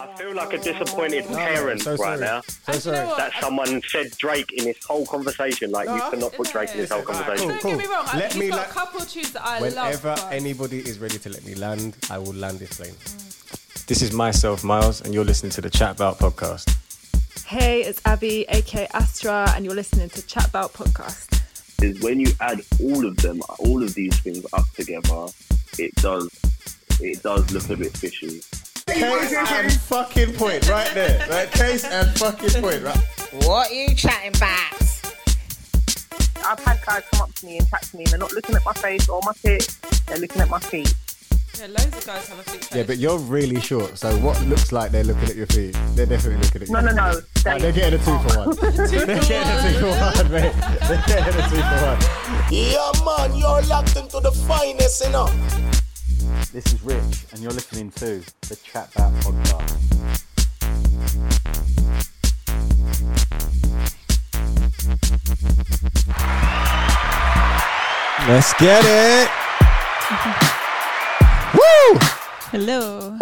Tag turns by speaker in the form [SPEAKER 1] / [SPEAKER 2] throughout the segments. [SPEAKER 1] I feel like a disappointed parent
[SPEAKER 2] so sorry.
[SPEAKER 1] right now.
[SPEAKER 2] So
[SPEAKER 3] And you know
[SPEAKER 2] sorry.
[SPEAKER 3] what?
[SPEAKER 1] That someone said Drake in this whole conversation. Like, you
[SPEAKER 2] No, I-
[SPEAKER 1] cannot put Drake in this whole
[SPEAKER 2] Alright,
[SPEAKER 1] conversation.
[SPEAKER 2] cool,
[SPEAKER 3] Don't get me wrong. I,
[SPEAKER 2] Let
[SPEAKER 3] he's
[SPEAKER 2] me
[SPEAKER 3] got a
[SPEAKER 2] like-
[SPEAKER 3] couple of tunes that I
[SPEAKER 2] Whenever
[SPEAKER 3] love. but-
[SPEAKER 2] anybody is ready to let me land, I will land this plane. This is myself, Miles, and you're listening to the Chat About podcast.
[SPEAKER 4] Hey, it's Abby, aka Astra, and you're listening to Chat Bout Podcast.
[SPEAKER 5] is when you add all of them, all of these things up together, it does it does look a bit fishy.
[SPEAKER 2] Case and fucking point, right there. Right, case and fucking point, right.
[SPEAKER 6] What you chatting about?
[SPEAKER 7] I've had guys come up to me and chat to me, and they're not looking at my face or my tits, they're looking at my feet.
[SPEAKER 3] Yeah, loads of guys have a feature.
[SPEAKER 2] Yeah, but you're really short. So what looks like they're looking at your feet, they're definitely looking at you.
[SPEAKER 7] No, no, no. They,
[SPEAKER 2] Right, they're getting a two for one. they're getting a two for one, mate. They're getting a two for one.
[SPEAKER 8] Yeah, man, you're locked into the finest, you know.
[SPEAKER 9] This is Rich, and you're listening to the Chat Bat Podcast.
[SPEAKER 2] Let's get it. Woo!
[SPEAKER 4] Hello.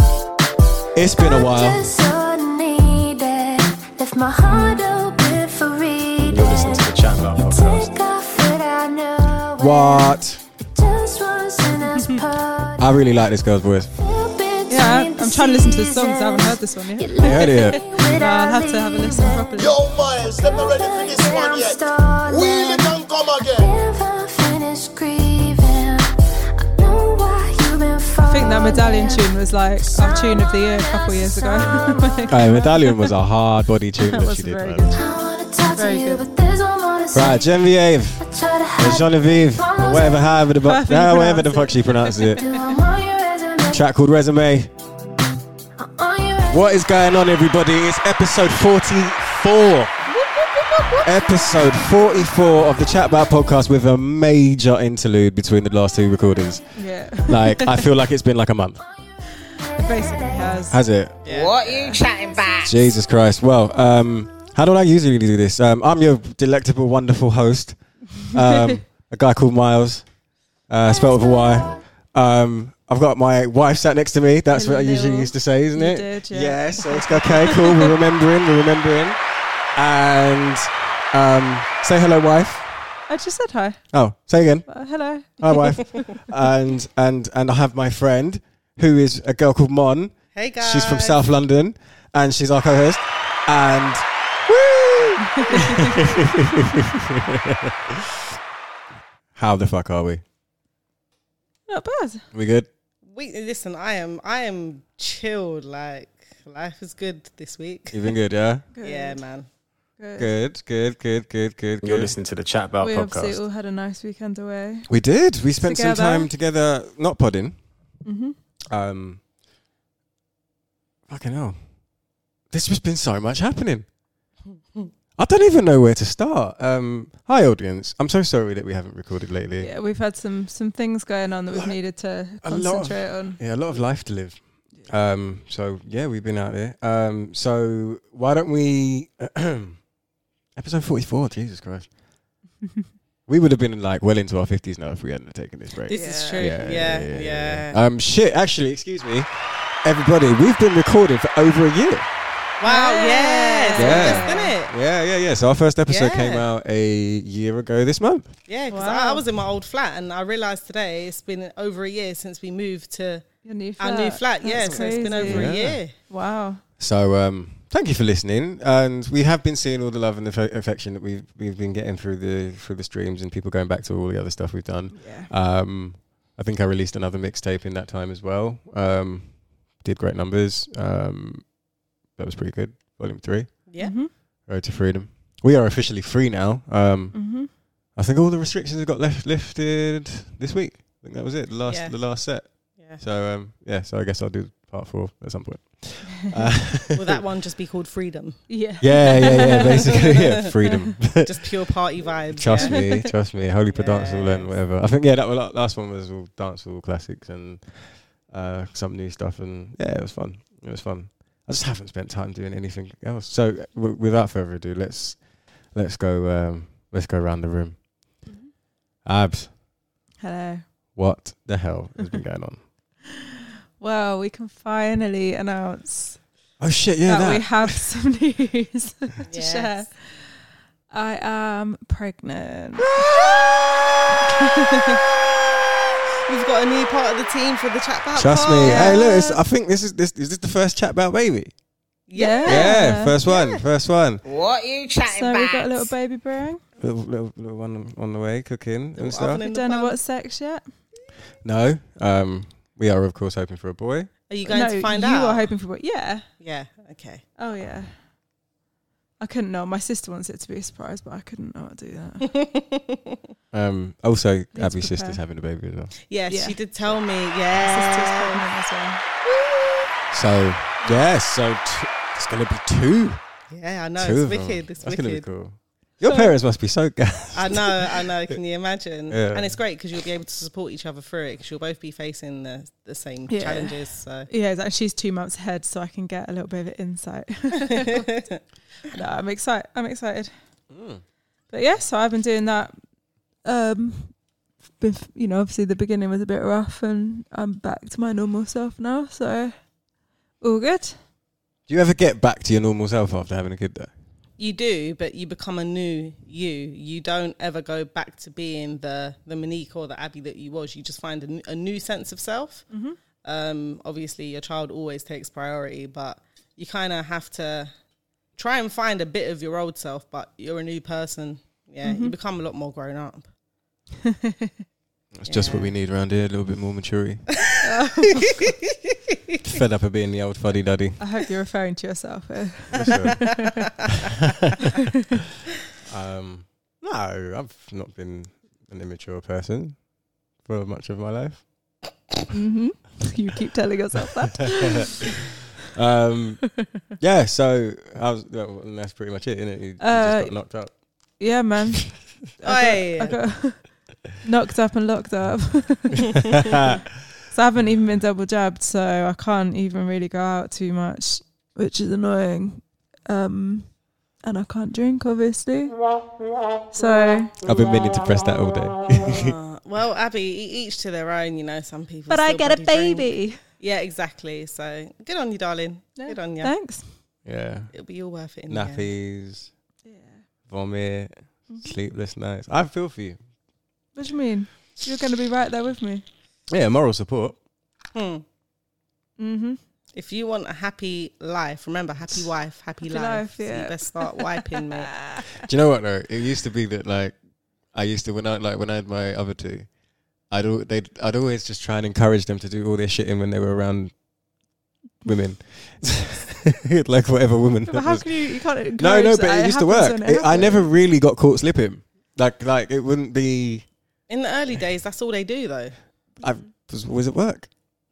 [SPEAKER 2] It's been a while.
[SPEAKER 10] Just so needed. Left my heart open for reading.
[SPEAKER 2] You're listening to the Chat About podcast.
[SPEAKER 10] Take off without knowing.
[SPEAKER 2] What?
[SPEAKER 10] Just once and us part.
[SPEAKER 2] I really like this girl's voice.
[SPEAKER 10] We've been
[SPEAKER 3] Yeah,
[SPEAKER 10] between
[SPEAKER 3] I'm trying to listen to the songs. I haven't
[SPEAKER 10] seasons.
[SPEAKER 3] heard this one yet.
[SPEAKER 10] You
[SPEAKER 2] Yeah,
[SPEAKER 10] left
[SPEAKER 2] yeah.
[SPEAKER 10] me without
[SPEAKER 3] No, I'll have to have a listen
[SPEAKER 10] leaving.
[SPEAKER 3] properly.
[SPEAKER 8] Yo, Miles, them not ready for this
[SPEAKER 10] Yeah,
[SPEAKER 8] one
[SPEAKER 10] I'm
[SPEAKER 8] yet.
[SPEAKER 10] stalling.
[SPEAKER 8] Wheel it and come again.
[SPEAKER 10] Never finished grieving. I know why you've been
[SPEAKER 3] I think that medallion
[SPEAKER 10] falling.
[SPEAKER 3] tune was like our tune of the year a couple of years ago.
[SPEAKER 2] Hey, Medallion was a hard body tune
[SPEAKER 3] That
[SPEAKER 2] that
[SPEAKER 3] was
[SPEAKER 2] she did.
[SPEAKER 3] very
[SPEAKER 2] man.
[SPEAKER 3] good.
[SPEAKER 10] I wanna talk to
[SPEAKER 3] Very
[SPEAKER 10] you,
[SPEAKER 3] good.
[SPEAKER 10] but there's one more to say.
[SPEAKER 2] Right, Genevieve,
[SPEAKER 10] I try to
[SPEAKER 2] or
[SPEAKER 10] hide
[SPEAKER 2] Genevieve, or whatever, however the, bu-
[SPEAKER 3] However you
[SPEAKER 2] however the
[SPEAKER 3] pronounce
[SPEAKER 2] fuck
[SPEAKER 3] it.
[SPEAKER 2] she pronounces it.
[SPEAKER 10] I'm on your resume.
[SPEAKER 2] Track called Resume.
[SPEAKER 10] I'm on your resume.
[SPEAKER 2] What is going on, everybody? It's episode 44. episode 44 of the Chat Chatbot podcast with a major interlude between the last two recordings.
[SPEAKER 3] yeah,
[SPEAKER 2] Like, I feel like it's been like a month.
[SPEAKER 3] it basically has.
[SPEAKER 2] Has it?
[SPEAKER 6] What you chatting about?
[SPEAKER 2] Jesus Christ. Well, um, how do I usually do this? Um, I'm your delectable, wonderful host, um, a guy called Miles, uh, spelled with a Y. Um, I've got my wife sat next to me. That's what I usually
[SPEAKER 3] Hello.
[SPEAKER 2] used to say, isn't
[SPEAKER 3] You
[SPEAKER 2] it?
[SPEAKER 3] did, yeah.
[SPEAKER 2] Yes. So it's okay, cool. We're remembering. We're remembering. And um, say hello, wife.
[SPEAKER 3] I just said hi.
[SPEAKER 2] Oh, say again.
[SPEAKER 3] Uh, hello.
[SPEAKER 2] Hi, wife. and and and I have my friend who is a girl called Mon.
[SPEAKER 6] Hey guys.
[SPEAKER 2] She's from South London and she's our co-host. And woo! How the fuck are we?
[SPEAKER 3] Not bad.
[SPEAKER 2] We good?
[SPEAKER 6] We, listen, I am I am chilled. Like life is good this week.
[SPEAKER 2] You've been good, yeah?
[SPEAKER 6] Yeah, man.
[SPEAKER 2] Good, good, good, good, good. You're listening to the Chat About
[SPEAKER 3] we obviously all had a nice weekend away.
[SPEAKER 2] We did. We spent some
[SPEAKER 3] Together.
[SPEAKER 2] time together, not podding.
[SPEAKER 3] Mm-hmm.
[SPEAKER 2] Um, fucking hell. There's just been so much happening. I don't even know where to start. Um, hi, audience. I'm so sorry that we haven't recorded lately.
[SPEAKER 3] Yeah, we've had some some things going on that we've needed to
[SPEAKER 2] a lot of-
[SPEAKER 3] concentrate on.
[SPEAKER 2] Yeah, a lot of life to live. Um, so yeah, we've been out there. Um, so why don't we episode forty four? Jesus Christ, we would have been like well into our fifties now if we hadn't have taken this break.
[SPEAKER 6] This is
[SPEAKER 3] Yeah.
[SPEAKER 6] true. Yeah, yeah.
[SPEAKER 2] Um, shit. Actually, excuse me, everybody. We've been recording for over a year.
[SPEAKER 6] Wow. Yes.
[SPEAKER 2] Yeah.
[SPEAKER 6] Isn't it?
[SPEAKER 2] Yeah, yeah, yeah. So our first episode
[SPEAKER 6] Yeah.
[SPEAKER 2] came out a year ago this month.
[SPEAKER 6] Yeah. Because I,
[SPEAKER 3] Wow.
[SPEAKER 6] I was in my old flat, and I realized today it's been over a year since we moved to
[SPEAKER 3] Your new flat.
[SPEAKER 6] our new flat. yeah.
[SPEAKER 3] That's
[SPEAKER 6] So it's been
[SPEAKER 3] crazy.
[SPEAKER 6] over
[SPEAKER 2] Yeah.
[SPEAKER 6] a year.
[SPEAKER 3] Wow.
[SPEAKER 2] So um, thank you for listening, and we have been seeing all the love and affe- affection that we've we've been getting through the through the streams and people going back to all the other stuff we've done.
[SPEAKER 3] Yeah.
[SPEAKER 2] Um, I think I released another mixtape in that time as well. Um, did great numbers. Um, that was pretty good. Volume three,
[SPEAKER 6] Yeah.
[SPEAKER 3] Mhm.
[SPEAKER 2] Road to Freedom. We are officially free now. Um,
[SPEAKER 3] Mhm.
[SPEAKER 2] I think all the restrictions have got left lifted this week. I think that was it. The last
[SPEAKER 6] Yeah.
[SPEAKER 2] the last set.
[SPEAKER 6] Yeah.
[SPEAKER 2] So um, yeah, so I guess I'll do part four at some point. Uh,
[SPEAKER 6] Will that one just be called freedom?
[SPEAKER 3] Yeah.
[SPEAKER 2] yeah, yeah, yeah. Basically, yeah, freedom.
[SPEAKER 6] Just pure party vibes.
[SPEAKER 2] trust
[SPEAKER 6] yeah.
[SPEAKER 2] me, trust me. Holy for dancehall and
[SPEAKER 6] Yes.
[SPEAKER 2] whatever. I think yeah, that was, last one was all dancehall classics and uh, some new stuff, and yeah, it was fun. It was fun. I just haven't spent time doing anything else. So uh, w- without further ado, let's let's go um, let's go around the room. Abs,
[SPEAKER 3] Hello.
[SPEAKER 2] what the hell has been going on?
[SPEAKER 3] well, we can finally announce
[SPEAKER 2] Oh shit! Yeah,
[SPEAKER 3] that,
[SPEAKER 2] that.
[SPEAKER 3] we have some news to
[SPEAKER 6] Yes.
[SPEAKER 3] share. I am pregnant.
[SPEAKER 6] We've got a new part of the team for the chat back.
[SPEAKER 2] Trust me. Hey, look. It's, I think this is this is this the first chat about baby.
[SPEAKER 3] Yeah.
[SPEAKER 2] Yeah, first one, first one.
[SPEAKER 11] What you chatting
[SPEAKER 3] So
[SPEAKER 11] about?
[SPEAKER 3] we got a little baby brewing.
[SPEAKER 2] Little, little, little one on the way, cooking and stuff.
[SPEAKER 6] oven in
[SPEAKER 3] We
[SPEAKER 6] the
[SPEAKER 3] don't know
[SPEAKER 6] bun.
[SPEAKER 3] what sex yet.
[SPEAKER 2] No, um, we are of course hoping for a boy.
[SPEAKER 6] Are you going
[SPEAKER 3] no,
[SPEAKER 6] to find
[SPEAKER 3] you
[SPEAKER 6] out?
[SPEAKER 3] are hoping for what? Yeah.
[SPEAKER 6] yeah. Okay.
[SPEAKER 3] Oh yeah. I couldn't know. My sister wants it to be a surprise, but I couldn't not do that.
[SPEAKER 2] Um, also,
[SPEAKER 3] to
[SPEAKER 2] Abby's sister's
[SPEAKER 3] prepare.
[SPEAKER 2] having a baby as well.
[SPEAKER 6] Yes,
[SPEAKER 3] Yeah.
[SPEAKER 6] she did tell me.
[SPEAKER 3] Sister's
[SPEAKER 6] Yeah.
[SPEAKER 3] pregnant as well.
[SPEAKER 2] So yeah, so t- it's gonna be two.
[SPEAKER 6] Yeah, I know.
[SPEAKER 2] two
[SPEAKER 6] It's
[SPEAKER 2] of 'em.
[SPEAKER 6] wicked. It's
[SPEAKER 2] That's gonna be
[SPEAKER 6] wicked.
[SPEAKER 2] cool. Your parents must be so gassed.
[SPEAKER 6] I know, I know. Can you imagine?
[SPEAKER 2] Yeah.
[SPEAKER 6] And it's great because you'll be able to support each other through it because you'll both be facing the, the same
[SPEAKER 3] Yeah.
[SPEAKER 6] challenges. So
[SPEAKER 3] Yeah, exactly. she's two months ahead, so I can get a little bit of insight. no, I'm excited. I'm excited. But yeah, so I've been doing that. Um, bef- you know, obviously the beginning was a bit rough, and I'm back to my normal self now. So all good.
[SPEAKER 2] Do you ever get back to your normal self after having a kid? Though
[SPEAKER 6] you do, but you become a new you. You don't ever go back to being the the Monique or the Abby that you was. You just find a, n- a new sense of self.
[SPEAKER 3] Mm-hmm.
[SPEAKER 6] Um, obviously, your child always takes priority, but you kind of have to try and find a bit of your old self. But you're a new person. Yeah,
[SPEAKER 3] Mm-hmm.
[SPEAKER 6] you become a lot more grown up.
[SPEAKER 2] that's just what we need around here. A little bit more maturity. Fed up of being the old fuddy duddy.
[SPEAKER 3] I hope you're referring to yourself. here.
[SPEAKER 2] um, no, I've not been an immature person for much of my life.
[SPEAKER 3] hmm You keep telling yourself that.
[SPEAKER 2] Um, yeah, so I was, that- and that's pretty much it, innit? You, you
[SPEAKER 3] Uh,
[SPEAKER 2] just got knocked up.
[SPEAKER 3] Yeah, man. I got, I got knocked up and locked up. So I haven't even been double jabbed, so I can't even really go out too much, which is annoying. Um, and I can't drink, obviously. So,
[SPEAKER 2] I've been meaning to press that all day.
[SPEAKER 6] Uh, well, Abby, e- each to their own. You know, some people.
[SPEAKER 3] but I
[SPEAKER 6] still
[SPEAKER 3] get a
[SPEAKER 6] bloody drink.
[SPEAKER 3] baby.
[SPEAKER 6] Yeah, exactly. So good on you, darling. Good on you.
[SPEAKER 3] Thanks.
[SPEAKER 2] yeah,
[SPEAKER 6] It'll be all worth it. In The end.
[SPEAKER 2] nappies, vomit, sleepless nights. I feel for you.
[SPEAKER 3] What do you mean? You're going to be right there with me.
[SPEAKER 2] Yeah, moral support.
[SPEAKER 6] Hmm.
[SPEAKER 3] Mm-hmm.
[SPEAKER 6] If you want a happy life, remember happy wife, happy,
[SPEAKER 3] Happy
[SPEAKER 6] life.
[SPEAKER 3] life,
[SPEAKER 6] So
[SPEAKER 3] yeah.
[SPEAKER 6] you best start wiping, mate.
[SPEAKER 2] Do you know what though? It used to be that like I used to when I like when I had my other two, I'd al- they'd, I'd always just try and encourage them to do all their shitting when they were around women, like whatever woman.
[SPEAKER 3] But
[SPEAKER 2] that
[SPEAKER 3] how
[SPEAKER 2] was-
[SPEAKER 3] can you? You can't.
[SPEAKER 2] no,
[SPEAKER 3] encourage
[SPEAKER 2] no,
[SPEAKER 3] that.
[SPEAKER 2] but it, used to
[SPEAKER 3] happens
[SPEAKER 2] work.
[SPEAKER 3] when it
[SPEAKER 2] It- I
[SPEAKER 3] happens.
[SPEAKER 2] never really got caught slipping. Like like it wouldn't be.
[SPEAKER 6] In the early days, that's all they do, though.
[SPEAKER 2] I was always at work.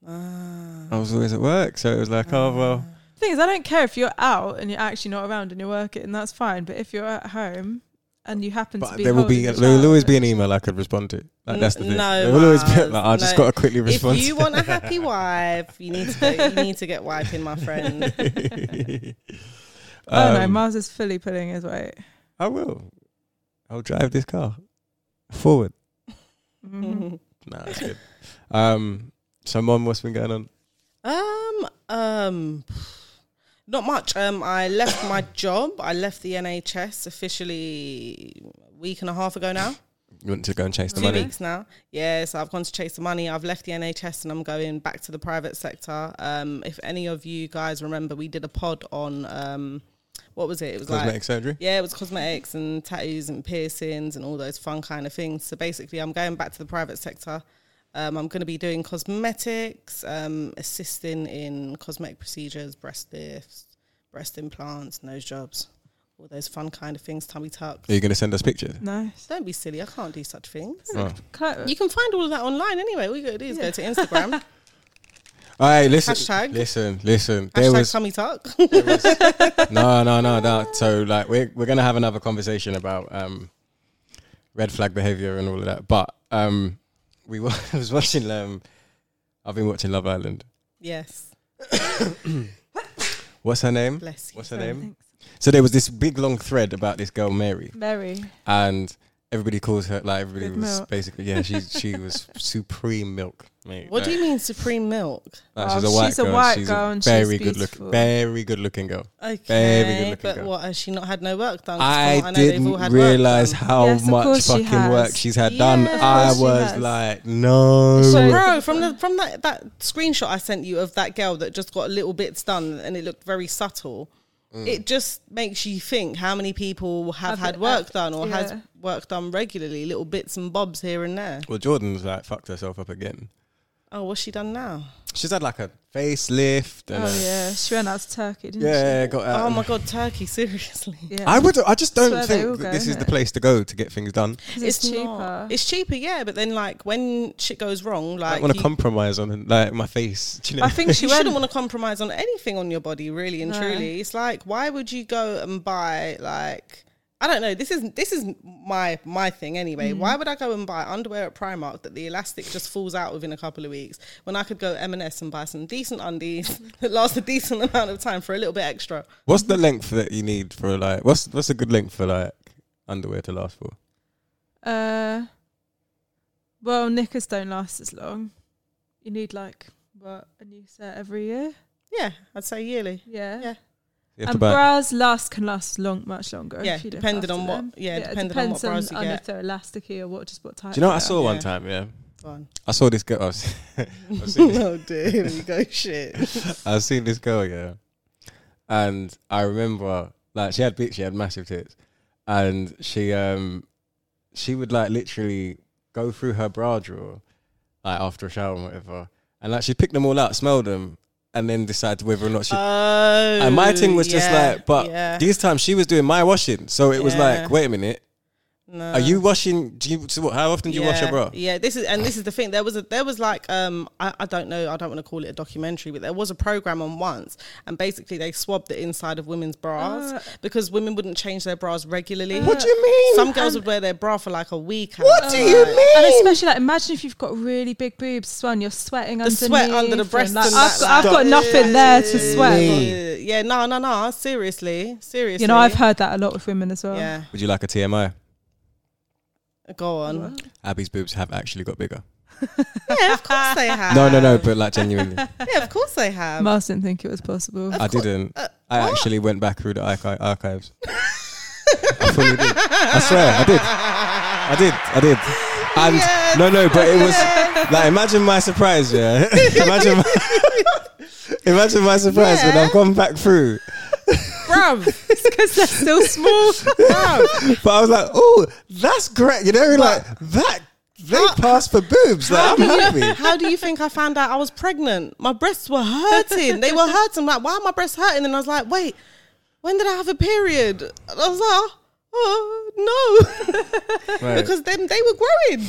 [SPEAKER 3] Ah.
[SPEAKER 2] I was always at work, so it was like, oh well,
[SPEAKER 3] thing is, I don't care if you're out and you're actually not around and you're working, that's fine. But if you're at home and you happen to
[SPEAKER 2] But
[SPEAKER 3] be,
[SPEAKER 2] there will be
[SPEAKER 3] holding a
[SPEAKER 2] there will
[SPEAKER 3] child,
[SPEAKER 2] always be an email I could respond to. Like
[SPEAKER 6] N-
[SPEAKER 2] that's the thing.
[SPEAKER 6] no,
[SPEAKER 2] there will always be.
[SPEAKER 6] Maz,
[SPEAKER 2] Like, I just
[SPEAKER 6] no.
[SPEAKER 2] got to quickly respond.
[SPEAKER 6] If you want a happy wife, you need to go, you need to get wiping, my
[SPEAKER 2] Um,
[SPEAKER 6] friend.
[SPEAKER 2] to
[SPEAKER 3] Oh no,
[SPEAKER 2] Um,
[SPEAKER 3] Mars is fully pulling his weight.
[SPEAKER 2] I will. I'll drive this car forward.
[SPEAKER 3] Mhm.
[SPEAKER 6] Mm-hmm.
[SPEAKER 2] No, that's good. Um, so, mom, what's been going on?
[SPEAKER 6] Um, um, not much. Um, I left my job. I left the NHS officially a week and a half ago now.
[SPEAKER 2] You want to go and chase the
[SPEAKER 6] two
[SPEAKER 2] money?
[SPEAKER 6] weeks now. Yeah, so I've gone to chase the money. I've left the NHS and I'm going back to the private sector. Um, if any of you guys remember, we did a pod on um, what was it? It was
[SPEAKER 2] Cosmetic
[SPEAKER 6] like
[SPEAKER 2] surgery.
[SPEAKER 6] yeah, it was cosmetics and tattoos and piercings and all those fun kind of things. So basically, I'm going back to the private sector. Um, I'm going to be doing cosmetics, um, assisting in cosmetic procedures, breast lifts, breast implants, nose jobs, all those fun kind of things, tummy tucks.
[SPEAKER 2] Are you going to send us pictures?
[SPEAKER 3] Nice.
[SPEAKER 6] Don't be silly. I can't do such things.
[SPEAKER 2] Oh.
[SPEAKER 3] Cla-
[SPEAKER 6] You can find all of that online anyway. All you gotta do is go to Instagram,
[SPEAKER 2] All right, listen,
[SPEAKER 6] Hashtag.
[SPEAKER 2] listen, listen. There
[SPEAKER 6] hashtag
[SPEAKER 2] was
[SPEAKER 6] tummy tuck.
[SPEAKER 2] no, no, no, no. So, like, we're we're gonna have another conversation about um, red flag behavior and all of that. But um, we wa- I was watching. Um, I've been watching Love Island.
[SPEAKER 6] yes.
[SPEAKER 2] What's her name?
[SPEAKER 6] Bless you.
[SPEAKER 2] What's her name? So there was this big long thread about this girl Mary,
[SPEAKER 3] Mary.
[SPEAKER 2] and Everybody calls her like everybody
[SPEAKER 6] Big
[SPEAKER 2] was
[SPEAKER 6] milk.
[SPEAKER 2] basically yeah. She she was supreme milk. Mate,
[SPEAKER 6] What do
[SPEAKER 2] like-
[SPEAKER 6] you mean supreme milk?
[SPEAKER 2] like, she's a white girl. she's a very good looking, very good looking girl.
[SPEAKER 6] Okay,
[SPEAKER 2] very good looking
[SPEAKER 6] but
[SPEAKER 2] girl.
[SPEAKER 6] what has she not had no work done? 'Cause
[SPEAKER 2] I
[SPEAKER 6] come on, know they've all
[SPEAKER 2] didn't
[SPEAKER 6] had work
[SPEAKER 2] realize
[SPEAKER 6] done.
[SPEAKER 2] how much fucking work she's had done.
[SPEAKER 6] Yeah, of
[SPEAKER 2] I
[SPEAKER 6] course she
[SPEAKER 2] was
[SPEAKER 6] has.
[SPEAKER 2] like, no,
[SPEAKER 6] So, bro, from the from that that screenshot I sent you of that girl that just got little bits done and it looked very subtle.
[SPEAKER 2] Mm.
[SPEAKER 6] It just makes you think how many people have,
[SPEAKER 3] Have
[SPEAKER 6] had
[SPEAKER 3] it
[SPEAKER 6] work
[SPEAKER 3] up,
[SPEAKER 6] done or has
[SPEAKER 3] yeah.
[SPEAKER 6] work done regularly, little bits and bobs here and there.
[SPEAKER 2] Well, Jordan's like fucked herself up again.
[SPEAKER 6] Oh, what's she done now?
[SPEAKER 2] She's had like a facelift. And
[SPEAKER 3] Oh
[SPEAKER 2] a-
[SPEAKER 3] yeah, she went out to Turkey, didn't she?
[SPEAKER 2] Yeah, got out
[SPEAKER 6] oh
[SPEAKER 2] and-
[SPEAKER 6] my god, Turkey, seriously.
[SPEAKER 3] Yeah.
[SPEAKER 2] I would. I just
[SPEAKER 3] That's
[SPEAKER 2] don't
[SPEAKER 3] where they all
[SPEAKER 2] think that
[SPEAKER 3] go,
[SPEAKER 2] this is
[SPEAKER 3] innit?
[SPEAKER 2] the place to go to get things done.
[SPEAKER 3] It's, cheaper.
[SPEAKER 6] not. It's cheaper, yeah, but then like when shit goes wrong,
[SPEAKER 2] I
[SPEAKER 6] like
[SPEAKER 2] don't want to
[SPEAKER 6] you-
[SPEAKER 2] compromise on like my face. Do you know?
[SPEAKER 3] I think she
[SPEAKER 6] you shouldn't
[SPEAKER 3] went-
[SPEAKER 6] want to compromise on anything on your body, really and
[SPEAKER 3] No.
[SPEAKER 6] truly. It's like, why would you go and buy like I don't know. This isn't this is my my thing anyway. Why would I go and buy underwear at Primark that the elastic just falls out within a couple of weeks when I could go M and S and buy some decent undies that last a decent amount of time for a little bit extra?
[SPEAKER 2] What's the length that you need for like? What's what's a good length for like underwear to last for?
[SPEAKER 3] Uh, well, knickers don't last as long. You need like what a new set every year.
[SPEAKER 6] Yeah, I'd say yearly.
[SPEAKER 3] Yeah.
[SPEAKER 6] Yeah.
[SPEAKER 2] You have to
[SPEAKER 3] and
[SPEAKER 2] buy-
[SPEAKER 3] bras last can last long, much longer.
[SPEAKER 6] Yeah,
[SPEAKER 3] if you look
[SPEAKER 6] depending
[SPEAKER 3] after
[SPEAKER 6] on what-
[SPEAKER 3] them.
[SPEAKER 6] yeah,
[SPEAKER 3] it
[SPEAKER 6] depending on what
[SPEAKER 3] depends
[SPEAKER 6] bras you
[SPEAKER 3] on
[SPEAKER 6] get.
[SPEAKER 3] if they're elasticy or what, just what type.
[SPEAKER 2] Do you know what I
[SPEAKER 3] they
[SPEAKER 2] saw
[SPEAKER 3] are.
[SPEAKER 2] one
[SPEAKER 6] Yeah.
[SPEAKER 2] time? Yeah,
[SPEAKER 6] Go on.
[SPEAKER 2] I saw this girl. I was, I've seen,
[SPEAKER 6] oh dear, here we go. Shit.
[SPEAKER 2] I was seeing this girl, yeah, and I remember like she had big, she had massive tits, and she um she would like literally go through her bra drawer like after a shower and whatever, and like she'd pick them all out, smell them, and then decide whether or not she.
[SPEAKER 6] Oh,
[SPEAKER 2] and my thing was just
[SPEAKER 6] yeah,
[SPEAKER 2] like, but
[SPEAKER 6] yeah.
[SPEAKER 2] these times she was doing my washing, so it was
[SPEAKER 6] Yeah.
[SPEAKER 2] like, wait a minute,
[SPEAKER 6] No.
[SPEAKER 2] are you washing? Do you so what, how often do you wash your bra?
[SPEAKER 6] Yeah, this is and this is the thing. There was a there was like um I, I don't know, I don't want to call it a documentary, but there was a program on once and basically they swabbed the inside of women's bras
[SPEAKER 3] Uh.
[SPEAKER 6] because women wouldn't change their bras regularly.
[SPEAKER 2] What do you mean?
[SPEAKER 6] Some girls would wear their bra for like a week. and
[SPEAKER 2] What
[SPEAKER 6] I'm
[SPEAKER 2] do you
[SPEAKER 6] like,
[SPEAKER 2] mean?
[SPEAKER 3] And especially like, imagine if you've got really big boobs as well, and you're sweating
[SPEAKER 6] The
[SPEAKER 3] underneath.
[SPEAKER 6] sweat under the
[SPEAKER 3] and,
[SPEAKER 6] breast.
[SPEAKER 3] like,
[SPEAKER 6] and
[SPEAKER 3] I've,
[SPEAKER 6] that,
[SPEAKER 3] got, I've
[SPEAKER 6] like-
[SPEAKER 3] got nothing there to sweat. on.
[SPEAKER 2] Me.
[SPEAKER 6] Yeah, Yeah, no, no, no. Seriously, seriously.
[SPEAKER 3] You know, I've heard that a lot with women as well.
[SPEAKER 6] Yeah,
[SPEAKER 2] Would you like a TMI?
[SPEAKER 6] go on.
[SPEAKER 2] Abby's boobs have actually got bigger.
[SPEAKER 6] yeah, of course they have.
[SPEAKER 2] No, no, no, but like genuinely,
[SPEAKER 6] Yeah, Um, of Uh, course they have.
[SPEAKER 3] Mars didn't think it was possible.
[SPEAKER 2] I didn't. I actually went back through the archi- archives. I fully did. I swear, I did. I did. I did. And
[SPEAKER 6] Yes.
[SPEAKER 2] no, no, but it was like imagine my surprise, yeah. imagine, my, imagine my surprise when I've gone back through.
[SPEAKER 6] Bruv,
[SPEAKER 3] because they're still small.
[SPEAKER 2] But I was like, oh, that's great. You know, like that. They pass for boobs. Like I'm happy.
[SPEAKER 6] How do you think I found out I was pregnant? My breasts were hurting. They were hurting. I'm like, why are my breasts hurting? And I was like, wait, when did I have a period? And I was like, oh, no.
[SPEAKER 2] Right.
[SPEAKER 6] because then they were growing.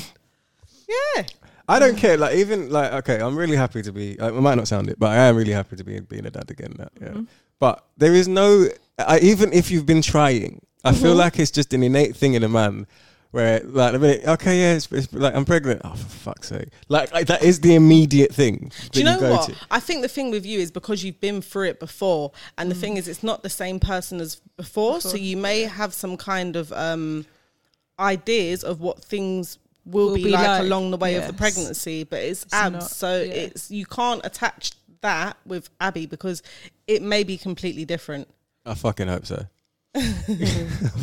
[SPEAKER 6] Yeah.
[SPEAKER 2] I don't care. Like even like okay, I'm really happy to be. I might not sound it, but I am really happy to be being a dad again. Now, yeah.
[SPEAKER 6] Mm-hmm.
[SPEAKER 2] But there is no. I, even if you've been trying, I
[SPEAKER 6] Mm-hmm.
[SPEAKER 2] feel like it's just an innate thing in a man. Where like the minute, okay, yeah, it's, it's like I'm pregnant. Oh, for fuck's sake! Like, like, that is the immediate thing that
[SPEAKER 6] Do you know
[SPEAKER 2] go
[SPEAKER 6] what?
[SPEAKER 2] to.
[SPEAKER 6] I think the thing with you is because you've been through it before, and
[SPEAKER 3] Mm.
[SPEAKER 6] the thing is, it's not the same person as before. So you may have some kind of um, ideas of what things will,
[SPEAKER 3] Will
[SPEAKER 6] be,
[SPEAKER 3] be
[SPEAKER 6] like,
[SPEAKER 3] like,
[SPEAKER 6] along the way of the
[SPEAKER 3] yes.
[SPEAKER 6] pregnancy, but it's,
[SPEAKER 3] It's
[SPEAKER 6] abs.
[SPEAKER 3] not-
[SPEAKER 6] so
[SPEAKER 3] yeah.
[SPEAKER 6] it's you can't attach that with Abby because it may be completely different.
[SPEAKER 2] I fucking hope so. I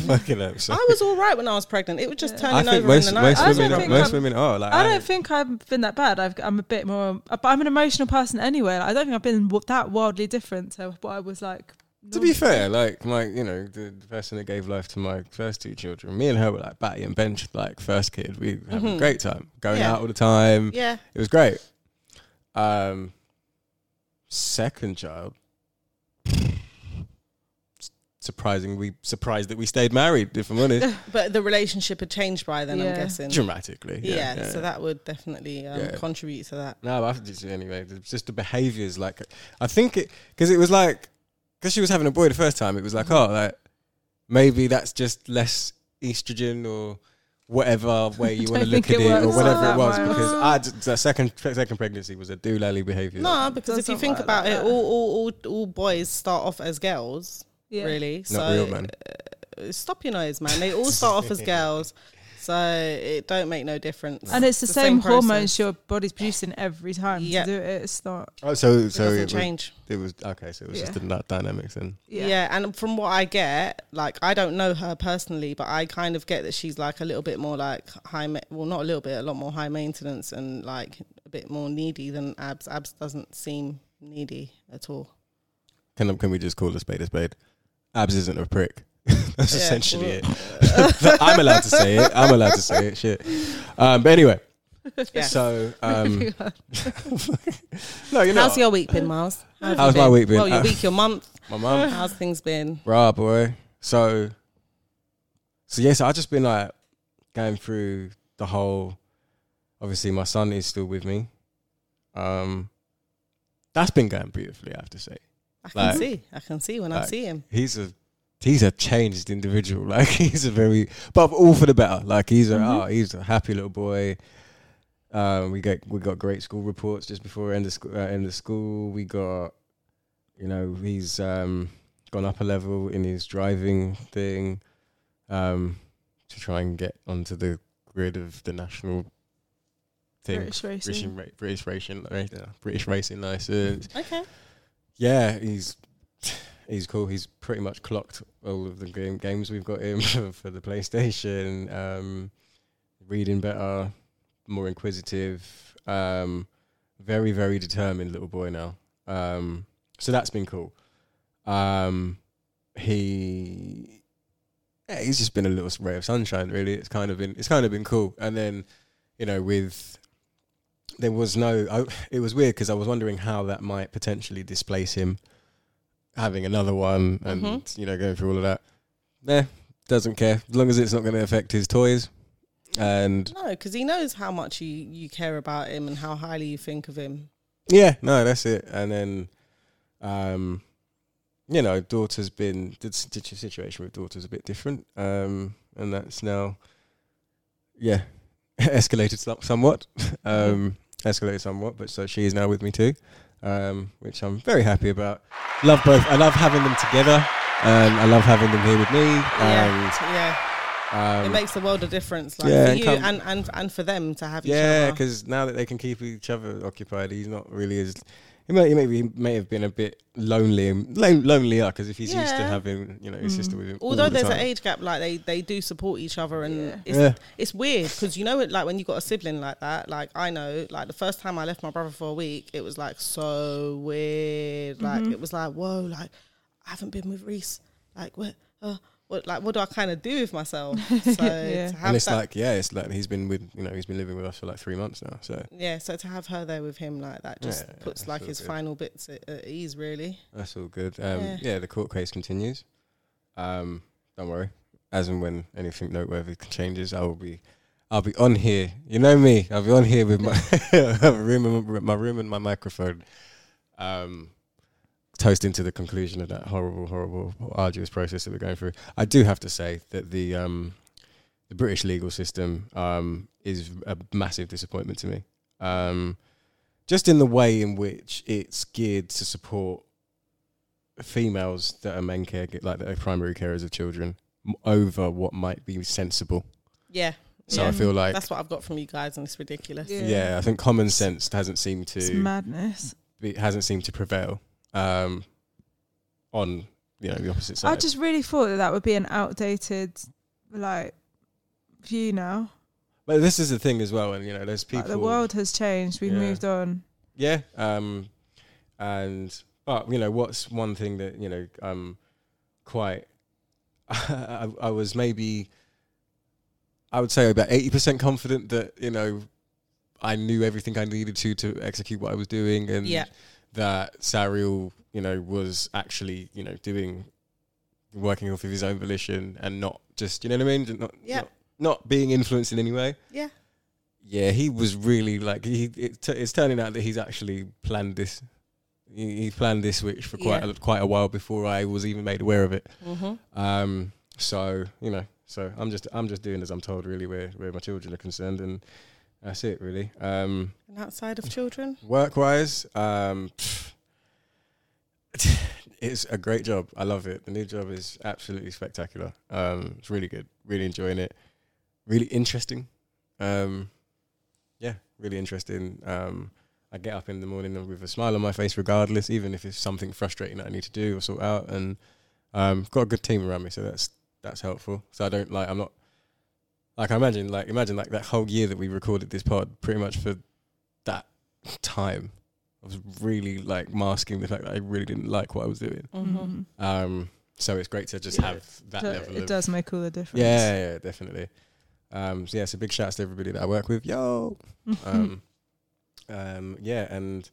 [SPEAKER 2] fucking hope so.
[SPEAKER 6] I was all right when I was pregnant. It was just
[SPEAKER 2] I
[SPEAKER 6] turning
[SPEAKER 2] think
[SPEAKER 6] over
[SPEAKER 2] most,
[SPEAKER 6] in the night.
[SPEAKER 2] most
[SPEAKER 3] I don't
[SPEAKER 2] women, are,
[SPEAKER 3] think
[SPEAKER 2] most
[SPEAKER 3] I'm-
[SPEAKER 2] women are. Like,
[SPEAKER 3] I don't think I've been that bad. I've, I'm a bit more, but I'm an emotional person anyway. Like, I don't think I've been w- that wildly different to what I was like.
[SPEAKER 2] To be fair, like my, you know, the, the person that gave life to my first two children, me and her were like Batty and Bench, like first kid. We were having a great time, going
[SPEAKER 6] Mm-hmm. Yeah.
[SPEAKER 2] out all the time.
[SPEAKER 6] Yeah.
[SPEAKER 2] It was great. Um, second child, surprising we surprised that we stayed married. If I'm honest,
[SPEAKER 6] But the relationship had changed by then, I'm
[SPEAKER 3] Yeah.
[SPEAKER 6] guessing.
[SPEAKER 2] dramatically.
[SPEAKER 6] Yeah,
[SPEAKER 2] Yeah, yeah.
[SPEAKER 6] so that would definitely um,
[SPEAKER 2] Yeah.
[SPEAKER 6] contribute to that.
[SPEAKER 2] No, but I just, anyway, it's just the behaviors. Like, I think it because it was like because she was having a boy the first time. It was like, oh, like maybe that's just less estrogen or whatever way you want to
[SPEAKER 3] Don't
[SPEAKER 2] look
[SPEAKER 3] think
[SPEAKER 2] at it,
[SPEAKER 3] it
[SPEAKER 2] or
[SPEAKER 3] works
[SPEAKER 2] whatever
[SPEAKER 3] like that,
[SPEAKER 2] it was.
[SPEAKER 3] Maya.
[SPEAKER 2] Because I d- the second second pregnancy was a doolally behavior.
[SPEAKER 6] No, because if you
[SPEAKER 3] Doesn't
[SPEAKER 6] think
[SPEAKER 3] work
[SPEAKER 6] about
[SPEAKER 3] like
[SPEAKER 6] it,
[SPEAKER 3] that.
[SPEAKER 6] all, all all all boys start off as girls,
[SPEAKER 3] Yeah.
[SPEAKER 6] really.
[SPEAKER 2] not
[SPEAKER 6] so
[SPEAKER 2] real man.
[SPEAKER 6] uh, stop your nose, man. They all start off as girls. So it don't make no difference.
[SPEAKER 3] And it's the, same,
[SPEAKER 6] process.
[SPEAKER 3] hormones your body's producing every time to
[SPEAKER 6] Yeah.
[SPEAKER 3] do it. It's not.
[SPEAKER 2] Oh, so so
[SPEAKER 6] doesn't
[SPEAKER 2] was-
[SPEAKER 6] change.
[SPEAKER 2] It was okay. So it was just
[SPEAKER 3] Yeah.
[SPEAKER 2] in that dynamics then.
[SPEAKER 6] Yeah. and from what I get, like I don't know her personally, but I kind of get that she's like a little bit more like high, ma- well, not a little bit, a lot more high maintenance and like a bit more needy than Abs. Abs doesn't seem needy at all.
[SPEAKER 2] Can can we just call a spade a spade? Abs isn't a prick. That's
[SPEAKER 6] Yeah,
[SPEAKER 2] essentially
[SPEAKER 6] well-
[SPEAKER 2] it. I'm allowed to say it. I'm allowed to say it. Shit. Um, but anyway,
[SPEAKER 6] Yeah.
[SPEAKER 2] so um, no, you know,
[SPEAKER 6] How's your week been, Miles? How have you
[SPEAKER 2] How's my week been?
[SPEAKER 6] Well, your
[SPEAKER 2] Uh,
[SPEAKER 6] week, your month.
[SPEAKER 2] my mum.
[SPEAKER 6] How's things been?
[SPEAKER 2] Rah, boy. So, so yes, I've just been like going through the whole. Obviously, my son is still with me. Um, that's been going beautifully, I have to say.
[SPEAKER 6] I can
[SPEAKER 2] Like-
[SPEAKER 6] see. I can see when I
[SPEAKER 2] like,
[SPEAKER 6] see him.
[SPEAKER 2] He's a he's a changed individual. Like he's a very, but all for the better. Like he's a oh, he's a happy little boy. Um, we get we got great school reports just before end of school. Uh, end of school, we got you know he's um, gone up a level in his driving thing um, to try and get onto the grid of the national thing.
[SPEAKER 3] British racing.
[SPEAKER 2] ra- British racing, ra- uh, British racing license.
[SPEAKER 6] Okay.
[SPEAKER 2] Yeah, he's he's cool. He's pretty much clocked all of the game, games we've got him for the PlayStation. Um, reading better, more inquisitive, um, very very determined little boy now. Um, so that's been cool. Um, he. Yeah, he's just been a little ray of sunshine, really. It's kind of been it's kind of been cool. And then, you know, with there was no I, it was weird because i was wondering how that might potentially displace him having another one and you know going through all of that nah doesn't care as long as it's not going to affect his toys and
[SPEAKER 6] No, because he knows how much you, you care about him and how highly you think of him.
[SPEAKER 2] yeah no that's it and then um you know daughter's been the s- the situation with daughter's a bit different um and that's now yeah escalated som- somewhat um escalated somewhat but so she is now with me too um which i'm very happy about love both i love having them together um i love having them here with me and
[SPEAKER 6] yeah, yeah.
[SPEAKER 2] um,
[SPEAKER 6] it makes the world a difference, like
[SPEAKER 2] yeah,
[SPEAKER 6] for
[SPEAKER 2] and
[SPEAKER 6] you
[SPEAKER 2] come-
[SPEAKER 6] and, and and for them to have
[SPEAKER 2] Yeah,
[SPEAKER 6] each other.
[SPEAKER 2] because now that they can keep each other occupied, he's not really as. He may, he may, be, may have been a bit lonely, lo- lonelier because if he's used to
[SPEAKER 6] Yeah. Mm.
[SPEAKER 2] having you know his sister with him. all
[SPEAKER 6] Although
[SPEAKER 2] the
[SPEAKER 6] there's
[SPEAKER 2] time.
[SPEAKER 6] an age gap, like they they do support each other, and it's
[SPEAKER 2] Yeah.
[SPEAKER 6] it's weird because you know it like when you got a sibling like that. Like I know, like the first time I left my brother for a week, it was like so weird. Like
[SPEAKER 2] Mm-hmm.
[SPEAKER 6] it was like whoa, like I haven't been with Reese. Like what? Uh, what, like what do I kind of do with myself? So to have
[SPEAKER 2] and it's
[SPEAKER 6] that,
[SPEAKER 2] like yeah, it's like he's been with you know he's been living with us for like three months now, so
[SPEAKER 6] yeah, so to have her there with him like that just
[SPEAKER 2] Yeah,
[SPEAKER 6] puts
[SPEAKER 2] that's
[SPEAKER 6] like
[SPEAKER 2] all
[SPEAKER 6] his
[SPEAKER 2] good.
[SPEAKER 6] final bits at, at ease, really.
[SPEAKER 2] that's all good. Um, yeah.
[SPEAKER 6] Yeah.
[SPEAKER 2] the court case continues. Um, don't worry, as and when anything noteworthy changes, I will be. I'll be on here. You know me. I'll be on here with my room, and my room, and my microphone. Um, toast into the conclusion of that horrible, horrible, arduous process that we're going through. I do have to say that the um, the British legal system um, is a massive disappointment to me. Um, just in the way in which it's geared to support females that are men care, like that are primary carers of children, m- over what might be sensible.
[SPEAKER 6] Yeah.
[SPEAKER 2] So
[SPEAKER 6] yeah.
[SPEAKER 2] I feel like,
[SPEAKER 6] That's what I've got from you guys, and it's ridiculous.
[SPEAKER 3] Yeah.
[SPEAKER 2] yeah, I think common sense hasn't seemed
[SPEAKER 3] It's
[SPEAKER 2] to
[SPEAKER 3] madness.
[SPEAKER 2] it hasn't seemed to prevail um, on you know the opposite side.
[SPEAKER 3] I just really thought that that would be an outdated, like, view now.
[SPEAKER 2] but this is the thing as well, and you know, there's people.
[SPEAKER 3] Like, the world has changed. We've
[SPEAKER 2] Yeah.
[SPEAKER 3] moved on.
[SPEAKER 2] Yeah. Um, and but you know, what's one thing that you know, um, quite. I, I was maybe, I would say about eighty percent confident that you know, I knew everything I needed to to execute what I was doing, and
[SPEAKER 6] Yeah.
[SPEAKER 2] that Sariel, you know, was actually you know doing, working off of his own volition and not just you know what I mean, not
[SPEAKER 6] Yeah.
[SPEAKER 2] not, not being influenced in any way.
[SPEAKER 6] Yeah.
[SPEAKER 2] Yeah, he was really like he. It t- it's turning out that he's actually planned this. He, he planned this switch for quite
[SPEAKER 6] Yeah.
[SPEAKER 2] a, quite a while before I was even made aware of it.
[SPEAKER 6] hmm
[SPEAKER 2] Um, so you know, so I'm just I'm just doing as I'm told, really, where where my children are concerned, and that's it, really. Um,
[SPEAKER 6] And outside of children,
[SPEAKER 2] work wise, um, pff, it's a great job. I love it. The new job is absolutely spectacular. Um, it's really good. Really enjoying it. really interesting. Um, yeah, really interesting. Um, I get up in the morning and with a smile on my face, regardless, even if it's something frustrating that I need to do or sort out. And um, got a good team around me, so that's that's helpful. So I don't like I'm not like I imagine like imagine like that whole year that we recorded this pod, pretty much for that time, I was really like masking the fact that I really didn't like what I was doing.
[SPEAKER 3] Mhm.
[SPEAKER 2] Um, so it's great to just
[SPEAKER 3] Yeah.
[SPEAKER 2] have that
[SPEAKER 3] Do-
[SPEAKER 2] level.
[SPEAKER 3] it
[SPEAKER 2] of-
[SPEAKER 3] does make all the difference.
[SPEAKER 2] Yeah, yeah, yeah, definitely. Um, so yeah, so big shouts to everybody that I work with. Yo,
[SPEAKER 3] Hmm.
[SPEAKER 2] um, um, yeah, and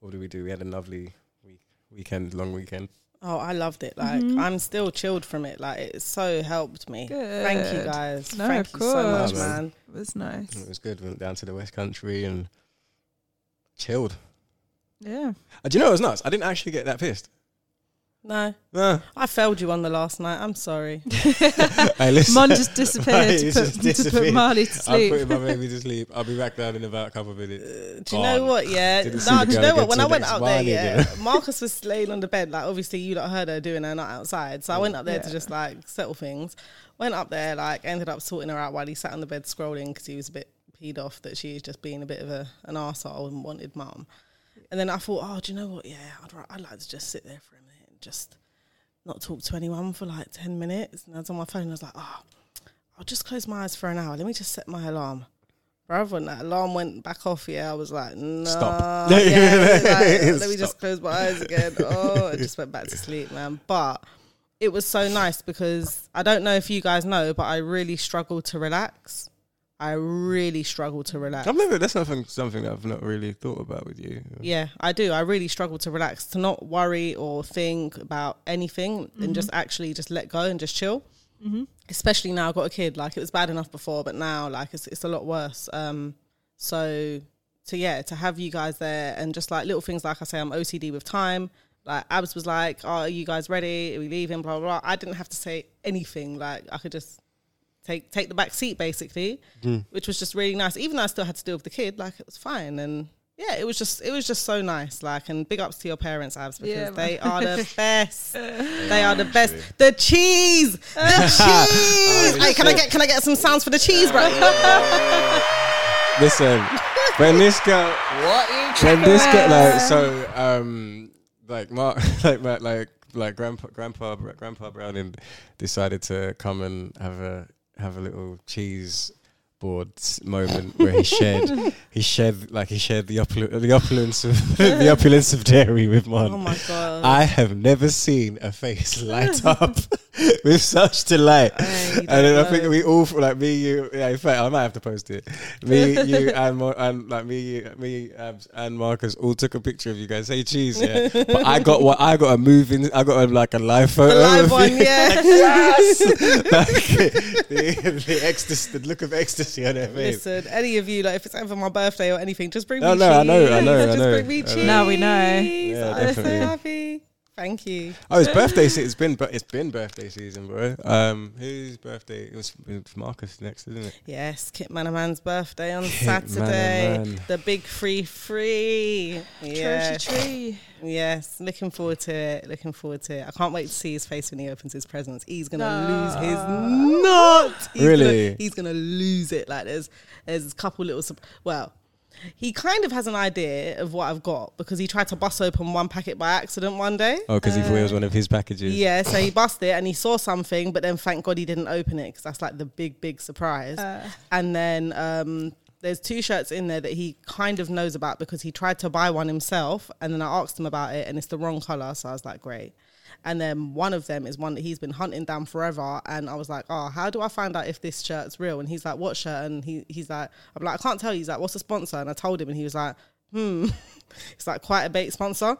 [SPEAKER 2] what did we do? We had a lovely week, weekend, long weekend.
[SPEAKER 6] Oh, I loved it. Like
[SPEAKER 3] Mhm.
[SPEAKER 6] I'm still chilled from it. Like it so helped me. Thank you
[SPEAKER 3] Good.
[SPEAKER 6] guys.
[SPEAKER 3] No,
[SPEAKER 6] Thank
[SPEAKER 3] of
[SPEAKER 6] you so much,
[SPEAKER 3] course.
[SPEAKER 6] man.
[SPEAKER 3] It was nice.
[SPEAKER 2] It was good. We went down to the West Country and chilled.
[SPEAKER 3] Yeah.
[SPEAKER 2] Uh, do you know it was nuts? I didn't actually get that pissed.
[SPEAKER 6] No.
[SPEAKER 2] No.
[SPEAKER 6] I failed you on the last night. I'm sorry.
[SPEAKER 2] Hey, listen.
[SPEAKER 3] Mon just disappeared
[SPEAKER 2] Hey,
[SPEAKER 3] to
[SPEAKER 2] he's
[SPEAKER 3] put-
[SPEAKER 2] just
[SPEAKER 3] to put
[SPEAKER 2] disappeared.
[SPEAKER 3] Marley to sleep.
[SPEAKER 2] I'm putting my baby to sleep. I'll be back down in about a couple of minutes.
[SPEAKER 6] Uh, Do you know what? Yeah.
[SPEAKER 2] Didn't see
[SPEAKER 6] Nah,
[SPEAKER 2] the
[SPEAKER 6] do you
[SPEAKER 2] girl
[SPEAKER 6] know what?
[SPEAKER 2] again
[SPEAKER 6] When I
[SPEAKER 2] till
[SPEAKER 6] went
[SPEAKER 2] next
[SPEAKER 6] out there,
[SPEAKER 2] Monday,
[SPEAKER 6] yeah,
[SPEAKER 2] did
[SPEAKER 6] Marcus was laying on the bed. Like, obviously, you lot heard her doing her night outside. So I went up there to
[SPEAKER 3] Yeah.
[SPEAKER 6] just like settle things. Went up there, like, ended up sorting her out while he sat on the bed scrolling because he was a bit peed off that she was just being a bit of a, an arsehole and wanted mum. And then I thought, oh, do you know what? Yeah, I'd, ri- I'd like to just sit there for a minute and just not talk to anyone for like 10 minutes. And I was on my phone and I was like, oh, I'll just close my eyes for an hour. Let me just set my alarm. Bruv, when that alarm went back off, yeah, I was like, no.
[SPEAKER 2] Stop.
[SPEAKER 6] yeah, like, let me just
[SPEAKER 2] Stop.
[SPEAKER 6] close my eyes again. Oh, I just went back to sleep, man. But it was so nice because I don't know if you guys know, but I really struggle to relax. I really struggle to relax.
[SPEAKER 2] I've never. That's something something that I've not really thought about with you.
[SPEAKER 6] Yeah, I do. I really struggle to relax, to not worry or think about anything and just actually just let go and just chill. Especially now I've got a kid. Like it was bad enough before, but now like it's it's a lot worse. Um so to yeah, to have you guys there and just like little things like I say I'm OCD with time. Like Abs was like, oh, "Are you guys ready? Are we leaving?" Blah blah. blah. I didn't have to say anything. Like I could just take take the back seat basically, which was just really nice. Even though I still had to deal with the kid, like it was fine. And yeah, it was just it was just so nice. Like and big ups to your parents, Abs, because
[SPEAKER 3] Yeah,
[SPEAKER 6] they
[SPEAKER 3] man.
[SPEAKER 6] are the best. they are the best. The cheese, the cheese. hey, can I get can I get some sounds for the cheese, bro?
[SPEAKER 2] Listen, when this girl, what when this girl, like so, um, like Mark, like my, like like grandpa, grandpa, grandpa Browning decided to come and have a have a little cheese board s- moment where he shared he shared like he shared the opul- the opulence of the opulence of dairy with Mon.
[SPEAKER 6] Oh my God.
[SPEAKER 2] I have never seen a face light up with such delight. and then I think we all like me, you. Yeah, in fact, I might have to post it. Me, you, and, Mar- and like me, you, me, Abs, and Marcus all took a picture of you guys. Say cheese, yeah. but I got what I got a moving. I got a, like a live photo.
[SPEAKER 6] The live
[SPEAKER 2] of
[SPEAKER 6] one,
[SPEAKER 2] you.
[SPEAKER 6] yeah.
[SPEAKER 2] Like, the, the ecstasy, the look of ecstasy on her face.
[SPEAKER 6] Listen, any of you, like if it's ever my birthday or anything, just bring
[SPEAKER 2] No,
[SPEAKER 6] me
[SPEAKER 2] no,
[SPEAKER 6] cheese.
[SPEAKER 2] I know, I know, I
[SPEAKER 6] just
[SPEAKER 2] know,
[SPEAKER 6] bring me
[SPEAKER 2] I
[SPEAKER 6] cheese.
[SPEAKER 2] know.
[SPEAKER 3] Now we know.
[SPEAKER 2] Yeah,
[SPEAKER 6] I'm so
[SPEAKER 2] definitely.
[SPEAKER 6] happy. Thank you.
[SPEAKER 2] Oh, it's birthday season. It's been, but it's been birthday season, bro. Um, whose birthday? It was, it was Marcus next, isn't it?
[SPEAKER 6] Yes, Kit Manaman's birthday on
[SPEAKER 2] Kit
[SPEAKER 6] Saturday.
[SPEAKER 2] Manaman.
[SPEAKER 6] The big free free.
[SPEAKER 3] Tree,
[SPEAKER 6] Yes.
[SPEAKER 3] tree.
[SPEAKER 6] yes, looking forward to it. Looking forward to it. I can't wait to see his face when he opens his presents. He's gonna lose his nut. He's
[SPEAKER 2] Really?
[SPEAKER 6] Gonna, he's gonna lose it. Like there's there's a couple little sup- well. He kind of has an idea of what I've got because he tried to bust open one packet by accident one day.
[SPEAKER 2] Oh, because he thought it was one of his packages.
[SPEAKER 6] Yeah, so he busted it and he saw something, but then thank God he didn't open it because that's like the big, big surprise. And then um, there's two shirts in there that he kind of knows about because he tried to buy one himself and then I asked him about it and it's the wrong color. So I was like, great. And then one of them is one that he's been hunting down forever. And I was like, oh, how do I find out if this shirt's real? And he's like, what shirt? And he, he's like, I'm like, I can't tell you. He's like, what's the sponsor? And I told him and he was like, hmm, it's like quite a bait sponsor.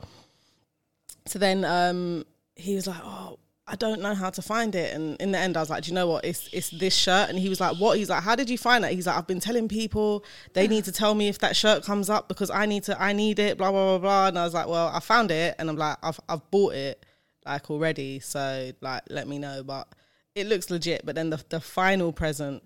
[SPEAKER 6] So then um, he was like, "Oh, I don't know how to find it." And in the end, I was like, "Do you know what? It's it's this shirt." And he was like, "What?" He's like, "How did you find that?" He's like, "I've been telling people. They need to tell me if that shirt comes up because I need to. I need it. Blah blah blah blah." And I was like, "Well, I found it, and I'm like, I've I've bought it like already. So like, let me know." But it looks legit. But then the the final present.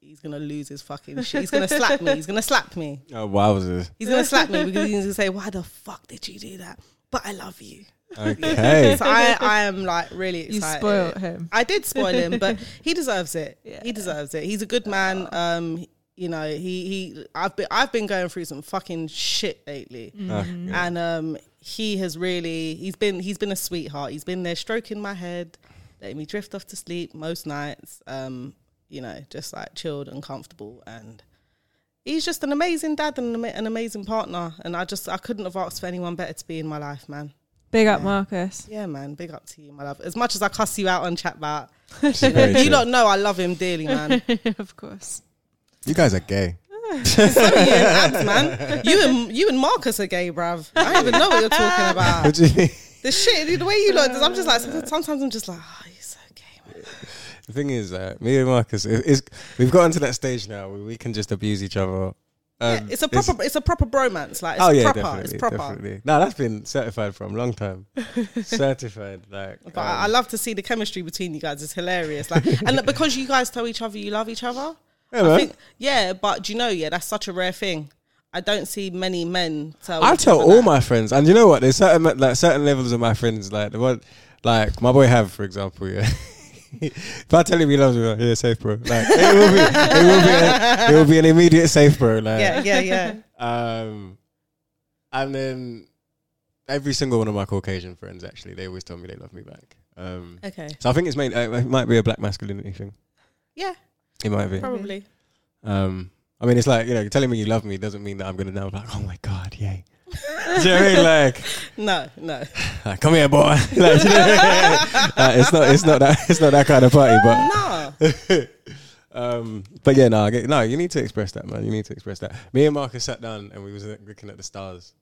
[SPEAKER 6] He's gonna lose his fucking shit. He's gonna slap me. He's gonna slap me.
[SPEAKER 2] Oh, wowzers.
[SPEAKER 6] He's gonna slap me because he's gonna say, "Why the fuck did you do that?" But I love you.
[SPEAKER 2] Okay.
[SPEAKER 6] so I, I am like really excited.
[SPEAKER 3] You spoiled him.
[SPEAKER 6] I did spoil him, but he deserves it. He deserves it. He's a good man. Um, you know, he he. I've been I've been going through some fucking shit lately,
[SPEAKER 2] Mhm.
[SPEAKER 6] and um, he has really he's been he's been a sweetheart. He's been there stroking my head, letting me drift off to sleep most nights. Um, you know, just like chilled and comfortable and. He's just an amazing dad and an ama- an amazing partner, and I just I couldn't have asked for anyone better to be in my life, man.
[SPEAKER 3] Big up, Marcus.
[SPEAKER 6] Yeah, man. Big up to you, my love. As much as I cuss you out on chat back, you,
[SPEAKER 2] very true.
[SPEAKER 6] don't know I love him dearly, man.
[SPEAKER 3] of course.
[SPEAKER 2] You guys are gay.
[SPEAKER 6] so are you and Abs, man. You and you and Marcus are gay, bruv. I don't even know what you're talking about.
[SPEAKER 2] What do you mean?
[SPEAKER 6] The shit, the way you look, I'm just like sometimes I'm just like, oh, you're so gay, man.
[SPEAKER 2] The thing is, uh, me and Marcus, it, it's, we've gotten to that stage now where we can just abuse each other.
[SPEAKER 6] Yeah,
[SPEAKER 2] Um,
[SPEAKER 6] it's a proper, it's, a proper bromance. Like, it's
[SPEAKER 2] oh yeah,
[SPEAKER 6] proper,
[SPEAKER 2] definitely,
[SPEAKER 6] it's proper.
[SPEAKER 2] definitely. No, that's been certified from a long time. certified, like.
[SPEAKER 6] But I I
[SPEAKER 2] um,
[SPEAKER 6] love to see the chemistry between you guys. It's hilarious. Like, and look, because you guys tell each other you love each other.
[SPEAKER 2] Yeah, man.
[SPEAKER 6] I think, yeah, but do you know, yeah, that's such a rare thing. I don't see many men tell.
[SPEAKER 2] I
[SPEAKER 6] each
[SPEAKER 2] tell
[SPEAKER 6] other
[SPEAKER 2] all
[SPEAKER 6] that.
[SPEAKER 2] my friends, and you know what? There's certain ma- like certain levels of my friends, like the one, like my boy Have, for example. Yeah, if I tell him he loves me, like, yeah, safe, bro. Like it will be, it will be, a- it will be an immediate safe, bro. Like,
[SPEAKER 6] Yeah, yeah, yeah.
[SPEAKER 2] Um, and then every single one of my Caucasian friends, actually, they always tell me they love me back. Um,
[SPEAKER 6] Okay.
[SPEAKER 2] so I think it's made. Uh, it might be a black masculinity thing.
[SPEAKER 6] Yeah,
[SPEAKER 2] It might be.
[SPEAKER 6] probably.
[SPEAKER 2] Um, I mean, it's like you know, telling me you love me doesn't mean that I'm gonna now be like, oh my god, yay. Do you know what I mean? Like,
[SPEAKER 6] No, no.
[SPEAKER 2] like, come here, boy. Like, you know, like, it's not, it's not that, it's not that kind of party.
[SPEAKER 6] No.
[SPEAKER 2] But, um, but yeah, no, I get, no, you need to express that, man. You need to express that. Me and Marcus sat down and we was like, looking at the stars.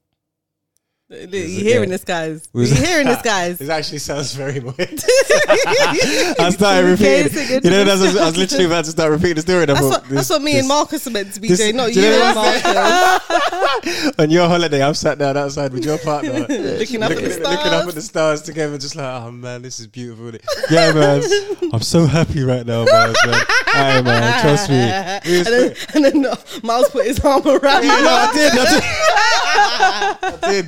[SPEAKER 6] You
[SPEAKER 2] Is it-
[SPEAKER 6] hearing
[SPEAKER 2] yeah.
[SPEAKER 6] this, guys?
[SPEAKER 2] We was-
[SPEAKER 6] You hearing this, guys?
[SPEAKER 2] It actually sounds very weird. I started
[SPEAKER 3] Gazing
[SPEAKER 2] repeating.
[SPEAKER 3] into
[SPEAKER 2] You
[SPEAKER 3] the
[SPEAKER 2] know, that's, I, was, I was literally about to start repeating the story. And I
[SPEAKER 6] That's
[SPEAKER 2] thought,
[SPEAKER 6] what, that's
[SPEAKER 2] this-
[SPEAKER 6] what me
[SPEAKER 2] this-
[SPEAKER 6] and Marcus are meant to be
[SPEAKER 2] this-
[SPEAKER 6] doing, not
[SPEAKER 2] do
[SPEAKER 6] you
[SPEAKER 2] you know
[SPEAKER 6] and
[SPEAKER 2] what
[SPEAKER 6] Marcus.
[SPEAKER 2] on your holiday, I'm sat down outside with your partner, looking
[SPEAKER 6] up at the
[SPEAKER 2] looking up
[SPEAKER 6] stars.
[SPEAKER 2] at the stars together, just like, oh man, this is beautiful. yeah, man, I'm so happy right now, man. man. Hey, man, trust me. We
[SPEAKER 6] and
[SPEAKER 2] was-
[SPEAKER 6] then, and then uh, Miles put his arm around me.
[SPEAKER 2] Yeah, no, I did, I did, I did.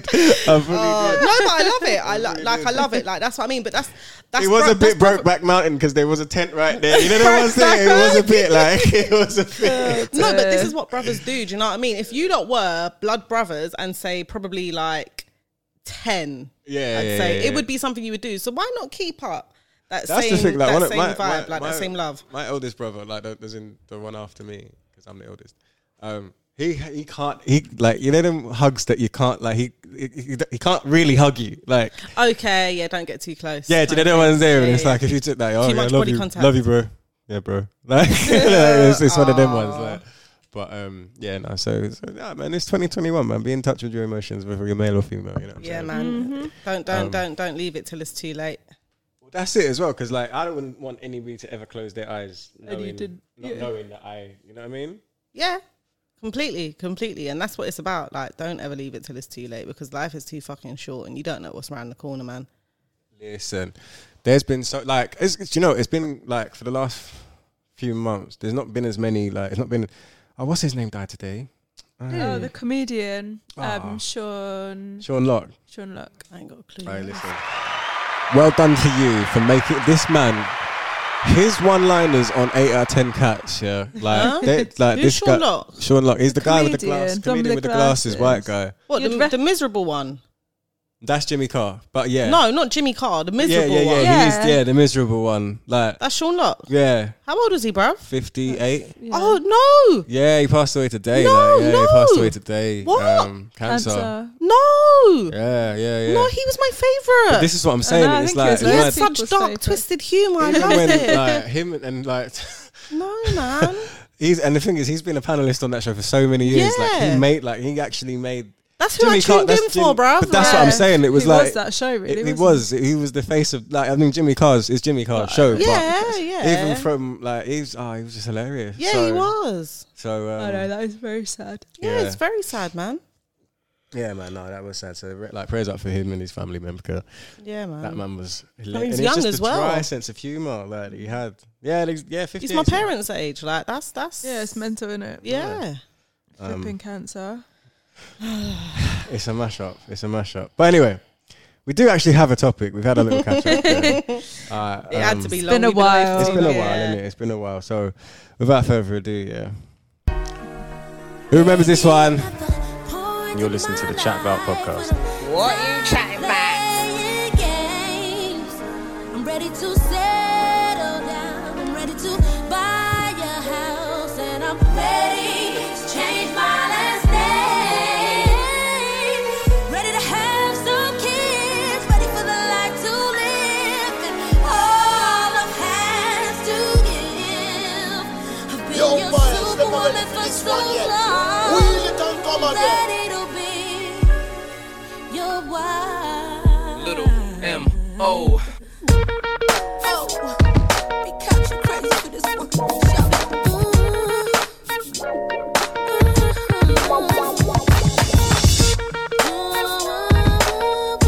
[SPEAKER 2] I fully
[SPEAKER 6] Oh,
[SPEAKER 2] did.
[SPEAKER 6] no, but I love it. I li- like. I love it. Like that's what I mean. But that's that's.
[SPEAKER 2] It was
[SPEAKER 6] bro-
[SPEAKER 2] a bit
[SPEAKER 6] that's bro-
[SPEAKER 2] broke back mountain because there was a tent right there. You know what I'm saying? It was a bit like it was a bit.
[SPEAKER 6] No, but this is what brothers do. Do you know what I mean? If you lot were blood brothers and say probably like ten,
[SPEAKER 2] Yeah,
[SPEAKER 6] I'd
[SPEAKER 2] yeah,
[SPEAKER 6] say
[SPEAKER 2] yeah, yeah.
[SPEAKER 6] it would be something you would do. So why not keep up that
[SPEAKER 2] That's
[SPEAKER 6] same
[SPEAKER 2] the thing. Like
[SPEAKER 6] that
[SPEAKER 2] one of
[SPEAKER 6] same
[SPEAKER 2] my,
[SPEAKER 6] vibe,
[SPEAKER 2] my-
[SPEAKER 6] like
[SPEAKER 2] my-
[SPEAKER 6] that same love?
[SPEAKER 2] My eldest brother, like the, as in the one after me, because I'm the eldest. Um, he he can't he like you know them hugs that you can't like he he, he- he can't really hug you like
[SPEAKER 6] Okay, yeah, don't get too close.
[SPEAKER 2] yeah do you know the ones there and
[SPEAKER 6] Yeah,
[SPEAKER 2] it's
[SPEAKER 6] yeah.
[SPEAKER 2] like if you took that oh
[SPEAKER 6] Too
[SPEAKER 2] yeah, I
[SPEAKER 6] much
[SPEAKER 2] love
[SPEAKER 6] body
[SPEAKER 2] you
[SPEAKER 6] contact.
[SPEAKER 2] love you bro yeah bro like it's, it's one of them
[SPEAKER 6] Ah.
[SPEAKER 2] ones like but um yeah no so, so yeah, man it's 2021 man be in touch with your emotions whether you're male or female you know what I'm
[SPEAKER 6] yeah,
[SPEAKER 2] saying?
[SPEAKER 6] man. Don't don't
[SPEAKER 2] Um,
[SPEAKER 6] don't don't leave it till it's too late.
[SPEAKER 2] That's it as well, because like I don't want anybody to ever close their eyes knowing,
[SPEAKER 3] did-
[SPEAKER 2] not knowing that I, you know what I mean?
[SPEAKER 6] Yeah. Completely, completely, and that's what it's about. Like, don't ever leave it till it's too late because life is too fucking short, and you don't know what's around the corner, man.
[SPEAKER 2] Listen, there's been so like it's, it's- you know it's been like for the last few months. There's not been as many like it's not been. Oh, what's his name died today?
[SPEAKER 3] Oh, the comedian,
[SPEAKER 2] Aw.
[SPEAKER 3] um, Sean
[SPEAKER 2] Sean Locke.
[SPEAKER 3] Sean Luck.
[SPEAKER 6] I ain't got a clue.
[SPEAKER 2] All right, listen. Well done to you for making this man. His one-liners on eight out of ten cats, yeah, like, they, like
[SPEAKER 6] Who's
[SPEAKER 2] this
[SPEAKER 6] Sean
[SPEAKER 2] guy.
[SPEAKER 6] Locke?
[SPEAKER 2] Sean Locke. He's the guy with the glass.
[SPEAKER 3] Comedian,
[SPEAKER 2] Comedian
[SPEAKER 3] Dominic
[SPEAKER 2] with the glasses, white
[SPEAKER 3] glasses.
[SPEAKER 2] guy.
[SPEAKER 6] What
[SPEAKER 3] You'd
[SPEAKER 6] the,
[SPEAKER 3] rec-
[SPEAKER 6] the miserable one?
[SPEAKER 2] That's Jimmy Carr. But yeah,
[SPEAKER 6] No, not Jimmy Carr. The miserable
[SPEAKER 2] yeah, yeah,
[SPEAKER 6] one.
[SPEAKER 2] Yeah, he is-
[SPEAKER 3] Yeah.
[SPEAKER 2] yeah, the miserable one. Like,
[SPEAKER 6] That's Sean Locke.
[SPEAKER 2] yeah,
[SPEAKER 6] How old is he, bruv?
[SPEAKER 2] 58.
[SPEAKER 6] Oh
[SPEAKER 2] Yeah, he passed away today.
[SPEAKER 6] No,
[SPEAKER 2] like, yeah, he
[SPEAKER 6] no.
[SPEAKER 2] passed away today. um,
[SPEAKER 6] What?
[SPEAKER 2] cancer.
[SPEAKER 3] Answer.
[SPEAKER 6] no, no,
[SPEAKER 2] Yeah, yeah, yeah.
[SPEAKER 6] no! He was my favorite.
[SPEAKER 2] But this is what I'm saying.
[SPEAKER 3] I
[SPEAKER 2] it's
[SPEAKER 3] think
[SPEAKER 2] like,
[SPEAKER 3] he was
[SPEAKER 2] it's
[SPEAKER 6] he
[SPEAKER 3] like-
[SPEAKER 2] mad.
[SPEAKER 6] has such
[SPEAKER 3] People's
[SPEAKER 6] dark,
[SPEAKER 3] favourite.
[SPEAKER 6] twisted humor. I
[SPEAKER 2] Even
[SPEAKER 6] love
[SPEAKER 2] when,
[SPEAKER 6] it.
[SPEAKER 2] like, him and, and like
[SPEAKER 6] no, man.
[SPEAKER 2] he's and the thing is he's been a panelist on that show for so many years. Like
[SPEAKER 6] Yeah.
[SPEAKER 2] he made like he actually made
[SPEAKER 6] That's who I
[SPEAKER 2] Carr-
[SPEAKER 6] tuned
[SPEAKER 2] that's
[SPEAKER 6] in
[SPEAKER 2] Jim-
[SPEAKER 6] for, bruv.
[SPEAKER 2] But that's what I'm
[SPEAKER 3] Yeah.
[SPEAKER 2] saying. It was
[SPEAKER 3] He
[SPEAKER 2] like
[SPEAKER 3] was that show, really,
[SPEAKER 2] It, he
[SPEAKER 3] wasn't
[SPEAKER 2] was. He was the face of like I mean Jimmy Carr's is Jimmy Carr's show.
[SPEAKER 6] yeah,
[SPEAKER 2] But
[SPEAKER 6] yeah.
[SPEAKER 2] even from like he's oh he was just hilarious.
[SPEAKER 6] yeah,
[SPEAKER 2] so,
[SPEAKER 6] he was.
[SPEAKER 2] So um,
[SPEAKER 3] I know that is very sad.
[SPEAKER 6] Oh, Yeah,
[SPEAKER 2] Yeah.
[SPEAKER 6] it's very sad, man.
[SPEAKER 2] Yeah, man, no, that was sad. So, re- like, prayers up for him and his family member. 'cause
[SPEAKER 6] Yeah, man.
[SPEAKER 2] that man was
[SPEAKER 6] Um, I mean, he's
[SPEAKER 2] hilarious. and it's
[SPEAKER 6] young
[SPEAKER 2] just
[SPEAKER 6] as
[SPEAKER 2] the
[SPEAKER 6] well.
[SPEAKER 2] dry sense of humor like, that he had. Yeah, and he's- yeah, fifty.
[SPEAKER 6] He's my parents' age. Like that's that's.
[SPEAKER 3] Yeah, it's mental, isn't it?
[SPEAKER 6] Yeah.
[SPEAKER 2] Um,
[SPEAKER 3] Flipping cancer.
[SPEAKER 2] It's a mashup. It's a mashup. But anyway, We do actually have a topic. We've had a little catch up. yeah. Uh,
[SPEAKER 6] It had to be It's long. been a
[SPEAKER 2] We've away
[SPEAKER 6] while.
[SPEAKER 2] from It's been a
[SPEAKER 6] Yeah.
[SPEAKER 2] while, isn't it? It's been a while. So, without further ado, yeah. Who remembers this one? You're listening to the Chat About podcast.
[SPEAKER 11] What you chatting about?
[SPEAKER 10] I'm ready to settle down. I'm ready to buy a house, and I'm ready to change my last name. Ready to have some kids, ready for the life to live, and all of has to give. I've been
[SPEAKER 8] Yo,
[SPEAKER 10] your
[SPEAKER 8] boys, them are ready
[SPEAKER 10] superwoman
[SPEAKER 8] for
[SPEAKER 10] for
[SPEAKER 8] this
[SPEAKER 10] so
[SPEAKER 8] one yet.
[SPEAKER 10] long.
[SPEAKER 8] Wheel it and come again.
[SPEAKER 10] Ready to be your wife.
[SPEAKER 12] Little M O.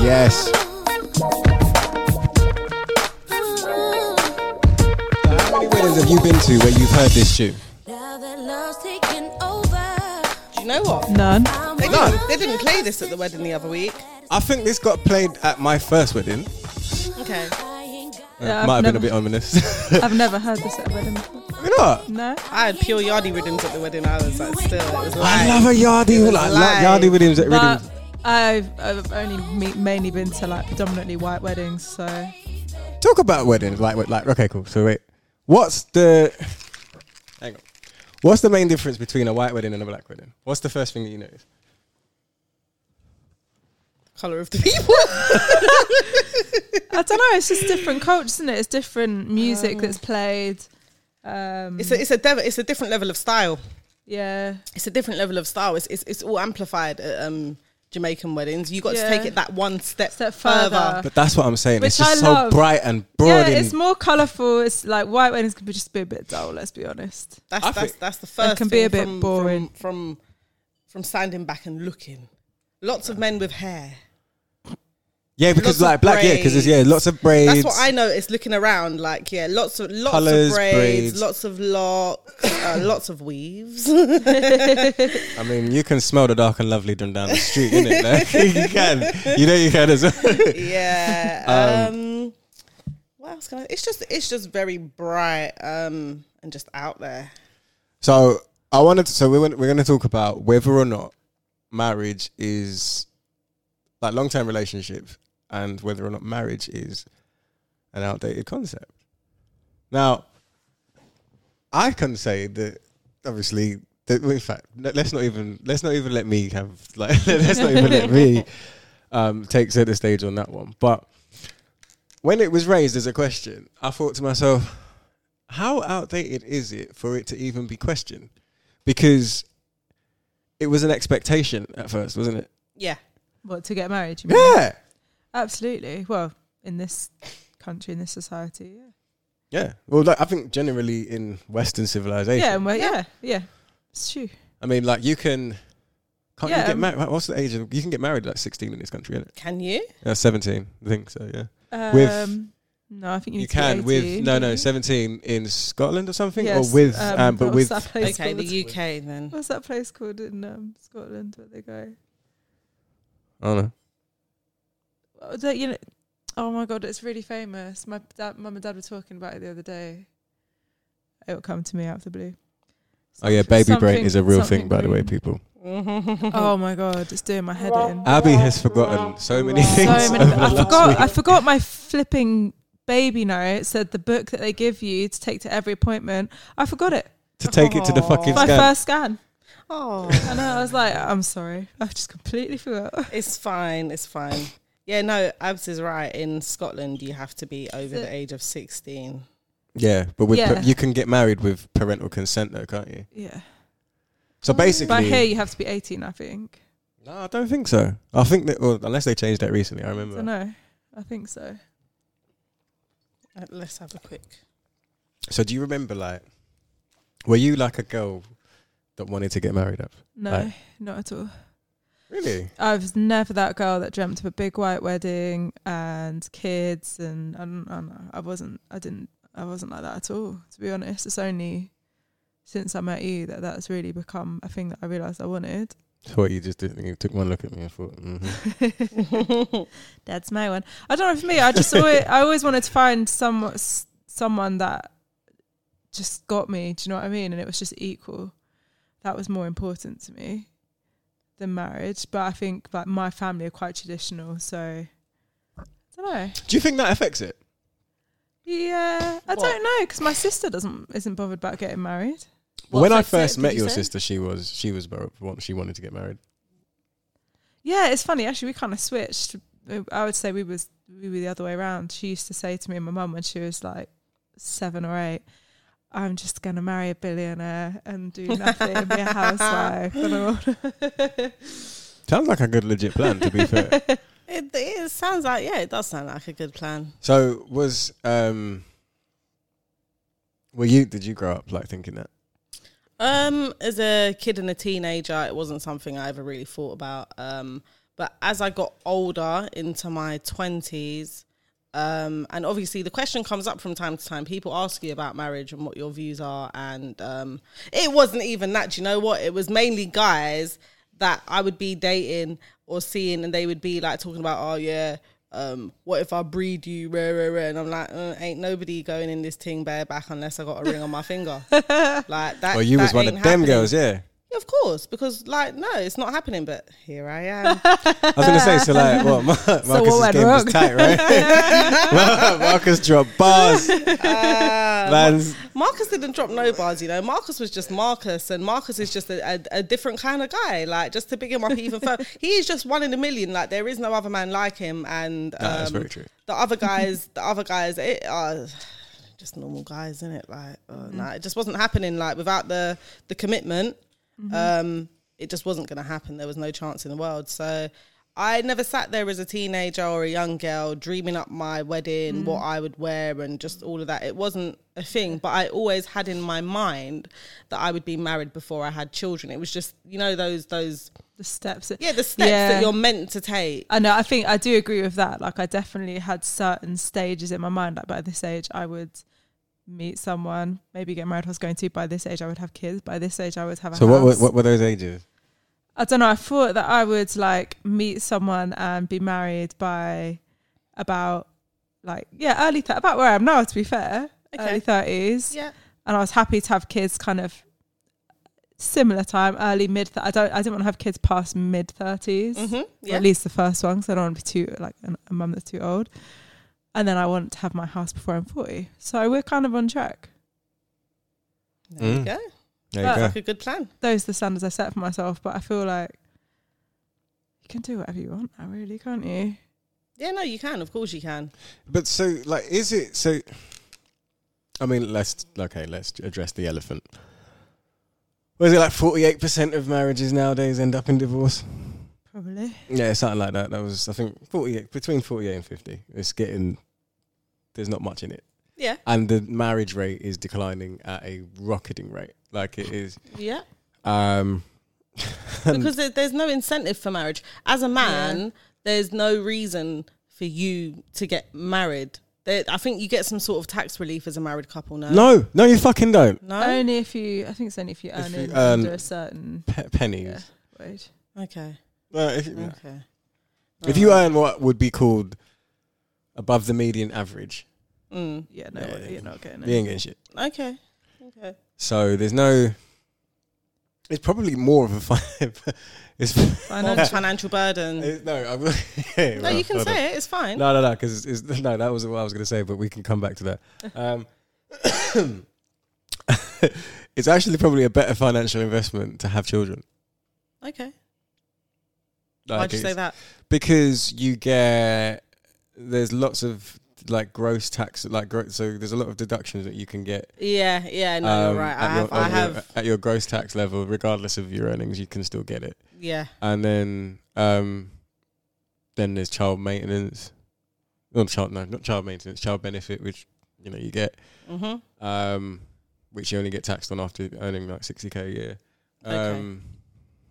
[SPEAKER 2] Yes. So how many weddings have you been to where you've heard this tune?
[SPEAKER 6] Do you know what?
[SPEAKER 3] None.
[SPEAKER 6] They didn't, they didn't play this at the wedding the other week.
[SPEAKER 2] I think this got played at my first wedding.
[SPEAKER 6] Okay.
[SPEAKER 2] Uh,
[SPEAKER 3] Yeah, I've
[SPEAKER 2] Might have been
[SPEAKER 3] never-
[SPEAKER 2] a bit ominous.
[SPEAKER 3] I've never heard this at a wedding before.
[SPEAKER 2] You know what?
[SPEAKER 3] No.
[SPEAKER 6] I had pure Yardie rhythms at the wedding. I was like, still, it was
[SPEAKER 2] I
[SPEAKER 6] like,
[SPEAKER 2] love a Yardie. I love Yardie Williams. At
[SPEAKER 3] But
[SPEAKER 2] Rhythm.
[SPEAKER 3] I've, I've only me- mainly been to like predominantly white weddings, so
[SPEAKER 2] Talk about weddings. Like, like, okay, cool. So wait, what's the? Hang on. What's the main difference between a white wedding and a black wedding? What's the first thing that you notice?
[SPEAKER 6] color of the people.
[SPEAKER 3] I don't know. It's just different cultures, isn't it? It's different music that's played. Um,
[SPEAKER 6] It's a, it's a, dev- it's a different level of style.
[SPEAKER 3] yeah.
[SPEAKER 6] It's a different level of style. It's, it's, it's all amplified at um, Jamaican weddings. You got
[SPEAKER 3] Yeah.
[SPEAKER 6] to take it that one step,
[SPEAKER 3] further.
[SPEAKER 6] further.
[SPEAKER 2] But that's what I'm saying. it's
[SPEAKER 3] Which
[SPEAKER 2] just
[SPEAKER 3] I
[SPEAKER 2] so
[SPEAKER 3] love.
[SPEAKER 2] bright and broad.
[SPEAKER 3] Yeah,
[SPEAKER 2] and
[SPEAKER 3] it's more colourful. It's like white weddings could be just be a bit dull. Let's be honest.
[SPEAKER 6] That's
[SPEAKER 3] I
[SPEAKER 6] that's,
[SPEAKER 3] think-
[SPEAKER 6] that's the
[SPEAKER 3] And
[SPEAKER 6] first.
[SPEAKER 3] can be
[SPEAKER 6] thing
[SPEAKER 3] a bit
[SPEAKER 6] from,
[SPEAKER 3] boring.
[SPEAKER 6] from, from from standing back and looking. Lots of men with hair.
[SPEAKER 2] yeah, because
[SPEAKER 6] lots of
[SPEAKER 2] like black, yeah, because yeah, lots of braids.
[SPEAKER 6] That's what I noticed looking around. Like yeah, lots of lots
[SPEAKER 2] Colours,
[SPEAKER 6] of braids,
[SPEAKER 2] braids.
[SPEAKER 6] lots of locks, uh, lots of weaves.
[SPEAKER 2] I mean, you can smell the dark and lovely them down the street, innit? Like, you can, you know, you can as well.
[SPEAKER 6] yeah. Um, what else can I? It's just it's just very bright um, and just out there.
[SPEAKER 2] So I wanted. To, so we went, we're going to talk about whether or not marriage is like long term relationship, and whether or not marriage is an outdated concept. Now, I can say that obviously. That, well, in fact, let- let's not even let's not even let me have like let's not even let me um, take center stage on that one. But when it was raised as a question, I thought to myself, how outdated is it for it to even be questioned? Because it was an expectation at first, wasn't it?
[SPEAKER 6] Yeah.
[SPEAKER 3] What to get married? You mean?
[SPEAKER 2] Yeah,
[SPEAKER 3] Absolutely. Well, in this country, in this society, yeah.
[SPEAKER 2] yeah. Well, like, I think generally in Western civilization,
[SPEAKER 3] Yeah, well, yeah, yeah. It's true.
[SPEAKER 2] I mean, like you can can't
[SPEAKER 3] Yeah,
[SPEAKER 2] you get
[SPEAKER 3] um,
[SPEAKER 2] married? What's the age of you can get married at like sixteen in this country, isn't it?
[SPEAKER 6] Can you?
[SPEAKER 2] Yeah, seventeen, I think so. Yeah,
[SPEAKER 3] Um,
[SPEAKER 2] with
[SPEAKER 3] no, I think you,
[SPEAKER 2] you
[SPEAKER 3] need
[SPEAKER 2] can
[SPEAKER 3] to be
[SPEAKER 2] with
[SPEAKER 3] 18.
[SPEAKER 2] no no seventeen in Scotland or something
[SPEAKER 3] Yes,
[SPEAKER 2] or with um,
[SPEAKER 3] um,
[SPEAKER 2] but
[SPEAKER 3] what's
[SPEAKER 2] with
[SPEAKER 3] that place
[SPEAKER 6] okay,
[SPEAKER 3] called?
[SPEAKER 6] the UK then.
[SPEAKER 3] What's that place called in um, Scotland where they go?
[SPEAKER 2] I don't know.
[SPEAKER 3] Oh, that, you know, oh my god, it's really famous. My dad, mum and dad were talking about it the other day. It'll come to me out of the blue.
[SPEAKER 2] Oh yeah, baby brain
[SPEAKER 3] something-
[SPEAKER 2] is a real thing,
[SPEAKER 3] something
[SPEAKER 2] by the way,
[SPEAKER 3] green.
[SPEAKER 2] people.
[SPEAKER 3] oh my god, it's doing my head in.
[SPEAKER 2] Abby has forgotten so many things.
[SPEAKER 3] So many,
[SPEAKER 2] over
[SPEAKER 3] I
[SPEAKER 2] last
[SPEAKER 3] forgot.
[SPEAKER 2] week.
[SPEAKER 3] I forgot my flipping baby note said the book that they give you to take to every appointment. I forgot it.
[SPEAKER 2] to take it to the fucking
[SPEAKER 3] My
[SPEAKER 2] scan.
[SPEAKER 3] first scan.
[SPEAKER 6] Oh,
[SPEAKER 3] I know. I was like, I'm sorry. I just completely forgot.
[SPEAKER 6] it's fine. It's fine. Yeah, no, Abs is right. In Scotland, you have to be over the age of sixteen.
[SPEAKER 2] Yeah, but with
[SPEAKER 3] Yeah.
[SPEAKER 2] you can get married with parental consent though, can't you?
[SPEAKER 3] Yeah.
[SPEAKER 2] So basically,
[SPEAKER 3] Mm, But here you have to be 18, I think.
[SPEAKER 2] no, I don't think so. I think that well, unless they changed that recently,
[SPEAKER 3] I
[SPEAKER 2] I remember.
[SPEAKER 3] don't know. I think so.
[SPEAKER 6] Uh, Let's have a quick.
[SPEAKER 2] So do you remember like, were you like a girl that wanted to get married up?
[SPEAKER 3] No,
[SPEAKER 2] Like,
[SPEAKER 3] not at all.
[SPEAKER 2] really?
[SPEAKER 3] I was never that girl that dreamt of a big white wedding and kids, and I don't, I don't know. I wasn't. I didn't. I wasn't like that at all. To be honest, it's only since I met you that that's really become a thing that I realised I wanted.
[SPEAKER 2] So what you just did, you took one look at me and thought, mhm.
[SPEAKER 3] That's my one. I don't know for me. I just always, I always wanted to find some s- someone that just got me. Do you know what I mean? And it was just equal. That was more important to me than marriage. But I think like my family are quite traditional, so I don't know.
[SPEAKER 2] do you think that affects it?
[SPEAKER 3] Yeah, I don't know because my sister doesn't isn't bothered about getting married.
[SPEAKER 2] when I
[SPEAKER 3] affects it,
[SPEAKER 2] first
[SPEAKER 3] did
[SPEAKER 2] met
[SPEAKER 3] you
[SPEAKER 2] your
[SPEAKER 3] say?
[SPEAKER 2] sister, she was she was bar- want- she wanted to get married.
[SPEAKER 3] Yeah, it's funny actually. We kind of switched. Uh, I would say we was we were the other way around. She used to say to me and my mum when she was like seven or eight, "I'm just gonna marry a billionaire and do nothing and be a housewife." And all.
[SPEAKER 2] Sounds like a good legit plan, to be fair.
[SPEAKER 6] It, it sounds like yeah, it does sound like a good plan.
[SPEAKER 2] So was um, were you? Did you grow up like thinking that?
[SPEAKER 6] Um, as a kid and a teenager, it wasn't something I ever really thought about. Um, but as I got older into my twenties, um, and obviously the question comes up from time to time. People ask you about marriage and what your views are, and um, it wasn't even that. Do you know what? It was mainly guys that I would be dating or seeing, and they would be like talking about, oh yeah. Um, what if I breed you, rare, rare, rare? And I'm like, uh, ain't nobody going in this thing bareback unless I got a ring on my finger. like that.
[SPEAKER 2] Well, you
[SPEAKER 6] that
[SPEAKER 2] was one of
[SPEAKER 6] ain't
[SPEAKER 2] them
[SPEAKER 6] happening.
[SPEAKER 2] girls, yeah.
[SPEAKER 6] Yeah, Of course, because like no, it's not happening. But here I am.
[SPEAKER 2] I was gonna say, so like, what? Mar-
[SPEAKER 6] So what
[SPEAKER 2] Marcus's
[SPEAKER 6] went
[SPEAKER 2] game was
[SPEAKER 6] wrong?
[SPEAKER 2] tight, right? Mar- Marcus dropped bars.
[SPEAKER 6] Uh, um,
[SPEAKER 2] Man's-
[SPEAKER 6] Marcus didn't drop no bars, you know. Marcus was just Marcus, and Marcus is just a, a, a different kind of guy. Like just to pick him up even further, he is just one in a million. Like there is no other man like him, and
[SPEAKER 2] No, that's very true.
[SPEAKER 6] The other guys, the other guys, it are just normal guys, isn't it? Like, uh, nah, it just wasn't happening. Like without the the commitment, um, it just wasn't going to happen. There was no chance in the world. So. I never sat there as a teenager or a young girl dreaming up my wedding, what I would wear, and just all of that. It wasn't a thing, but I always had in my mind that I would be married before I had children. It was just, you know, those those
[SPEAKER 3] the steps.
[SPEAKER 6] Yeah, the steps
[SPEAKER 3] Yeah.
[SPEAKER 6] that you're meant to take.
[SPEAKER 3] I know. I think I do agree with that. Like, I definitely had certain stages in my mind. Like, by this age, I would meet someone, maybe get married. if I was going to. By this age, I would have kids. By this age, I would have a
[SPEAKER 2] So what, were-
[SPEAKER 3] house.
[SPEAKER 2] what were those ages?
[SPEAKER 3] I don't know. I thought that I would like meet someone and be married by about like yeah early th- about where I am now. To be fair,
[SPEAKER 6] Okay.
[SPEAKER 3] early thirties.
[SPEAKER 6] Yeah.
[SPEAKER 3] and I was happy to have kids kind of similar time, early mid. Th- I don't. I didn't want to have kids past mid 30s
[SPEAKER 6] Mhm,
[SPEAKER 3] or
[SPEAKER 6] yeah.
[SPEAKER 3] at least the first one, because I don't want to be too like an, a mum that's too old. And then I want to have my house before I'm forty. So we're kind of on track.
[SPEAKER 6] There you
[SPEAKER 2] Mm.
[SPEAKER 6] go.
[SPEAKER 2] There
[SPEAKER 6] Sounds
[SPEAKER 2] you
[SPEAKER 6] like
[SPEAKER 2] go.
[SPEAKER 6] a good plan.
[SPEAKER 3] Those are the standards I set for myself. But I feel like you can do whatever you want. now, really can't you?
[SPEAKER 6] Yeah, no, you can. Of course, you can.
[SPEAKER 2] But so, like, is it so? I mean, let's okay, let's address the elephant. Was it like forty-eight percent of marriages nowadays end up in divorce?
[SPEAKER 3] Probably.
[SPEAKER 2] Yeah, something like that. That was, I think, forty-eight between forty-eight and fifty. It's getting there's not much in it.
[SPEAKER 6] Yeah.
[SPEAKER 2] and the marriage rate is declining at a rocketing rate. Like it is.
[SPEAKER 6] Yeah.
[SPEAKER 2] Um,
[SPEAKER 6] because there, there's no incentive for marriage as a man there's no reason for you to get married there, i think you get some sort of tax relief as a married couple now
[SPEAKER 2] no, no, you fucking don't.
[SPEAKER 6] no
[SPEAKER 3] Only if you. I think it's only if you earn
[SPEAKER 2] If you
[SPEAKER 3] it
[SPEAKER 2] earn-
[SPEAKER 3] under a certain
[SPEAKER 2] Pe- pennies.
[SPEAKER 3] wage.
[SPEAKER 6] okay
[SPEAKER 2] Well, if, you-
[SPEAKER 6] okay
[SPEAKER 2] if you earn what would be called above the median average,
[SPEAKER 6] mm.
[SPEAKER 3] Yeah, no,
[SPEAKER 2] Yeah.
[SPEAKER 3] you're not getting it.
[SPEAKER 2] you ain't getting shit.
[SPEAKER 6] okay okay
[SPEAKER 2] So there's no. It's probably more of a fine. it's
[SPEAKER 6] Finan- financial burden
[SPEAKER 2] It's- no, I'm, yeah,
[SPEAKER 6] no
[SPEAKER 2] well,
[SPEAKER 6] you can
[SPEAKER 2] hold on.
[SPEAKER 6] say it it's fine
[SPEAKER 2] No, no, no, because it's, it's, no, that was what I was going to say, but we can come back to that. Um, it's actually probably a better financial investment to have children.
[SPEAKER 6] okay
[SPEAKER 2] Like,
[SPEAKER 6] why'd you say
[SPEAKER 2] it's-
[SPEAKER 6] that
[SPEAKER 2] Because you get there's lots of like gross tax, like gro- so there's a lot of deductions that you can get.
[SPEAKER 6] yeah yeah no
[SPEAKER 2] um,
[SPEAKER 6] you're right i
[SPEAKER 2] at
[SPEAKER 6] have
[SPEAKER 2] your,
[SPEAKER 6] i
[SPEAKER 2] on your-
[SPEAKER 6] have
[SPEAKER 2] at your gross tax level, regardless of your earnings, you can still get it.
[SPEAKER 6] yeah
[SPEAKER 2] and then um, then there's child maintenance. Not child, no, not child maintenance. Child benefit, which you know you get,
[SPEAKER 6] mm-hmm.
[SPEAKER 2] um, which you only get taxed on after earning like sixty k a year. Um,
[SPEAKER 6] Okay.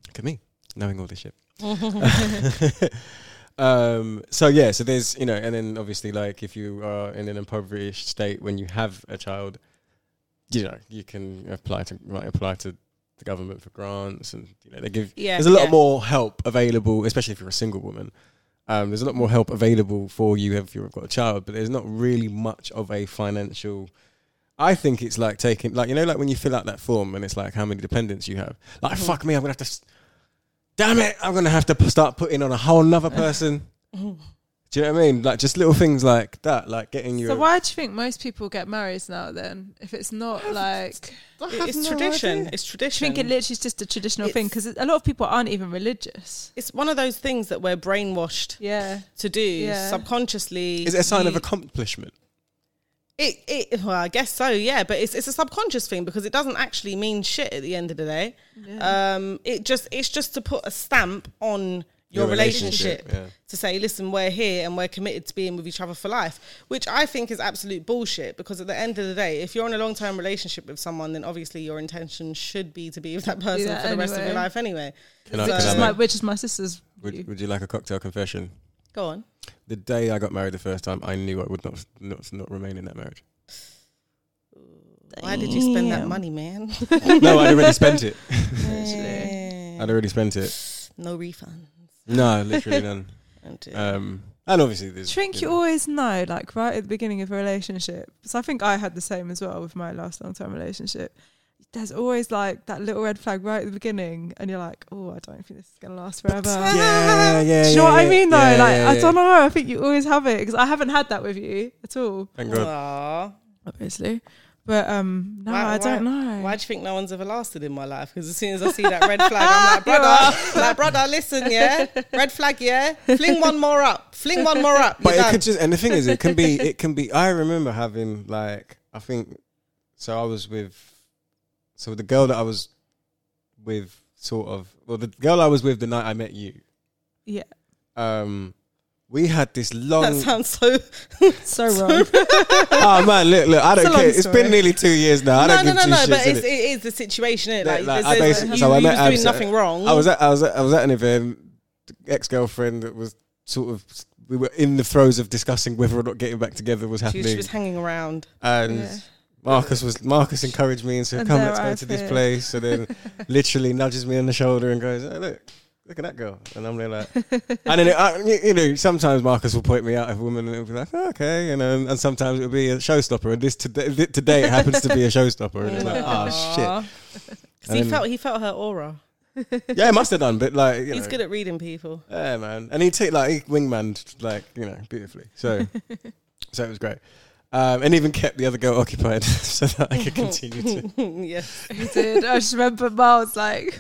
[SPEAKER 2] Look at me knowing all this shit. um, so yeah, so there's you know, and then obviously like if you are in an impoverished state when you have a child, you know you can apply to might apply to the government for grants, and you know they give.
[SPEAKER 6] Yeah,
[SPEAKER 2] there's a lot
[SPEAKER 6] yeah.
[SPEAKER 2] more help available, especially if you're a single woman. Um, there's a lot more help available for you if you've got a child, but there's not really much of a financial. I think it's like taking, like you know, like when you fill out that form and it's like how many dependents you have. Like
[SPEAKER 3] Mm-hmm.
[SPEAKER 6] Mhm.
[SPEAKER 2] fuck me, I'm gonna have to. s- Damn it, I'm gonna have to p- start putting on a whole nother person. Do you know what I mean? Like just little things like that, like getting your.
[SPEAKER 3] Mm-hmm. So why do you think most people get married now? Then, if it's not like
[SPEAKER 6] have It's no tradition. idea. It's tradition.
[SPEAKER 3] I think it literally is just a traditional
[SPEAKER 6] It's-
[SPEAKER 3] thing because a lot of people aren't even religious.
[SPEAKER 6] It's one of those things that we're brainwashed
[SPEAKER 3] yeah.
[SPEAKER 6] to do
[SPEAKER 3] Yeah.
[SPEAKER 6] subconsciously.
[SPEAKER 2] Is it a sign of
[SPEAKER 6] you-
[SPEAKER 2] accomplishment?
[SPEAKER 6] It, it, well, I guess so, yeah. But it's it's a subconscious thing because it doesn't actually mean shit at the end of the day.
[SPEAKER 3] Yeah.
[SPEAKER 6] Um, it just it's just to put a stamp on your,
[SPEAKER 2] Your
[SPEAKER 6] relationship,
[SPEAKER 2] relationship, yeah.
[SPEAKER 6] to say, listen, we're here and we're committed to being with each other for life, which I think is absolute bullshit. Because at the end of the day, if you're in a long term relationship with someone, then obviously your intention should be to be with that person
[SPEAKER 3] that
[SPEAKER 6] for the rest of your
[SPEAKER 3] anyway.
[SPEAKER 6] life anyway.
[SPEAKER 2] Can I-
[SPEAKER 3] which,
[SPEAKER 2] can I
[SPEAKER 3] is
[SPEAKER 2] make-
[SPEAKER 3] my, which is my sister's.
[SPEAKER 2] Would, would you like a cocktail confession?
[SPEAKER 6] Go on.
[SPEAKER 2] The day I got married the first time, I knew I would not not, not remain in that marriage.
[SPEAKER 6] Why did you spend that
[SPEAKER 3] Damn.
[SPEAKER 6] money, man?
[SPEAKER 2] no, I'd already spent it.
[SPEAKER 6] Yeah.
[SPEAKER 2] I'd already spent it.
[SPEAKER 6] No refunds.
[SPEAKER 2] No, literally none.
[SPEAKER 6] Oh dear.
[SPEAKER 2] Um, and obviously,
[SPEAKER 3] Do
[SPEAKER 2] there's.
[SPEAKER 3] you think you always know, like right at the beginning of a relationship? So I think I had the same as well with my last long-term relationship. There's always like that little red flag right at the beginning, and you're like, oh, I don't think this is gonna last forever.
[SPEAKER 2] Yeah, yeah.
[SPEAKER 3] Do you know
[SPEAKER 2] yeah,
[SPEAKER 3] what I
[SPEAKER 2] yeah,
[SPEAKER 3] mean though?
[SPEAKER 2] yeah,
[SPEAKER 3] like
[SPEAKER 2] yeah,
[SPEAKER 3] I
[SPEAKER 2] yeah.
[SPEAKER 3] don't know. I think you always have it because I haven't had that with you at all,
[SPEAKER 2] Thank God.
[SPEAKER 6] Aw.
[SPEAKER 3] obviously. But um, no, Ah, I don't know.
[SPEAKER 6] Why do you think no one's ever lasted in my life? Because as soon as I see that red flag, I'm like, brother, like, brother, listen, yeah, red flag, yeah, fling one more up, fling one more up.
[SPEAKER 2] but
[SPEAKER 6] you're
[SPEAKER 2] it
[SPEAKER 6] done.
[SPEAKER 2] could just and the thing is it can be it can be i remember having like i think so i was with so the girl that i was with sort of well the girl i was with the night i met you
[SPEAKER 3] Yeah,
[SPEAKER 2] um we had this long
[SPEAKER 6] that sounds so.
[SPEAKER 3] so wrong.
[SPEAKER 2] oh man look look i
[SPEAKER 6] It's
[SPEAKER 2] don't
[SPEAKER 6] a long
[SPEAKER 2] care it's
[SPEAKER 6] story.
[SPEAKER 2] been nearly two years now i
[SPEAKER 6] no,
[SPEAKER 2] don't
[SPEAKER 6] no,
[SPEAKER 2] give
[SPEAKER 6] no,
[SPEAKER 2] two
[SPEAKER 6] no,
[SPEAKER 2] shits
[SPEAKER 6] but it's,
[SPEAKER 2] innit?
[SPEAKER 6] it is the situation, isn't it?
[SPEAKER 2] That,
[SPEAKER 6] Like,
[SPEAKER 2] like,
[SPEAKER 6] there's-
[SPEAKER 2] I
[SPEAKER 6] there's-
[SPEAKER 2] basically,
[SPEAKER 6] you,
[SPEAKER 2] so I
[SPEAKER 6] you
[SPEAKER 2] met
[SPEAKER 6] was doing
[SPEAKER 2] Abs- uh,
[SPEAKER 6] nothing wrong.
[SPEAKER 2] I was at I was at, I was at an event. Ex girlfriend that was sort of we were in the throes of discussing whether or not getting back together was
[SPEAKER 6] she,
[SPEAKER 2] happening.
[SPEAKER 6] she was hanging around.
[SPEAKER 2] and
[SPEAKER 3] Yeah.
[SPEAKER 2] Marcus was Marcus encouraged me and said,
[SPEAKER 3] And
[SPEAKER 2] "Come,
[SPEAKER 3] there
[SPEAKER 2] let's
[SPEAKER 3] I
[SPEAKER 2] go to this
[SPEAKER 3] appeared.
[SPEAKER 2] place." And then literally nudges me on the shoulder and goes, "Hey, "Look, look at that girl." And I'm there like, and then it, I, you- you know, sometimes Marcus will point me out at a woman and it'll be like, oh, "Okay," you know, and, and sometimes it'll be a showstopper. And this today, thi- today it happens to be a showstopper, and it's like, "Oh shit."
[SPEAKER 6] Because he
[SPEAKER 2] And-
[SPEAKER 6] felt he felt her aura.
[SPEAKER 2] Yeah, it must have done, but like, you
[SPEAKER 6] He's
[SPEAKER 2] know.
[SPEAKER 6] good at reading people.
[SPEAKER 2] Yeah, man. And he take like he wingmaned like you know beautifully. So, so it was great. Um, and even kept the other girl occupied so that I could continue to.
[SPEAKER 6] yes.
[SPEAKER 3] We did. I just remember Miles like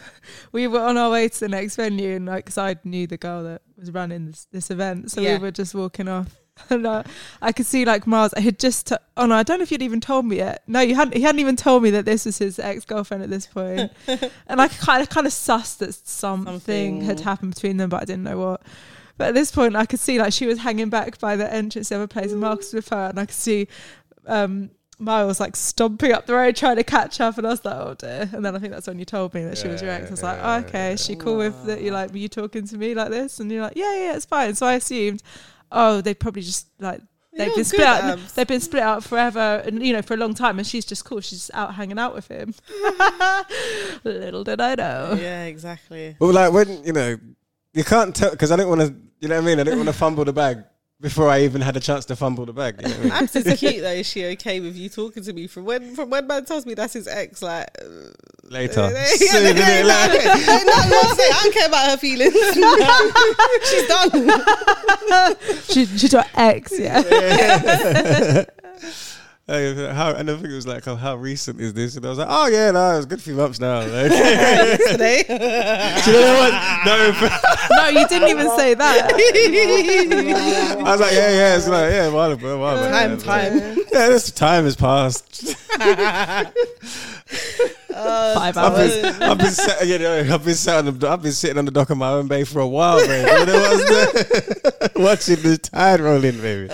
[SPEAKER 3] we were on our way to the next venue, and like 'cause I knew the girl that was running this, this event, so
[SPEAKER 6] Yeah.
[SPEAKER 3] we were just walking off. And I, I could see like Miles. I had just. T- oh no! I don't know if you'd even told me yet. No, you hadn't. He hadn't even told me that this was his ex girlfriend at this point. and I kind of kind of sussed that something,
[SPEAKER 6] Something.
[SPEAKER 3] had happened between them, but I didn't know what. But at this point, I could see like she was hanging back by the entrance to the other place, and
[SPEAKER 6] Mm.
[SPEAKER 3] Marcus was with her, and I could see um, Miles like stomping up the road trying to catch up, and I was like, oh dear. And then I think that's when you told me that she was your ex. I was like, oh, okay, is she cool with that? You like, were you talking to me like this? And you're like, yeah, yeah, it's fine. So I assumed, oh, they probably just like. They've
[SPEAKER 6] You're
[SPEAKER 3] been split
[SPEAKER 6] good,
[SPEAKER 3] out.
[SPEAKER 6] Abs.
[SPEAKER 3] They've been split out forever, and you know, for a long time. And she's just cool. She's just out hanging out with him.
[SPEAKER 6] Mm.
[SPEAKER 3] Little did I know.
[SPEAKER 6] Yeah, exactly.
[SPEAKER 2] Well, like when you know, you can't tell because I didn't want to. You know what I mean? I didn't want to fumble the bag before I even had a chance to fumble the bag. You know what I mean?
[SPEAKER 6] Abs is cute though. Is she okay with you talking to me from when from when man tells me that's his ex? Like, uh,
[SPEAKER 2] Later,
[SPEAKER 6] yeah,
[SPEAKER 2] Soon,
[SPEAKER 6] yeah,
[SPEAKER 2] innit?
[SPEAKER 6] yeah,
[SPEAKER 2] Like-
[SPEAKER 6] yeah. Ain't nothing more to say. I don't care about her feelings. She's done.
[SPEAKER 3] She, she's your ex, yeah.
[SPEAKER 2] Hey, uh, how, and I think it was like, oh, how recent is this? And I was like, oh yeah, no, it's a good few months now. Like,
[SPEAKER 6] Today.
[SPEAKER 2] do you know what? No,
[SPEAKER 3] No, you didn't even say that.
[SPEAKER 2] I was like, yeah, yeah, it's like, yeah, why, why, why,
[SPEAKER 6] time, time.
[SPEAKER 2] Yeah, this time has passed.
[SPEAKER 3] Five
[SPEAKER 2] I've
[SPEAKER 3] hours.
[SPEAKER 2] been, I've been, sat, you know, I've been sat on the, I've been sitting on the dock of my own bay for a while, baby. You know what's the, watching the tide roll in, baby.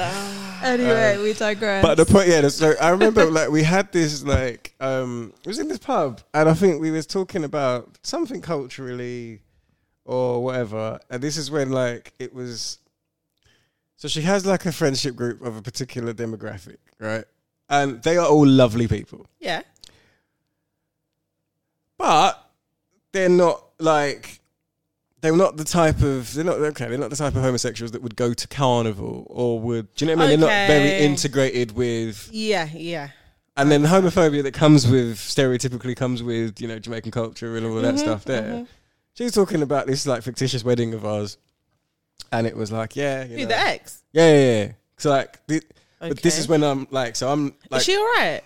[SPEAKER 3] Anyway, we digress.
[SPEAKER 2] Uh, But the point, yeah. So I remember, like, we had this, like, um, it was in this pub, and I think we was talking about something culturally or whatever. And this is when, like, it was. So she has like a friendship group of a particular demographic, right? And they are all lovely people.
[SPEAKER 6] Yeah.
[SPEAKER 2] But they're not like they're not the type of they're not okay they're not the type of homosexuals that would go to carnival or would do you know what I mean? They're not very
[SPEAKER 6] Okay.
[SPEAKER 2] integrated with
[SPEAKER 6] Yeah, yeah.
[SPEAKER 2] and then the homophobia that comes with stereotypically comes with you know Jamaican culture and all of that
[SPEAKER 6] Mhm,
[SPEAKER 2] stuff. There,
[SPEAKER 6] mhm.
[SPEAKER 2] she was talking about this like fictitious wedding of ours, and it was like yeah, you
[SPEAKER 6] Who,
[SPEAKER 2] know.
[SPEAKER 6] the ex?
[SPEAKER 2] Yeah, yeah, yeah. So like, thi- but this
[SPEAKER 6] Okay.
[SPEAKER 2] is when I'm like, so I'm like,
[SPEAKER 6] Is she all right?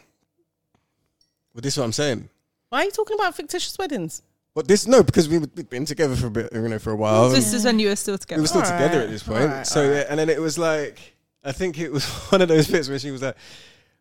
[SPEAKER 2] well, this is what I'm saying.
[SPEAKER 6] Why are you talking about fictitious weddings?
[SPEAKER 2] But this no, because we were- we'd been together for a bit, you know, for a while.
[SPEAKER 3] This
[SPEAKER 2] and
[SPEAKER 3] is when you were still together.
[SPEAKER 2] we um, were still
[SPEAKER 3] Alright.
[SPEAKER 2] together at this point.
[SPEAKER 3] alright,
[SPEAKER 2] so yeah, and then it was like, I think it was one of those bits where she was like,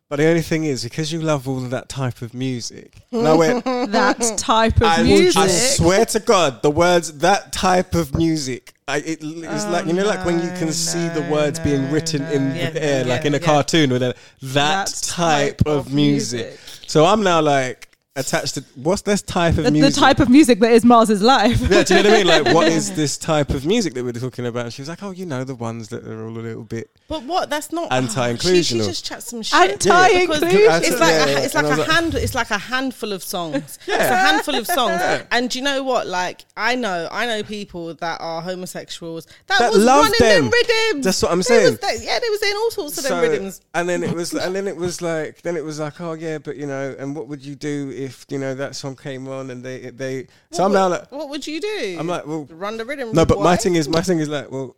[SPEAKER 2] but the only thing is because you love all of that type of music, and I went.
[SPEAKER 3] that type of
[SPEAKER 2] I,
[SPEAKER 3] music.
[SPEAKER 2] I swear to God, the words that type of music. I, it, it's like you know, like when you can see the words being written in the air, like in a cartoon, with a, that type, of music. So I'm now like attached to what's this type of
[SPEAKER 3] the, the
[SPEAKER 2] music?
[SPEAKER 3] type of music that is Mars's life.
[SPEAKER 2] yeah, do you know what I mean? Like, what is this type of music that we're talking about? And she was like, "Oh, you know, the ones that are all a little bit."
[SPEAKER 6] But what? That's not
[SPEAKER 2] Anti-inclusional.
[SPEAKER 6] She, she just chats some shit.
[SPEAKER 2] Anti-inclusion.
[SPEAKER 6] Because
[SPEAKER 2] Yeah.
[SPEAKER 6] It's like
[SPEAKER 2] Yeah,
[SPEAKER 6] a, it's like
[SPEAKER 2] and I
[SPEAKER 6] a
[SPEAKER 2] was like-
[SPEAKER 6] hand. It's like a handful of songs. It's a handful of songs.
[SPEAKER 2] Yeah.
[SPEAKER 6] And do you know what? Like I know, I know people that are homosexuals that,
[SPEAKER 2] That
[SPEAKER 6] was
[SPEAKER 2] love
[SPEAKER 6] running
[SPEAKER 2] them.
[SPEAKER 6] them rhythms.
[SPEAKER 2] That's what I'm
[SPEAKER 6] They
[SPEAKER 2] saying.
[SPEAKER 6] was- they- yeah, they was in all sorts of them rhythms.
[SPEAKER 2] and then it was, and then it was like, then it was like, oh yeah, but you know, and what would you do if you know that song came on and they they?
[SPEAKER 6] What
[SPEAKER 2] So I'm
[SPEAKER 6] would-
[SPEAKER 2] now like,
[SPEAKER 6] what would you do?
[SPEAKER 2] I'm like, well,
[SPEAKER 6] run the rhythm.
[SPEAKER 2] No, but my
[SPEAKER 6] boy?
[SPEAKER 2] thing is, my thing is like, well,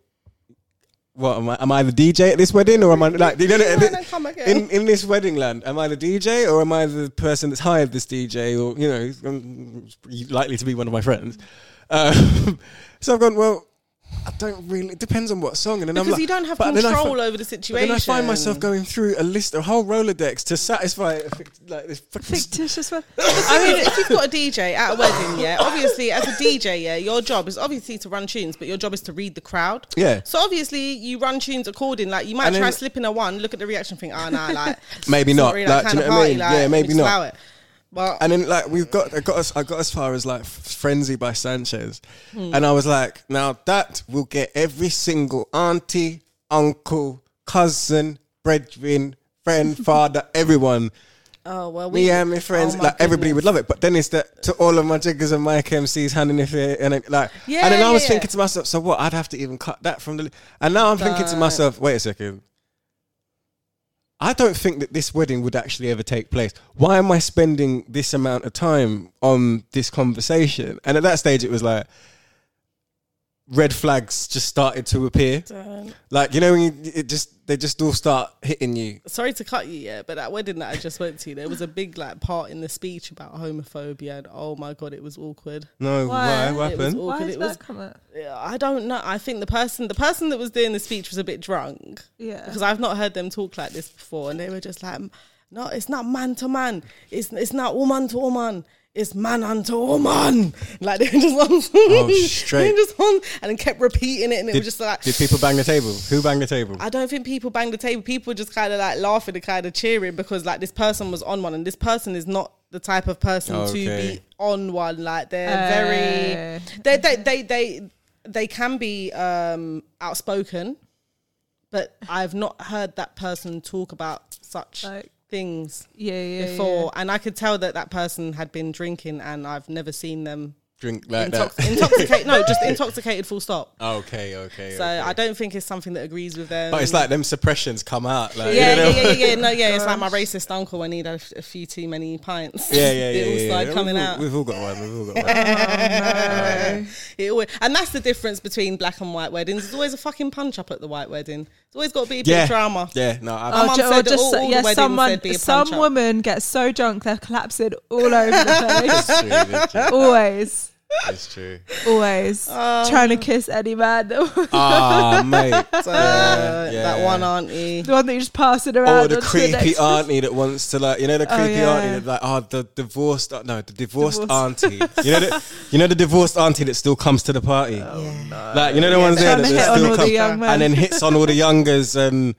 [SPEAKER 2] what am I? Am I the DJ at this wedding, or am I like, you know,
[SPEAKER 6] no, come again.
[SPEAKER 2] in in this wedding land, am I the DJ, or am I the person that's hired this DJ, or you know, um, likely to be one of my friends? Um, so I've gone. Well, I don't really. It depends on what song, and then I'm
[SPEAKER 6] Because
[SPEAKER 2] like,
[SPEAKER 6] you don't have
[SPEAKER 2] but then I
[SPEAKER 6] control
[SPEAKER 2] fi-
[SPEAKER 6] over the
[SPEAKER 2] but Then I find
[SPEAKER 6] situation.
[SPEAKER 2] myself going through a list, a whole Rolodex to satisfy a fict- like this fucking
[SPEAKER 3] fictitious one.
[SPEAKER 2] Oh,
[SPEAKER 6] I mean, if you've got a DJ at a wedding, yeah, obviously as a DJ, yeah, your job is obviously to run tunes, but your job is to read the crowd.
[SPEAKER 2] Yeah.
[SPEAKER 6] So obviously you run tunes according, like you might
[SPEAKER 2] And
[SPEAKER 6] try
[SPEAKER 2] then-
[SPEAKER 6] slipping a one, look at the reaction, think, ah, nah, like
[SPEAKER 2] Maybe not.
[SPEAKER 6] sorry,
[SPEAKER 2] Like, do you
[SPEAKER 6] kinda
[SPEAKER 2] know what I mean? Yeah,
[SPEAKER 6] let me
[SPEAKER 2] maybe
[SPEAKER 6] just
[SPEAKER 2] not.
[SPEAKER 6] allow it. Well,
[SPEAKER 2] And then like we've got I got us I got as far as like Frenzy by Sanchez.
[SPEAKER 6] Hmm.
[SPEAKER 2] And I was like, now that will get every single auntie, uncle, cousin, brethren, friend, father, everyone.
[SPEAKER 6] oh well, we
[SPEAKER 2] Me and my friends,
[SPEAKER 6] oh my
[SPEAKER 2] like everybody would love it. But then it's that to all of my jiggers and my MCs handing if it and it, like
[SPEAKER 6] Yeah,
[SPEAKER 2] and then I
[SPEAKER 6] yeah,
[SPEAKER 2] was
[SPEAKER 6] yeah.
[SPEAKER 2] thinking to myself, so what, I'd have to even cut that from the li- and now I'm thinking to
[SPEAKER 6] But-
[SPEAKER 2] myself, wait a second. I don't think that this wedding would actually ever take place. Why am I spending this amount of time on this conversation? And at that stage, it was like red flags just started to appear.
[SPEAKER 6] Dun.
[SPEAKER 2] Like you know, when you, it just they just all start hitting you.
[SPEAKER 6] Sorry to cut you, yeah, but that wedding that I just went to, there was a big like part in the speech about homophobia, and oh my god, it was awkward.
[SPEAKER 2] No, why? What
[SPEAKER 6] It was
[SPEAKER 2] happened?
[SPEAKER 6] awkward. It was
[SPEAKER 3] come up?
[SPEAKER 6] Yeah, I don't know. I think the person the person that was doing the speech was a bit drunk.
[SPEAKER 3] Yeah.
[SPEAKER 6] Because I've not heard them talk like this before and they were just like no, it's not man to man. It's it's not woman to woman. It's man unto woman. Like they were just on
[SPEAKER 2] Oh, straight.
[SPEAKER 6] they were just on and then kept repeating it and it
[SPEAKER 2] Did,
[SPEAKER 6] was just like
[SPEAKER 2] did people bang the table? Who banged the table?
[SPEAKER 6] I don't think people banged the table. People were just kind of like laughing and kind of cheering because like this person was on one, and this person is not the type of person to be
[SPEAKER 2] Okay.
[SPEAKER 6] on one. Like they're
[SPEAKER 3] Eh.
[SPEAKER 6] very they they they they they can be um outspoken, but I've not heard that person talk about such things
[SPEAKER 3] Yeah, yeah,
[SPEAKER 6] before, and I could tell that that person had been drinking, and I've never seen them.
[SPEAKER 2] Drink like
[SPEAKER 6] intox-
[SPEAKER 2] that. Oh,
[SPEAKER 6] intoxicated, no, just intoxicated, full stop.
[SPEAKER 2] Okay, okay.
[SPEAKER 6] So
[SPEAKER 2] okay.
[SPEAKER 6] I don't think it's something that agrees with them.
[SPEAKER 2] But it's like them suppressions come out. Like,
[SPEAKER 6] yeah,
[SPEAKER 2] you know?
[SPEAKER 6] yeah, yeah, yeah, yeah. No, yeah, it's like my racist uncle when he had a, f- a few too many pints.
[SPEAKER 2] Yeah, yeah, yeah,
[SPEAKER 6] It all
[SPEAKER 2] yeah,
[SPEAKER 6] started
[SPEAKER 2] yeah.
[SPEAKER 6] coming
[SPEAKER 2] we've,
[SPEAKER 6] out.
[SPEAKER 2] We've all got one. We've all got one.
[SPEAKER 6] no. It always, and that's the difference between black and white weddings. There's always a fucking punch up at the white wedding. There's always got to be a bit
[SPEAKER 2] yeah,
[SPEAKER 6] of drama.
[SPEAKER 2] Yeah, no, I,
[SPEAKER 6] My
[SPEAKER 3] Oh,
[SPEAKER 6] mum
[SPEAKER 3] ju- or
[SPEAKER 6] said
[SPEAKER 3] just
[SPEAKER 6] all-
[SPEAKER 3] so-
[SPEAKER 6] all the
[SPEAKER 3] yeah,
[SPEAKER 6] weddings
[SPEAKER 3] someone,
[SPEAKER 6] there'd be a
[SPEAKER 3] some
[SPEAKER 6] punch-up.
[SPEAKER 3] woman gets so drunk they're collapsing all over the
[SPEAKER 2] place.
[SPEAKER 3] always,
[SPEAKER 2] it's true.
[SPEAKER 3] always
[SPEAKER 2] Um,
[SPEAKER 3] trying to kiss any man.
[SPEAKER 2] Ah, mate.
[SPEAKER 6] So,
[SPEAKER 2] Yeah,
[SPEAKER 6] That
[SPEAKER 2] yeah.
[SPEAKER 6] one auntie.
[SPEAKER 3] the one that you just pass it around.
[SPEAKER 2] Or Oh,
[SPEAKER 3] onto
[SPEAKER 2] the
[SPEAKER 3] next
[SPEAKER 2] creepy
[SPEAKER 3] person.
[SPEAKER 2] auntie that wants to like, you know, the
[SPEAKER 3] Oh,
[SPEAKER 2] creepy
[SPEAKER 3] yeah.
[SPEAKER 2] auntie that like, oh, the divorced, uh, no, the divorced,
[SPEAKER 3] Divorced.
[SPEAKER 2] auntie. You know, the, you know, the divorced auntie that still comes to the party. Like, you know, the
[SPEAKER 3] Oh, Yeah,
[SPEAKER 2] ones there
[SPEAKER 3] trying
[SPEAKER 2] that
[SPEAKER 3] to hit
[SPEAKER 2] just
[SPEAKER 3] on all
[SPEAKER 2] still
[SPEAKER 3] the
[SPEAKER 2] come
[SPEAKER 3] young men.
[SPEAKER 2] and then hits on all the youngers and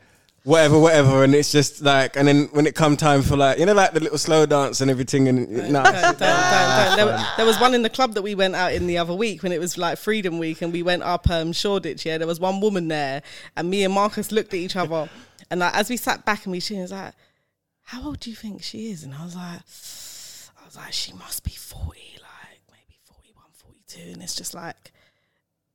[SPEAKER 2] whatever, whatever, and it's just like, and then when it come time for like, you know, like the little slow dance and everything, and no,
[SPEAKER 6] Don't, don't, don't. There, wa- there was one in the club that we went out in the other week when it was like Freedom Week, and we went up um, Shoreditch. Yeah, there was one woman there, and me and Marcus looked at each other, and like, as we sat back and we, she was like, "How old do you think she is?" And I was like, "I was like, she must be 40, like maybe 41, to, and it's just like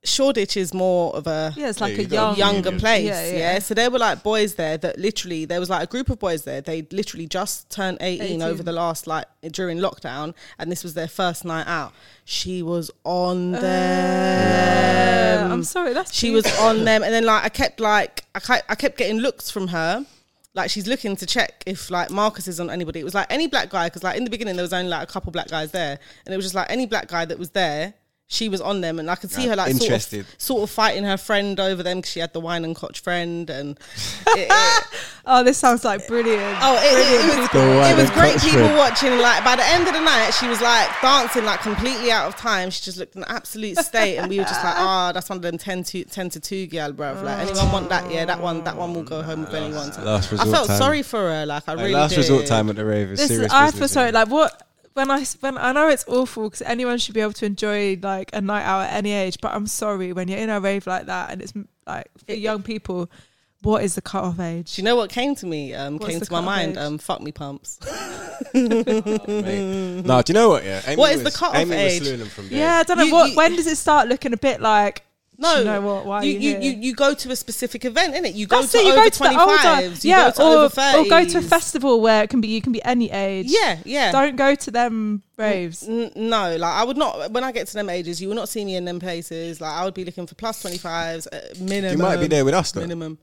[SPEAKER 6] Shoreditch is more of a
[SPEAKER 3] Yeah, it's like Yeah, a you got young-
[SPEAKER 6] younger
[SPEAKER 3] community.
[SPEAKER 6] place.
[SPEAKER 3] Yeah,
[SPEAKER 6] Yeah,
[SPEAKER 3] yeah.
[SPEAKER 6] So there were like boys there that literally there was like a group of boys there. They literally just turned 18,
[SPEAKER 3] 18.
[SPEAKER 6] over the last like during lockdown, and this was their first night out. She was on
[SPEAKER 3] Ah.
[SPEAKER 6] them.
[SPEAKER 3] I'm sorry, that's
[SPEAKER 6] she was
[SPEAKER 3] beautiful.
[SPEAKER 6] on them, and then like I kept like I kept, I kept getting looks from her. Like she's looking to check if like Marcus is on anybody. It was like any black guy because like in the beginning there was only like a couple black guys there, and it was just like any black guy that was there. She was on them, and I could
[SPEAKER 13] Like,
[SPEAKER 6] see her like
[SPEAKER 13] interested.
[SPEAKER 6] sort of, sort of fighting her friend over them because she had the wine and cotch friend, and
[SPEAKER 3] oh, this sounds like brilliant.
[SPEAKER 6] Oh, it, it- it was,
[SPEAKER 3] The
[SPEAKER 6] it
[SPEAKER 3] wine
[SPEAKER 6] was
[SPEAKER 3] and
[SPEAKER 6] great
[SPEAKER 3] cottage
[SPEAKER 6] people
[SPEAKER 3] food.
[SPEAKER 6] watching. Like by the end of the night, she was like dancing like completely out of time. She just looked in an absolute state, and we were just like, "Ah, that's one of them 10 to 10 to two girl, bruv. Like anyone want that? Yeah, that one. That one will go home with anyone."
[SPEAKER 2] last
[SPEAKER 6] I
[SPEAKER 2] resort
[SPEAKER 6] felt
[SPEAKER 2] time.
[SPEAKER 6] sorry for her. Like I
[SPEAKER 2] Like,
[SPEAKER 6] really
[SPEAKER 2] last
[SPEAKER 6] did.
[SPEAKER 2] resort time at the rave is
[SPEAKER 3] This is,
[SPEAKER 2] serious
[SPEAKER 3] I feel
[SPEAKER 2] business.
[SPEAKER 3] sorry. Like what? When I s- when I know it's awful because anyone should be able to enjoy like a night out at any age, but I'm sorry when you're in a rave like that and it's m- like for young people, what is the cut off age?
[SPEAKER 6] Do you know what came to me? Um,
[SPEAKER 3] What's
[SPEAKER 6] came
[SPEAKER 3] the
[SPEAKER 6] to my
[SPEAKER 3] cut-off
[SPEAKER 6] mind.
[SPEAKER 3] age?
[SPEAKER 6] Um, fuck me pumps.
[SPEAKER 3] mm-hmm.
[SPEAKER 2] No, do you know what? Yeah,
[SPEAKER 6] What is the
[SPEAKER 2] cut
[SPEAKER 6] cut-off
[SPEAKER 2] Amy
[SPEAKER 6] age?
[SPEAKER 2] Was slewing them from
[SPEAKER 3] Yeah, I don't know
[SPEAKER 6] You-
[SPEAKER 3] what.
[SPEAKER 6] you-
[SPEAKER 3] when does it start looking a bit like? No,
[SPEAKER 6] No,
[SPEAKER 3] you know what? Why are
[SPEAKER 6] you,
[SPEAKER 3] you,
[SPEAKER 6] you,
[SPEAKER 3] here?
[SPEAKER 6] you, you go to a specific event, innit? You go
[SPEAKER 3] That's
[SPEAKER 6] to
[SPEAKER 3] it, you
[SPEAKER 6] over
[SPEAKER 3] go to
[SPEAKER 6] twenty
[SPEAKER 3] the older,
[SPEAKER 6] fives. You
[SPEAKER 3] yeah,
[SPEAKER 6] go to
[SPEAKER 3] or,
[SPEAKER 6] over
[SPEAKER 3] or
[SPEAKER 6] thirties.
[SPEAKER 3] go to a festival where it can be you can be any age.
[SPEAKER 6] Yeah, yeah.
[SPEAKER 3] Don't go to them raves.
[SPEAKER 6] N- no, like I would not. When I get to them ages, you will not see me in them places. Like I would be looking for plus twenty fives minimum.
[SPEAKER 2] You might be there with us though.
[SPEAKER 6] Minimum.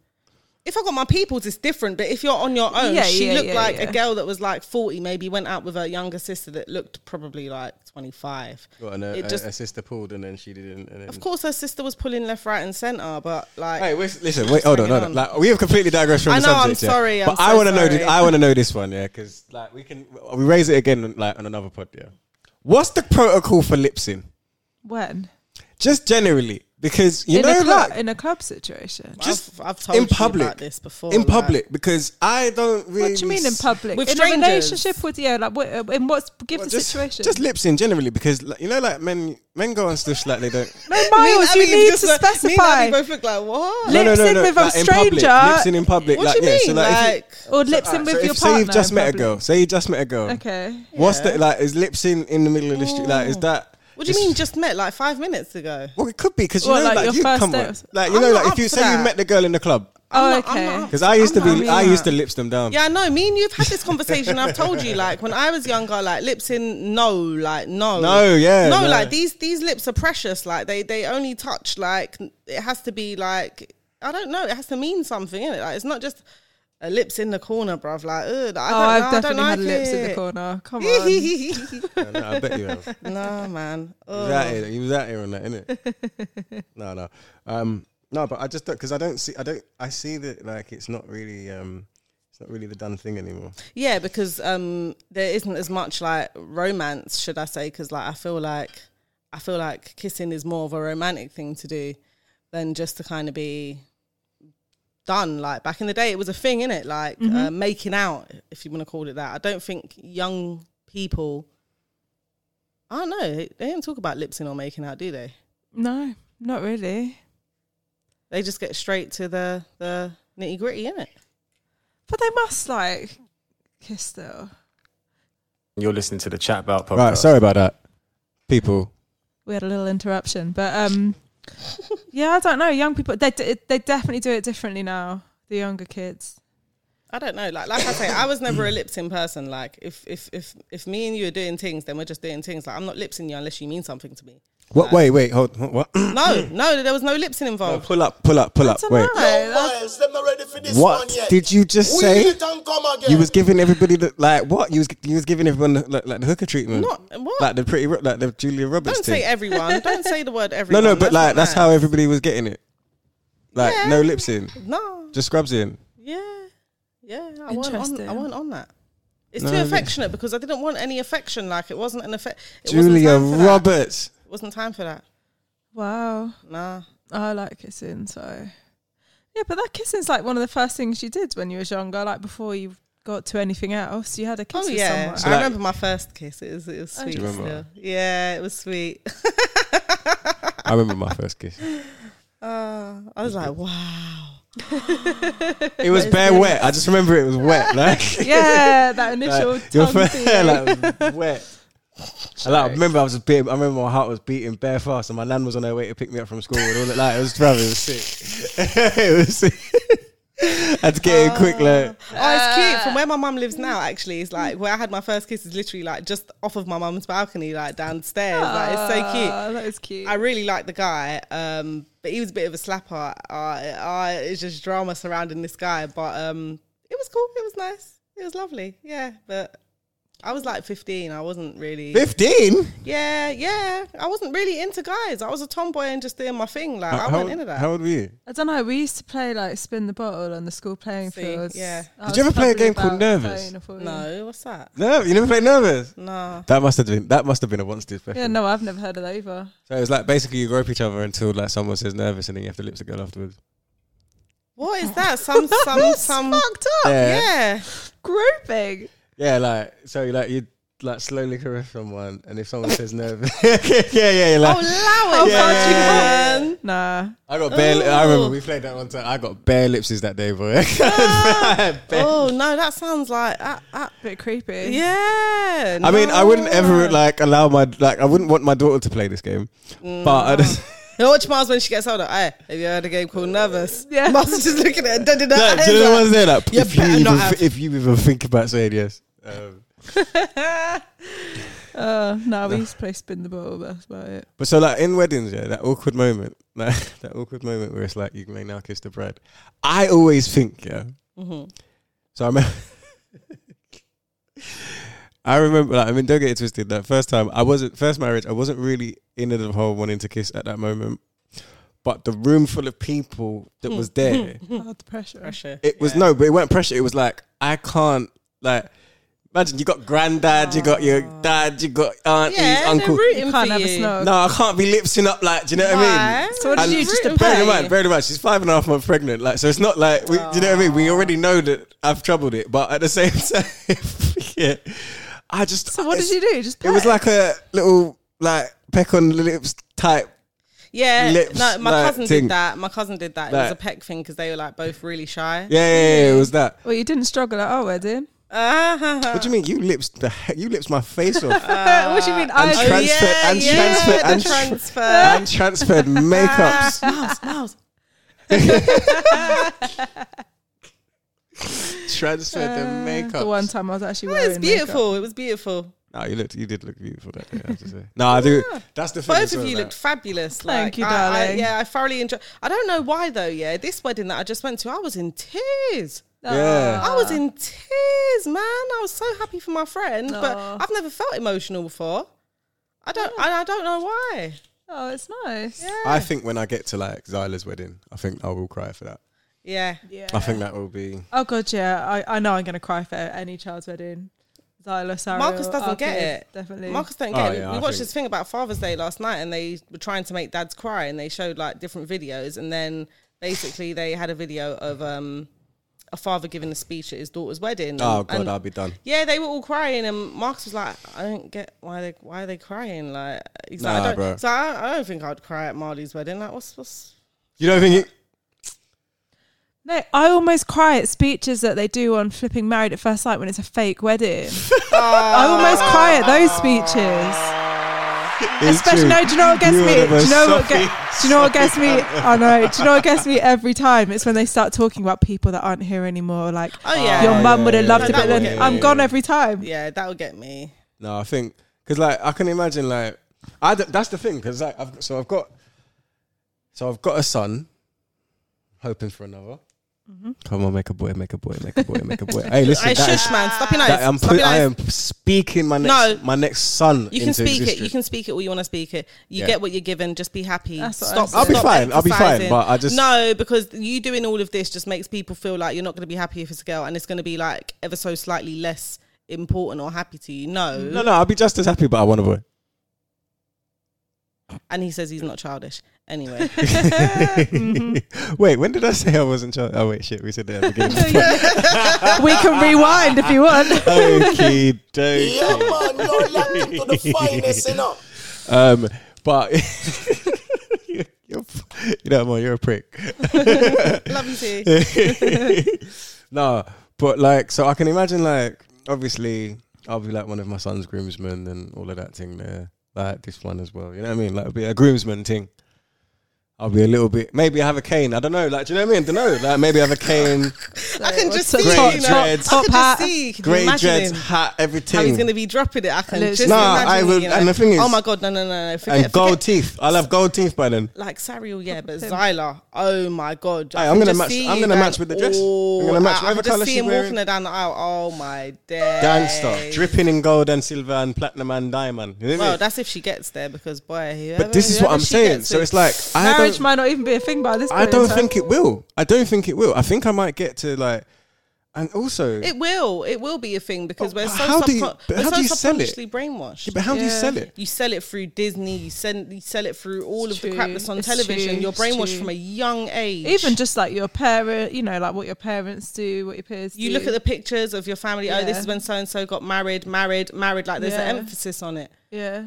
[SPEAKER 6] If I got my peoples, it's different. But if you're on your own,
[SPEAKER 3] Yeah,
[SPEAKER 6] she
[SPEAKER 3] yeah,
[SPEAKER 6] looked
[SPEAKER 3] yeah,
[SPEAKER 6] like
[SPEAKER 3] yeah.
[SPEAKER 6] a girl that was like forty. Maybe went out with her younger sister that looked probably like twenty five.
[SPEAKER 2] Got an, uh,
[SPEAKER 6] It
[SPEAKER 2] a,
[SPEAKER 6] just-
[SPEAKER 2] a sister pulled and then she didn't. And then
[SPEAKER 6] Of course, her sister was pulling left, right, and centre. But like,
[SPEAKER 2] Hey, wait, listen, wait, hold on, hold on. Like, we have completely digressed from
[SPEAKER 6] I
[SPEAKER 2] the
[SPEAKER 6] know, I'm
[SPEAKER 2] subject. yeah.
[SPEAKER 6] sorry, I'm
[SPEAKER 2] but I
[SPEAKER 6] so
[SPEAKER 2] want to know.
[SPEAKER 6] sorry.
[SPEAKER 2] I want to know this one, yeah, because like we can we raise it again like on another pod, yeah. What's the protocol for lipsing?
[SPEAKER 3] When
[SPEAKER 2] Just generally, because you
[SPEAKER 3] in
[SPEAKER 2] know,
[SPEAKER 3] a club,
[SPEAKER 2] like
[SPEAKER 3] in a club situation,
[SPEAKER 6] just I've, I've told
[SPEAKER 2] in
[SPEAKER 6] you about
[SPEAKER 2] public,
[SPEAKER 6] this before.
[SPEAKER 2] in
[SPEAKER 6] like-
[SPEAKER 2] public, because I don't really.
[SPEAKER 3] What do you mean in
[SPEAKER 2] s-
[SPEAKER 3] public?
[SPEAKER 6] With
[SPEAKER 3] in
[SPEAKER 6] strangers.
[SPEAKER 3] a relationship with yeah, like what, uh, in what's give the
[SPEAKER 2] just-
[SPEAKER 3] situation?
[SPEAKER 2] Just lips in generally, because like, you know, like men, men go on stuff like they don't.
[SPEAKER 3] no, Miles,
[SPEAKER 6] Me
[SPEAKER 3] you
[SPEAKER 6] and Abby
[SPEAKER 3] need
[SPEAKER 6] just
[SPEAKER 3] to
[SPEAKER 6] like- Me and
[SPEAKER 3] specify.
[SPEAKER 6] Abby both look like what?
[SPEAKER 2] No, no,
[SPEAKER 3] Lips
[SPEAKER 2] no,
[SPEAKER 3] in
[SPEAKER 2] no,
[SPEAKER 3] with a
[SPEAKER 2] like in public,
[SPEAKER 3] stranger?
[SPEAKER 2] lips in in public,
[SPEAKER 6] What
[SPEAKER 2] like
[SPEAKER 6] do you
[SPEAKER 2] yeah.
[SPEAKER 6] mean?
[SPEAKER 2] So like, if you-
[SPEAKER 6] like,
[SPEAKER 3] or lips in
[SPEAKER 2] so
[SPEAKER 3] with
[SPEAKER 2] if-
[SPEAKER 3] your
[SPEAKER 2] say
[SPEAKER 3] partner.
[SPEAKER 2] you've just
[SPEAKER 3] in
[SPEAKER 2] met a
[SPEAKER 3] public.
[SPEAKER 2] girl. Say you just met a girl.
[SPEAKER 3] Okay.
[SPEAKER 2] What's the like? Is lips in in the middle of the street? Like, is that?
[SPEAKER 6] Oh. what do you
[SPEAKER 2] is-
[SPEAKER 6] mean? Just met like five minutes ago.
[SPEAKER 2] Well, it could be because you
[SPEAKER 3] What,
[SPEAKER 2] know,
[SPEAKER 3] like
[SPEAKER 2] like,
[SPEAKER 3] your
[SPEAKER 2] you
[SPEAKER 3] first
[SPEAKER 2] come
[SPEAKER 3] date
[SPEAKER 2] on,
[SPEAKER 3] or something?
[SPEAKER 2] like you
[SPEAKER 6] I'm
[SPEAKER 2] know,
[SPEAKER 6] not
[SPEAKER 2] like if
[SPEAKER 6] up
[SPEAKER 2] you
[SPEAKER 6] for
[SPEAKER 2] say you
[SPEAKER 6] that.
[SPEAKER 2] met the girl in the club,
[SPEAKER 3] Oh,
[SPEAKER 6] I'm not- I'm
[SPEAKER 3] okay.
[SPEAKER 6] not-
[SPEAKER 2] because I used
[SPEAKER 6] I'm
[SPEAKER 2] to
[SPEAKER 6] not
[SPEAKER 2] be,
[SPEAKER 6] doing
[SPEAKER 2] I used to
[SPEAKER 6] that.
[SPEAKER 2] lips them down.
[SPEAKER 6] Yeah, I know. Me and you've had this conversation. I've told you, like when I was younger, like lips in no, like no,
[SPEAKER 2] No, yeah,
[SPEAKER 6] no,
[SPEAKER 2] no.
[SPEAKER 6] like these these lips are precious. Like they they only touch. Like it has to be like I don't know. It has to mean something in it. Like it's not just a lips in the corner, bruv. Like ugh, I
[SPEAKER 3] Oh,
[SPEAKER 6] don't
[SPEAKER 3] I've
[SPEAKER 6] know, I
[SPEAKER 3] definitely
[SPEAKER 6] don't like
[SPEAKER 3] had lips in the
[SPEAKER 6] it.
[SPEAKER 3] corner. Come on.
[SPEAKER 2] Yeah, no, I bet you have. He
[SPEAKER 6] no man.
[SPEAKER 2] was
[SPEAKER 6] Ugh.
[SPEAKER 2] out here, he was out here on that, innit? no, no, um, no, but I just don't because I don't see, I don't, I see that like it's not really, um, it's not really the done thing anymore.
[SPEAKER 6] Yeah, because um, there isn't as much like romance, should I say? Because like I feel like I feel like kissing is more of a romantic thing to do than just to kind of be done. Like back in the day, it was a thing, in it, like uh, making out, if you want to call it that. I don't think young people. I don't know. They don't talk about lipsing or making out, do they?
[SPEAKER 3] No, not really.
[SPEAKER 6] They just get straight to the the nitty gritty, innit?
[SPEAKER 3] But they must like kiss though.
[SPEAKER 13] You're listening to the Chat About podcast.
[SPEAKER 2] Right, sorry about that, people.
[SPEAKER 3] We had a little interruption, but um, yeah, I don't know. Young people, they d- they definitely do it differently now. The younger kids.
[SPEAKER 6] I don't know. Like, like I say, I was never a lips in person. Like, if if if if me and you are doing things, then we're just doing things. Like, I'm not lipsing you unless you mean something to me.
[SPEAKER 2] What? Wait, wait, hold, hold what?
[SPEAKER 6] No,
[SPEAKER 2] Hmm.
[SPEAKER 6] no, there was no lipsing involved.
[SPEAKER 2] pull up, pull up,
[SPEAKER 6] Uh,
[SPEAKER 2] pull up. Wait,
[SPEAKER 8] Yo, Miles, them not ready for this
[SPEAKER 2] what
[SPEAKER 8] one yet.
[SPEAKER 2] did you just say?
[SPEAKER 8] Wheel it and come again.
[SPEAKER 2] You was giving everybody the, like what? You was you was giving everyone the, like, like the hooker treatment,
[SPEAKER 6] Not what?
[SPEAKER 2] like the pretty ro- like the Julia Roberts.
[SPEAKER 6] don't
[SPEAKER 2] thing.
[SPEAKER 6] say everyone. Don't say the word
[SPEAKER 2] No,
[SPEAKER 6] everyone.
[SPEAKER 2] no, but like
[SPEAKER 6] not
[SPEAKER 2] that's
[SPEAKER 6] nice.
[SPEAKER 2] how everybody was getting it. Like
[SPEAKER 6] Yeah.
[SPEAKER 2] no lips in,
[SPEAKER 6] No.
[SPEAKER 2] just scrubs in.
[SPEAKER 6] Yeah. Yeah. I wasn't on.
[SPEAKER 3] Interesting.
[SPEAKER 6] I wasn't on that. It's
[SPEAKER 2] No,
[SPEAKER 6] too
[SPEAKER 2] really.
[SPEAKER 6] affectionate because I didn't want any affection. Like it wasn't an effect. It
[SPEAKER 2] Julia
[SPEAKER 6] wasn't time for that.
[SPEAKER 2] Roberts.
[SPEAKER 6] It wasn't time for that.
[SPEAKER 3] Wow,
[SPEAKER 6] Nah.
[SPEAKER 3] I like kissing. So yeah, but that kissing's like one of the first things you did when you was younger, like before you got to anything else. You had a kiss
[SPEAKER 6] Oh
[SPEAKER 3] with
[SPEAKER 6] yeah,
[SPEAKER 3] someone.
[SPEAKER 6] I remember my first kiss. It was, it was sweet.
[SPEAKER 2] you remember?
[SPEAKER 6] Still. Yeah, it was sweet.
[SPEAKER 2] I remember my first kiss.
[SPEAKER 6] Uh, I was like, wow.
[SPEAKER 2] It was bare wet. I just remember it was wet. Like
[SPEAKER 3] yeah, that initial
[SPEAKER 2] your
[SPEAKER 3] tongue
[SPEAKER 2] first
[SPEAKER 3] feeling.
[SPEAKER 2] like wet. And, like, I remember I was beating, I remember my heart was beating bare fast, and my nan was on her way to pick me up from school. And all that, like, it was driving, it was sick. it was sick. I had to get in quick, like.
[SPEAKER 6] Oh, it's cute. From where my mum lives now, actually, it's like where I had my first kiss is literally like just off of my mum's balcony, like downstairs. like it's so cute.
[SPEAKER 3] Ah, that is cute.
[SPEAKER 6] I really liked the guy, um, but he was a bit of a slapper. Uh, uh, it's just drama surrounding this guy, but um, it was cool. It was nice. It was lovely. Yeah, but I was like 15. I wasn't really
[SPEAKER 2] 15?
[SPEAKER 6] Yeah, yeah. I wasn't really into guys. I was a tomboy and just doing my thing. Like I
[SPEAKER 2] How-
[SPEAKER 6] wasn't into that.
[SPEAKER 2] How old were you?
[SPEAKER 3] I don't know. We used to play like spin the bottle on the school playing
[SPEAKER 6] See,
[SPEAKER 3] fields.
[SPEAKER 6] yeah.
[SPEAKER 3] I
[SPEAKER 2] Did you
[SPEAKER 3] was
[SPEAKER 2] ever play a
[SPEAKER 3] probably
[SPEAKER 2] game called
[SPEAKER 3] about
[SPEAKER 2] Nervous?
[SPEAKER 3] 13 or 14.
[SPEAKER 6] No, Oh, what's that?
[SPEAKER 2] No, you never played nervous.
[SPEAKER 6] No.
[SPEAKER 2] That must have been that must have been a once did special.
[SPEAKER 3] Yeah, no, I've never heard of that either.
[SPEAKER 2] So it was like basically you grope each other until like someone says nervous, and then you have to lips the girl afterwards.
[SPEAKER 6] What is that? Some some
[SPEAKER 3] That's
[SPEAKER 6] some
[SPEAKER 3] fucked up.
[SPEAKER 2] Yeah.
[SPEAKER 6] Yeah.
[SPEAKER 3] Grouping.
[SPEAKER 2] Yeah, like so, like you like slowly caress someone, and if someone says nervous, yeah, yeah, yeah, like,
[SPEAKER 6] allow
[SPEAKER 3] Oh,
[SPEAKER 2] Yeah, yeah,
[SPEAKER 3] yeah, Nah.
[SPEAKER 2] I got bare. Li- I remember we played that one time. I got bare lipses that day, boy. Bare-
[SPEAKER 6] Oh no, that sounds like uh, uh,
[SPEAKER 3] Bit creepy.
[SPEAKER 6] yeah.
[SPEAKER 2] I mean, I wouldn't
[SPEAKER 6] no.
[SPEAKER 2] ever like allow my like. I wouldn't want my daughter to play this game,
[SPEAKER 6] Mm.
[SPEAKER 2] but I just,
[SPEAKER 6] You know what Miles when she gets older? Hey, have you heard a game called Nervous?
[SPEAKER 3] Yeah.
[SPEAKER 6] Miles is just looking at her. da, da, da,
[SPEAKER 2] like,
[SPEAKER 6] eyes
[SPEAKER 2] do you know
[SPEAKER 6] like,
[SPEAKER 2] what's there? Like,
[SPEAKER 6] "You
[SPEAKER 2] if you
[SPEAKER 6] better not
[SPEAKER 2] even
[SPEAKER 6] have-
[SPEAKER 2] if you even think about saying yes, um,
[SPEAKER 3] Uh, no, we used to play spin the bottle. That's about it.
[SPEAKER 2] But so like in weddings, yeah, that awkward moment, like, that awkward moment where it's like you may now kiss the bride. I always think, yeah. So I remember, I remember, like, I mean, don't get it twisted. That first time I wasn't first marriage, I wasn't really in it the whole wanting to kiss at that moment. But the room full of people that was there,
[SPEAKER 6] Hmm.
[SPEAKER 3] Oh, the pressure.
[SPEAKER 6] Pressure.
[SPEAKER 2] it was no, but it weren't pressure. It was like I can't like. Imagine you got granddad, you got your dad, you got aunties,
[SPEAKER 6] Yeah, they're
[SPEAKER 2] uncle.
[SPEAKER 6] rooting
[SPEAKER 3] Can't
[SPEAKER 6] for
[SPEAKER 3] have
[SPEAKER 6] you.
[SPEAKER 3] a snog.
[SPEAKER 2] No, I can't be lipsing up like. Do you know what I mean?
[SPEAKER 6] Why?
[SPEAKER 3] So what did
[SPEAKER 2] And
[SPEAKER 3] you just
[SPEAKER 6] Rooting
[SPEAKER 2] Bear in
[SPEAKER 6] for
[SPEAKER 2] mind,
[SPEAKER 6] you.
[SPEAKER 2] bear in mind, she's five and a half months pregnant. Like, so it's not like we, do you know what I mean.
[SPEAKER 3] Oh.
[SPEAKER 2] We already know that I've troubled it, but at the same time, yeah, I just.
[SPEAKER 3] So what did
[SPEAKER 2] it's-
[SPEAKER 3] you do? Just
[SPEAKER 2] It was
[SPEAKER 3] play?
[SPEAKER 2] like a little like peck on the lips type.
[SPEAKER 6] Yeah,
[SPEAKER 2] lips,
[SPEAKER 6] no, my
[SPEAKER 2] like,
[SPEAKER 6] cousin
[SPEAKER 2] thing.
[SPEAKER 6] did that. My cousin did that. It was
[SPEAKER 2] Like-
[SPEAKER 6] a peck thing because they were like both really shy.
[SPEAKER 2] Yeah, yeah, yeah, it was that.
[SPEAKER 3] Well, you didn't struggle at our wedding.
[SPEAKER 6] Oh,
[SPEAKER 2] What do you mean? You lips the heck? You lips my face off.
[SPEAKER 6] Uh,
[SPEAKER 3] what do you mean?
[SPEAKER 2] and
[SPEAKER 6] oh,
[SPEAKER 3] I
[SPEAKER 2] transfer- and transfer-
[SPEAKER 6] the
[SPEAKER 2] and tr-
[SPEAKER 6] transfer.
[SPEAKER 2] and transferred makeups.
[SPEAKER 6] Miles, Miles.
[SPEAKER 2] transferred the
[SPEAKER 3] Uh,
[SPEAKER 2] makeups.
[SPEAKER 3] the one time I was actually
[SPEAKER 6] It
[SPEAKER 3] wearing
[SPEAKER 6] was Oh, beautiful. It was beautiful.
[SPEAKER 2] No, you looked. You did look beautiful that day. I have to say. No, I do.
[SPEAKER 3] Ah,
[SPEAKER 2] That's the thing.
[SPEAKER 6] Both
[SPEAKER 2] as
[SPEAKER 6] of
[SPEAKER 2] well,
[SPEAKER 6] you
[SPEAKER 2] like-
[SPEAKER 6] looked fabulous.
[SPEAKER 3] Thank
[SPEAKER 6] like,
[SPEAKER 3] you,
[SPEAKER 6] I, I,
[SPEAKER 3] darling.
[SPEAKER 6] yeah, I thoroughly enjoyed. I don't know why though. Yeah, this wedding that I just went to, I was in tears.
[SPEAKER 2] Yeah.
[SPEAKER 3] Ah.
[SPEAKER 6] I was in tears, man. I was so happy for my friend,
[SPEAKER 3] Ah.
[SPEAKER 6] but I've never felt emotional before. I don't. I, I don't know why.
[SPEAKER 3] Oh, it's nice. Yeah.
[SPEAKER 2] I think when I get to like Zyla's wedding, I think I will cry for that.
[SPEAKER 6] Yeah.
[SPEAKER 2] I think that will be.
[SPEAKER 3] Oh god, yeah. I, I know I'm gonna cry for any child's wedding. Xyla, Sarah,
[SPEAKER 6] Marcus doesn't get it.
[SPEAKER 3] Definitely.
[SPEAKER 6] Marcus don't
[SPEAKER 2] Oh,
[SPEAKER 6] get it.
[SPEAKER 2] yeah,
[SPEAKER 6] we
[SPEAKER 2] I
[SPEAKER 6] watched
[SPEAKER 2] think-
[SPEAKER 6] this thing about Father's Day last night, and they were trying to make dads cry, and they showed like different videos, and then basically they had a video of um a father giving a speech at his daughter's wedding.
[SPEAKER 2] Oh
[SPEAKER 6] and-
[SPEAKER 2] god,
[SPEAKER 6] and-
[SPEAKER 2] I'll be done.
[SPEAKER 6] Yeah, they were all crying, and Marcus was like, "I don't get why they why are they crying." Like, he's like,
[SPEAKER 2] Nah,
[SPEAKER 6] I don't,
[SPEAKER 2] bro.
[SPEAKER 6] so I, I don't think I'd cry at Marley's wedding. Like, what's what's?
[SPEAKER 2] You don't think it?
[SPEAKER 3] No, I almost cry at speeches that they do on flipping married at first sight when it's a fake wedding. I almost cry at those speeches.
[SPEAKER 2] It's
[SPEAKER 3] Especially,
[SPEAKER 2] true.
[SPEAKER 3] no, do you know what gets
[SPEAKER 2] You are
[SPEAKER 3] me?
[SPEAKER 2] the
[SPEAKER 3] Do
[SPEAKER 2] most
[SPEAKER 3] you know what,
[SPEAKER 2] soppy-
[SPEAKER 3] get, do you know what gets me?
[SPEAKER 2] soppy
[SPEAKER 3] I know. Do you know what gets me every time? It's when they start talking about people that aren't here anymore. Like,
[SPEAKER 6] Oh yeah,
[SPEAKER 3] your mum
[SPEAKER 2] yeah,
[SPEAKER 3] would have
[SPEAKER 2] yeah,
[SPEAKER 3] loved
[SPEAKER 6] yeah,
[SPEAKER 3] it, but
[SPEAKER 6] yeah,
[SPEAKER 3] then
[SPEAKER 6] yeah,
[SPEAKER 3] I'm
[SPEAKER 2] yeah,
[SPEAKER 3] gone
[SPEAKER 2] yeah.
[SPEAKER 3] every time.
[SPEAKER 6] yeah, that would get me.
[SPEAKER 2] No, I think because like I can imagine like I d- that's the thing because like I've so I've got so I've got a son, hoping for another.
[SPEAKER 3] Mm-hmm.
[SPEAKER 2] Come on, make a boy, make a boy, make a boy, make a boy. hey, listen,
[SPEAKER 6] I
[SPEAKER 2] that
[SPEAKER 6] shush,
[SPEAKER 2] is-
[SPEAKER 6] man. Stop your nose.
[SPEAKER 2] that- I'm
[SPEAKER 6] Stop
[SPEAKER 2] put,
[SPEAKER 6] your
[SPEAKER 2] I
[SPEAKER 6] nose.
[SPEAKER 2] am speaking my next
[SPEAKER 6] No.
[SPEAKER 2] my next son.
[SPEAKER 6] You
[SPEAKER 2] into
[SPEAKER 6] can speak
[SPEAKER 2] existence.
[SPEAKER 6] it. You can speak it all you want to speak it. You
[SPEAKER 2] Yeah.
[SPEAKER 6] get what you're given. Just be happy.
[SPEAKER 3] That's what I'm
[SPEAKER 6] stop.
[SPEAKER 3] saying. I'll be
[SPEAKER 6] stop
[SPEAKER 2] fine, I'll be fine,
[SPEAKER 6] emphasizing.
[SPEAKER 2] but I just-
[SPEAKER 6] no because you doing all of this just makes people feel like you're not going to be happy if it's a girl, and it's going to be like ever so slightly less important or happy to you. No.
[SPEAKER 2] No, no, I'll be just as happy, but I want a boy.
[SPEAKER 6] And he says he's not childish. Anyway, Mm-hmm.
[SPEAKER 2] Wait, when did I say I wasn't? Child- oh wait, shit, we said that at the beginning.
[SPEAKER 3] we can rewind if you want.
[SPEAKER 2] Okie
[SPEAKER 8] Yeah,
[SPEAKER 2] dokie.
[SPEAKER 8] man, you're locked into the finest, you know.
[SPEAKER 2] Um, but you're, you're, you know, Mo, you're a prick.
[SPEAKER 6] love you too.
[SPEAKER 2] no, but like, so I can imagine, like, obviously, I'll be like one of my son's groomsmen and all of that thing there. Like this one as well. You know what I mean? Like it'll be a groomsman thing. I'll be a little bit. Maybe I have a cane. I don't know. Like, do you know what I mean? don't know. Like, maybe I have a cane.
[SPEAKER 6] I can just see,
[SPEAKER 2] Great
[SPEAKER 6] you know,
[SPEAKER 2] dreads.
[SPEAKER 6] I can
[SPEAKER 2] Top
[SPEAKER 6] just see, can you
[SPEAKER 2] Grey
[SPEAKER 6] imagine
[SPEAKER 2] dreads,
[SPEAKER 6] him?
[SPEAKER 2] hat, everything.
[SPEAKER 6] How he's gonna be dropping it? I can
[SPEAKER 2] Literally.
[SPEAKER 6] just
[SPEAKER 2] Nah,
[SPEAKER 6] imagine
[SPEAKER 2] I
[SPEAKER 6] it,
[SPEAKER 2] will-
[SPEAKER 6] you know.
[SPEAKER 2] and the thing is-
[SPEAKER 6] oh my god, no, no, no, no, forget,
[SPEAKER 2] and gold
[SPEAKER 6] forget-
[SPEAKER 2] teeth. I'll have gold teeth by then.
[SPEAKER 6] Like Sariel, yeah, but Zyla, oh my god! I
[SPEAKER 2] Hey,
[SPEAKER 6] can
[SPEAKER 2] I'm gonna
[SPEAKER 6] just
[SPEAKER 2] match-
[SPEAKER 6] see
[SPEAKER 2] I'm
[SPEAKER 6] you
[SPEAKER 2] gonna
[SPEAKER 6] going
[SPEAKER 2] match with the dress. I'm
[SPEAKER 6] all
[SPEAKER 2] gonna
[SPEAKER 6] out. I
[SPEAKER 2] match whatever
[SPEAKER 6] can just
[SPEAKER 2] colour
[SPEAKER 6] see
[SPEAKER 2] she's
[SPEAKER 6] him walking
[SPEAKER 2] wearing.
[SPEAKER 6] her down the aisle. Oh my day!
[SPEAKER 2] Dan stuff, dripping in gold and silver and platinum and diamond. You know what I
[SPEAKER 6] Well,
[SPEAKER 2] mean?
[SPEAKER 6] that's if she gets there because boy, whoever,
[SPEAKER 2] But this is what
[SPEAKER 6] whoever
[SPEAKER 2] I'm
[SPEAKER 6] she
[SPEAKER 2] saying.
[SPEAKER 6] gets
[SPEAKER 2] So
[SPEAKER 6] with-
[SPEAKER 2] it's like I
[SPEAKER 3] Marriage
[SPEAKER 2] don't,
[SPEAKER 3] might not even be a thing by this point.
[SPEAKER 2] I don't
[SPEAKER 3] in time.
[SPEAKER 2] think it will. I don't think it will. I think I might get to like, and also,
[SPEAKER 6] It will. It will be a thing because we're so
[SPEAKER 2] Oh, how do you-
[SPEAKER 6] subcon-
[SPEAKER 2] but
[SPEAKER 6] we're
[SPEAKER 2] how
[SPEAKER 6] so
[SPEAKER 2] do you sell it?
[SPEAKER 6] subconsciously brainwashed.
[SPEAKER 2] Yeah, but how do you Yeah. sell it?
[SPEAKER 6] You sell it through Disney. You send. You sell it through all of the crap
[SPEAKER 3] true.
[SPEAKER 6] that's on
[SPEAKER 3] It's
[SPEAKER 6] television.
[SPEAKER 3] true.
[SPEAKER 6] You're
[SPEAKER 3] It's
[SPEAKER 6] brainwashed
[SPEAKER 3] true.
[SPEAKER 6] from a young age.
[SPEAKER 3] Even just like your parent, you know, like what your parents do, what your peers
[SPEAKER 6] you
[SPEAKER 3] do.
[SPEAKER 6] look at the pictures of your family. Oh, this
[SPEAKER 3] Yeah.
[SPEAKER 6] is when so and so got married, married, married. Like there's an
[SPEAKER 3] Yeah.
[SPEAKER 6] emphasis on it,
[SPEAKER 3] yeah.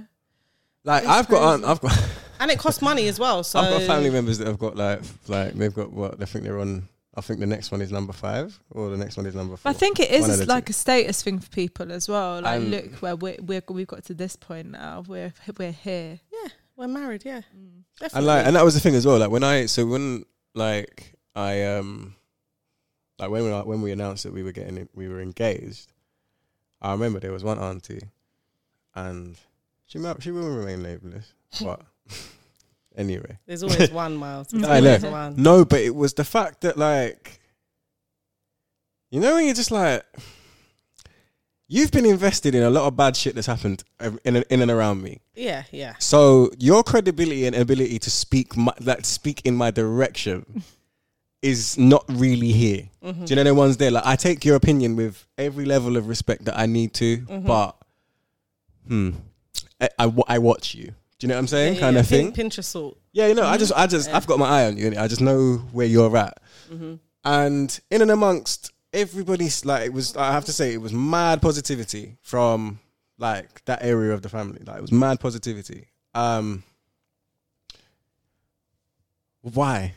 [SPEAKER 2] like I've got, aunt, I've got,
[SPEAKER 6] and it costs money as well. So
[SPEAKER 2] I've
[SPEAKER 3] Oh.
[SPEAKER 2] got family members that have got like, f- like they've got what I think they're on. I think the next one is number five, or the next one is number four.
[SPEAKER 3] But I think it is
[SPEAKER 2] One of the
[SPEAKER 3] it's
[SPEAKER 2] two.
[SPEAKER 3] like a status thing for people as well. Like,
[SPEAKER 2] Um,
[SPEAKER 3] look where we're, we're we've got to this point now. We're we're here.
[SPEAKER 6] Yeah, we're married. Yeah,
[SPEAKER 2] and like and that was the thing as well like when i so when like i um like when we when we announced that we were getting we were engaged i remember there was one auntie and she might, she will remain labelless but anyway
[SPEAKER 6] There's always one, Miles. There's
[SPEAKER 2] I know.
[SPEAKER 6] always one.
[SPEAKER 2] no but it was the fact that like you know when you're just like you've been invested in a lot of bad shit that's happened uh, in and- in and around me
[SPEAKER 6] yeah, yeah.
[SPEAKER 2] so your credibility and ability to speak my, like speak in my direction is not really here.
[SPEAKER 6] Mhm.
[SPEAKER 2] Do you know no one's there? Like I take your opinion with every level of respect that I need to,
[SPEAKER 6] Mhm.
[SPEAKER 2] but hmm, I, I wa- I watch you. Do you know what I'm saying?
[SPEAKER 6] Yeah,
[SPEAKER 2] kind
[SPEAKER 6] yeah,
[SPEAKER 2] of
[SPEAKER 6] pin-
[SPEAKER 2] thing.
[SPEAKER 6] Pinterest salt.
[SPEAKER 2] Yeah, you know,
[SPEAKER 6] Mm-hmm.
[SPEAKER 2] I just I just I've got my eye on you. innit? I just know where you're at.
[SPEAKER 6] Mhm.
[SPEAKER 2] And in and amongst everybody's like it was I have to say it was mad positivity from like that area of the family. Like it was mad positivity. Um why?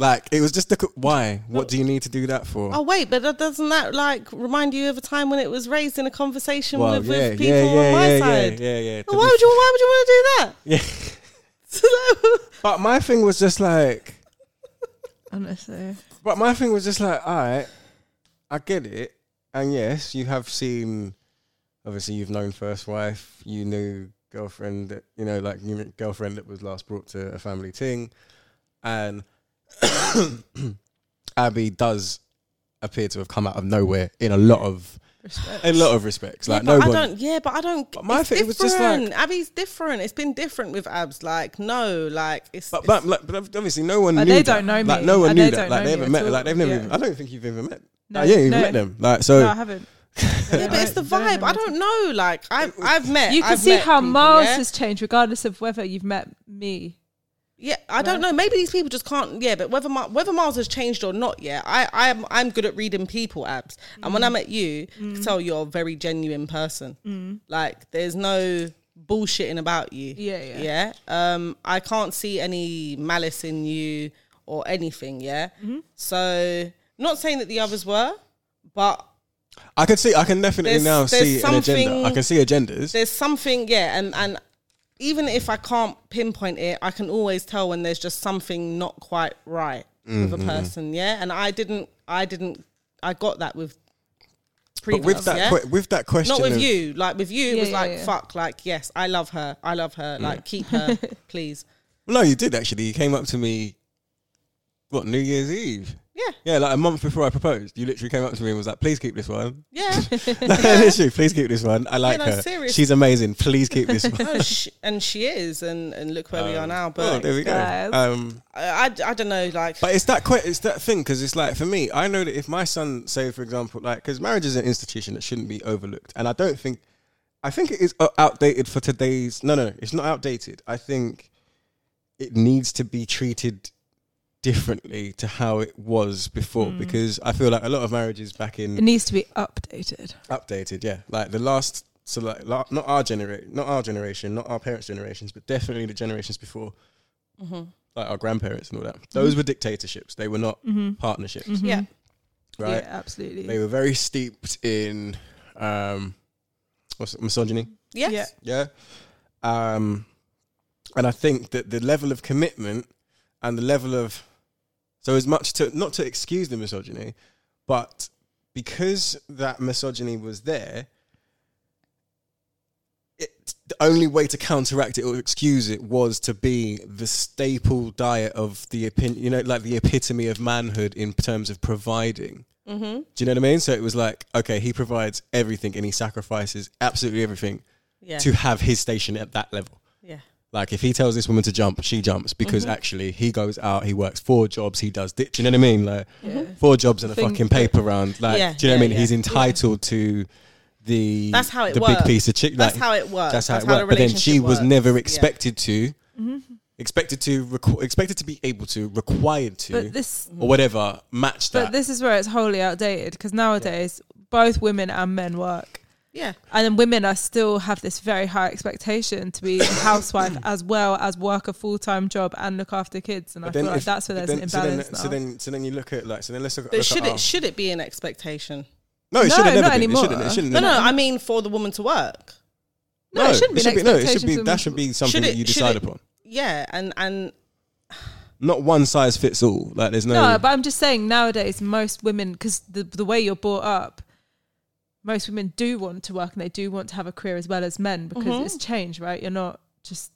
[SPEAKER 2] Like it was just the c- why? What do you need to do that for?
[SPEAKER 6] Oh wait, but that doesn't that like remind you of a time when it was raised in a conversation
[SPEAKER 2] Well,
[SPEAKER 6] with,
[SPEAKER 2] yeah,
[SPEAKER 6] with
[SPEAKER 2] yeah,
[SPEAKER 6] people on
[SPEAKER 2] yeah,
[SPEAKER 6] my
[SPEAKER 2] yeah,
[SPEAKER 6] side?
[SPEAKER 2] yeah, yeah, yeah. To
[SPEAKER 6] Why
[SPEAKER 2] be
[SPEAKER 6] would you? Why would you want to do that?
[SPEAKER 2] Yeah. but my thing was just like
[SPEAKER 3] Honestly.
[SPEAKER 2] But my thing was just like, all right, I get it. And yes, you have seen, obviously, you've known first wife, you knew girlfriend, that- you know, like you knew girlfriend that was last brought to a family thing. And Abby does appear to have come out of nowhere in a lot of, a lot of respects. Like,
[SPEAKER 6] yeah, but
[SPEAKER 2] nobody.
[SPEAKER 6] I don't. Yeah, but I don't.
[SPEAKER 2] my
[SPEAKER 6] it's
[SPEAKER 2] thing was
[SPEAKER 6] different.
[SPEAKER 2] just like-
[SPEAKER 6] Abby's different. It's been different with abs. Like no, like it's.
[SPEAKER 2] But, but, like, but obviously, no one
[SPEAKER 3] But
[SPEAKER 2] knew
[SPEAKER 3] they
[SPEAKER 2] that.
[SPEAKER 3] don't know
[SPEAKER 2] Like,
[SPEAKER 3] me.
[SPEAKER 2] no one
[SPEAKER 3] And
[SPEAKER 2] knew
[SPEAKER 3] they
[SPEAKER 2] that.
[SPEAKER 3] don't
[SPEAKER 2] Like,
[SPEAKER 3] know
[SPEAKER 2] they
[SPEAKER 3] me
[SPEAKER 2] haven't
[SPEAKER 3] at
[SPEAKER 2] met.
[SPEAKER 3] all.
[SPEAKER 2] Like, they've never.
[SPEAKER 3] Yeah.
[SPEAKER 2] Even, I don't think you've ever met. Like, yeah, you've
[SPEAKER 3] no.
[SPEAKER 2] met them. Like, so.
[SPEAKER 3] no, I haven't.
[SPEAKER 6] yeah, but it's the vibe. I don't know. Like I've I've met.
[SPEAKER 3] You can
[SPEAKER 6] I've
[SPEAKER 3] see
[SPEAKER 6] met
[SPEAKER 3] how
[SPEAKER 6] people,
[SPEAKER 3] Miles
[SPEAKER 6] yeah?
[SPEAKER 3] has changed, regardless of whether you've met me.
[SPEAKER 6] Yeah, I don't know. Maybe these people just can't. Yeah, but whether Mar- whether Miles has changed or not, yeah, I I'm I'm good at reading people abs, and
[SPEAKER 3] Mm.
[SPEAKER 6] when I met you, I could tell you're a very genuine person.
[SPEAKER 3] Mm.
[SPEAKER 6] Like there's no bullshitting about you.
[SPEAKER 3] Yeah, yeah.
[SPEAKER 6] yeah. Um, I can't see any malice in you or anything. Yeah.
[SPEAKER 3] Mm-hmm.
[SPEAKER 6] So not saying that the others were, but
[SPEAKER 2] I can see. I can definitely
[SPEAKER 6] There's-
[SPEAKER 2] now
[SPEAKER 6] there's
[SPEAKER 2] see an agenda. I
[SPEAKER 6] something-
[SPEAKER 2] can see agendas.
[SPEAKER 6] there's something yeah and and even if i can't pinpoint it i can always tell when there's just something not quite right with a
[SPEAKER 2] Mm, mm, mm.
[SPEAKER 6] person yeah and i didn't i didn't i got that with
[SPEAKER 2] But
[SPEAKER 6] previous,
[SPEAKER 2] with that,
[SPEAKER 6] yeah?
[SPEAKER 2] que- with that question,
[SPEAKER 6] not with
[SPEAKER 2] of-
[SPEAKER 6] you like with you it
[SPEAKER 3] Yeah,
[SPEAKER 6] was
[SPEAKER 3] yeah,
[SPEAKER 6] like
[SPEAKER 3] yeah.
[SPEAKER 6] fuck like yes i love her i love her
[SPEAKER 2] Mm.
[SPEAKER 6] like keep her please
[SPEAKER 2] Well, no, you did actually. You came up to me. What New Year's Eve?
[SPEAKER 6] Yeah.
[SPEAKER 2] Yeah, like a month before I proposed, you literally came up to me and was like, "Please keep this one."
[SPEAKER 6] yeah
[SPEAKER 2] Like, literally, please keep this one. I like
[SPEAKER 6] no,
[SPEAKER 2] her.
[SPEAKER 6] serious.
[SPEAKER 2] She's amazing. Please keep this one.
[SPEAKER 6] no, Oh, sh- and she is and and look where Oh, we are now but
[SPEAKER 2] well, Oh. there we go. Um,
[SPEAKER 6] I, I, I don't know like
[SPEAKER 2] But it's that que- it's that thing because it's like for me, I know that if my son, say for example, like because marriage is an institution that shouldn't be overlooked, and I don't think, I think it is uh, outdated for today's. No, no, no, it's not outdated. I think it needs to be treated differently to how it was before
[SPEAKER 3] Mm.
[SPEAKER 2] because I feel like a lot of marriages back in
[SPEAKER 3] It needs to be updated.
[SPEAKER 2] updated yeah like the last so like la- not our generation not our generation not our parents generations but definitely the generations before
[SPEAKER 6] Mhm.
[SPEAKER 2] like our grandparents and all that those
[SPEAKER 3] Mhm.
[SPEAKER 2] were dictatorships they were not
[SPEAKER 3] Mhm.
[SPEAKER 2] partnerships
[SPEAKER 3] Mhm.
[SPEAKER 6] Yeah.
[SPEAKER 2] right
[SPEAKER 3] Yeah, absolutely.
[SPEAKER 2] they were very steeped in um what's misogyny?
[SPEAKER 6] Yes.
[SPEAKER 2] Yeah. Um, and I think that the level of commitment and the level of so as much to not to excuse the misogyny, but because that misogyny was there, it the only way to counteract it or excuse it was to be the staple diet of the opinion, you know, like the epitome of manhood in terms of providing.
[SPEAKER 6] Mhm.
[SPEAKER 2] Do you know what I mean? So it was like, okay, he provides everything and he sacrifices absolutely everything
[SPEAKER 6] Yeah.
[SPEAKER 2] to have his station at that level.
[SPEAKER 6] Yeah.
[SPEAKER 2] Like if he tells this woman to jump, she jumps because
[SPEAKER 6] Mhm.
[SPEAKER 2] actually he goes out, he works four jobs, he does. Di- do you know what I mean? Like
[SPEAKER 6] Mhm.
[SPEAKER 2] four jobs and a
[SPEAKER 6] Thing-
[SPEAKER 2] fucking paper round. Like,
[SPEAKER 6] Yeah,
[SPEAKER 2] do you know what I
[SPEAKER 6] yeah,
[SPEAKER 2] mean?
[SPEAKER 6] yeah.
[SPEAKER 2] He's entitled to the
[SPEAKER 6] That's how it
[SPEAKER 2] the
[SPEAKER 6] works.
[SPEAKER 2] big piece of chick.
[SPEAKER 6] That's
[SPEAKER 2] like,
[SPEAKER 6] how it works.
[SPEAKER 2] That's how
[SPEAKER 6] That's
[SPEAKER 2] it
[SPEAKER 6] how the
[SPEAKER 2] works. But then she
[SPEAKER 6] relationship
[SPEAKER 2] was
[SPEAKER 6] works.
[SPEAKER 2] never
[SPEAKER 6] Yeah. Mm-hmm.
[SPEAKER 2] expected to.
[SPEAKER 3] Mhm.
[SPEAKER 2] Expected to, requ- expected to be able to, required to,
[SPEAKER 3] But this-
[SPEAKER 2] or whatever, match that.
[SPEAKER 3] But this is where it's wholly outdated because nowadays both women and men work.
[SPEAKER 6] Yeah.
[SPEAKER 3] And then women are still have this very high expectation to be a housewife as well as work a full time job and look after kids. And I feel like
[SPEAKER 2] if-
[SPEAKER 3] that's where
[SPEAKER 2] but
[SPEAKER 3] there's an
[SPEAKER 2] then- so then-
[SPEAKER 3] imbalance
[SPEAKER 2] So
[SPEAKER 3] now.
[SPEAKER 2] then, so then you look at like so then let's look,
[SPEAKER 6] But
[SPEAKER 2] look
[SPEAKER 6] should
[SPEAKER 2] at our-
[SPEAKER 6] it should it be an expectation?
[SPEAKER 2] No, it No, should have never not been. It anymore. shouldn't- it shouldn't
[SPEAKER 6] no, no.
[SPEAKER 2] have-
[SPEAKER 6] I mean, for the woman to work.
[SPEAKER 2] No, No, it shouldn't it be an should be- no, it should expectation be- for that women- should be something that you
[SPEAKER 6] should
[SPEAKER 2] decide upon.
[SPEAKER 6] Yeah, and and
[SPEAKER 2] not one size fits all. Like there's no.
[SPEAKER 3] No, but I'm just saying nowadays most women because the the way you're brought up, most women do want to work and they do want to have a career as well as men because
[SPEAKER 2] Mm-hmm.
[SPEAKER 6] Mhm.
[SPEAKER 3] it's changed, right? You're not just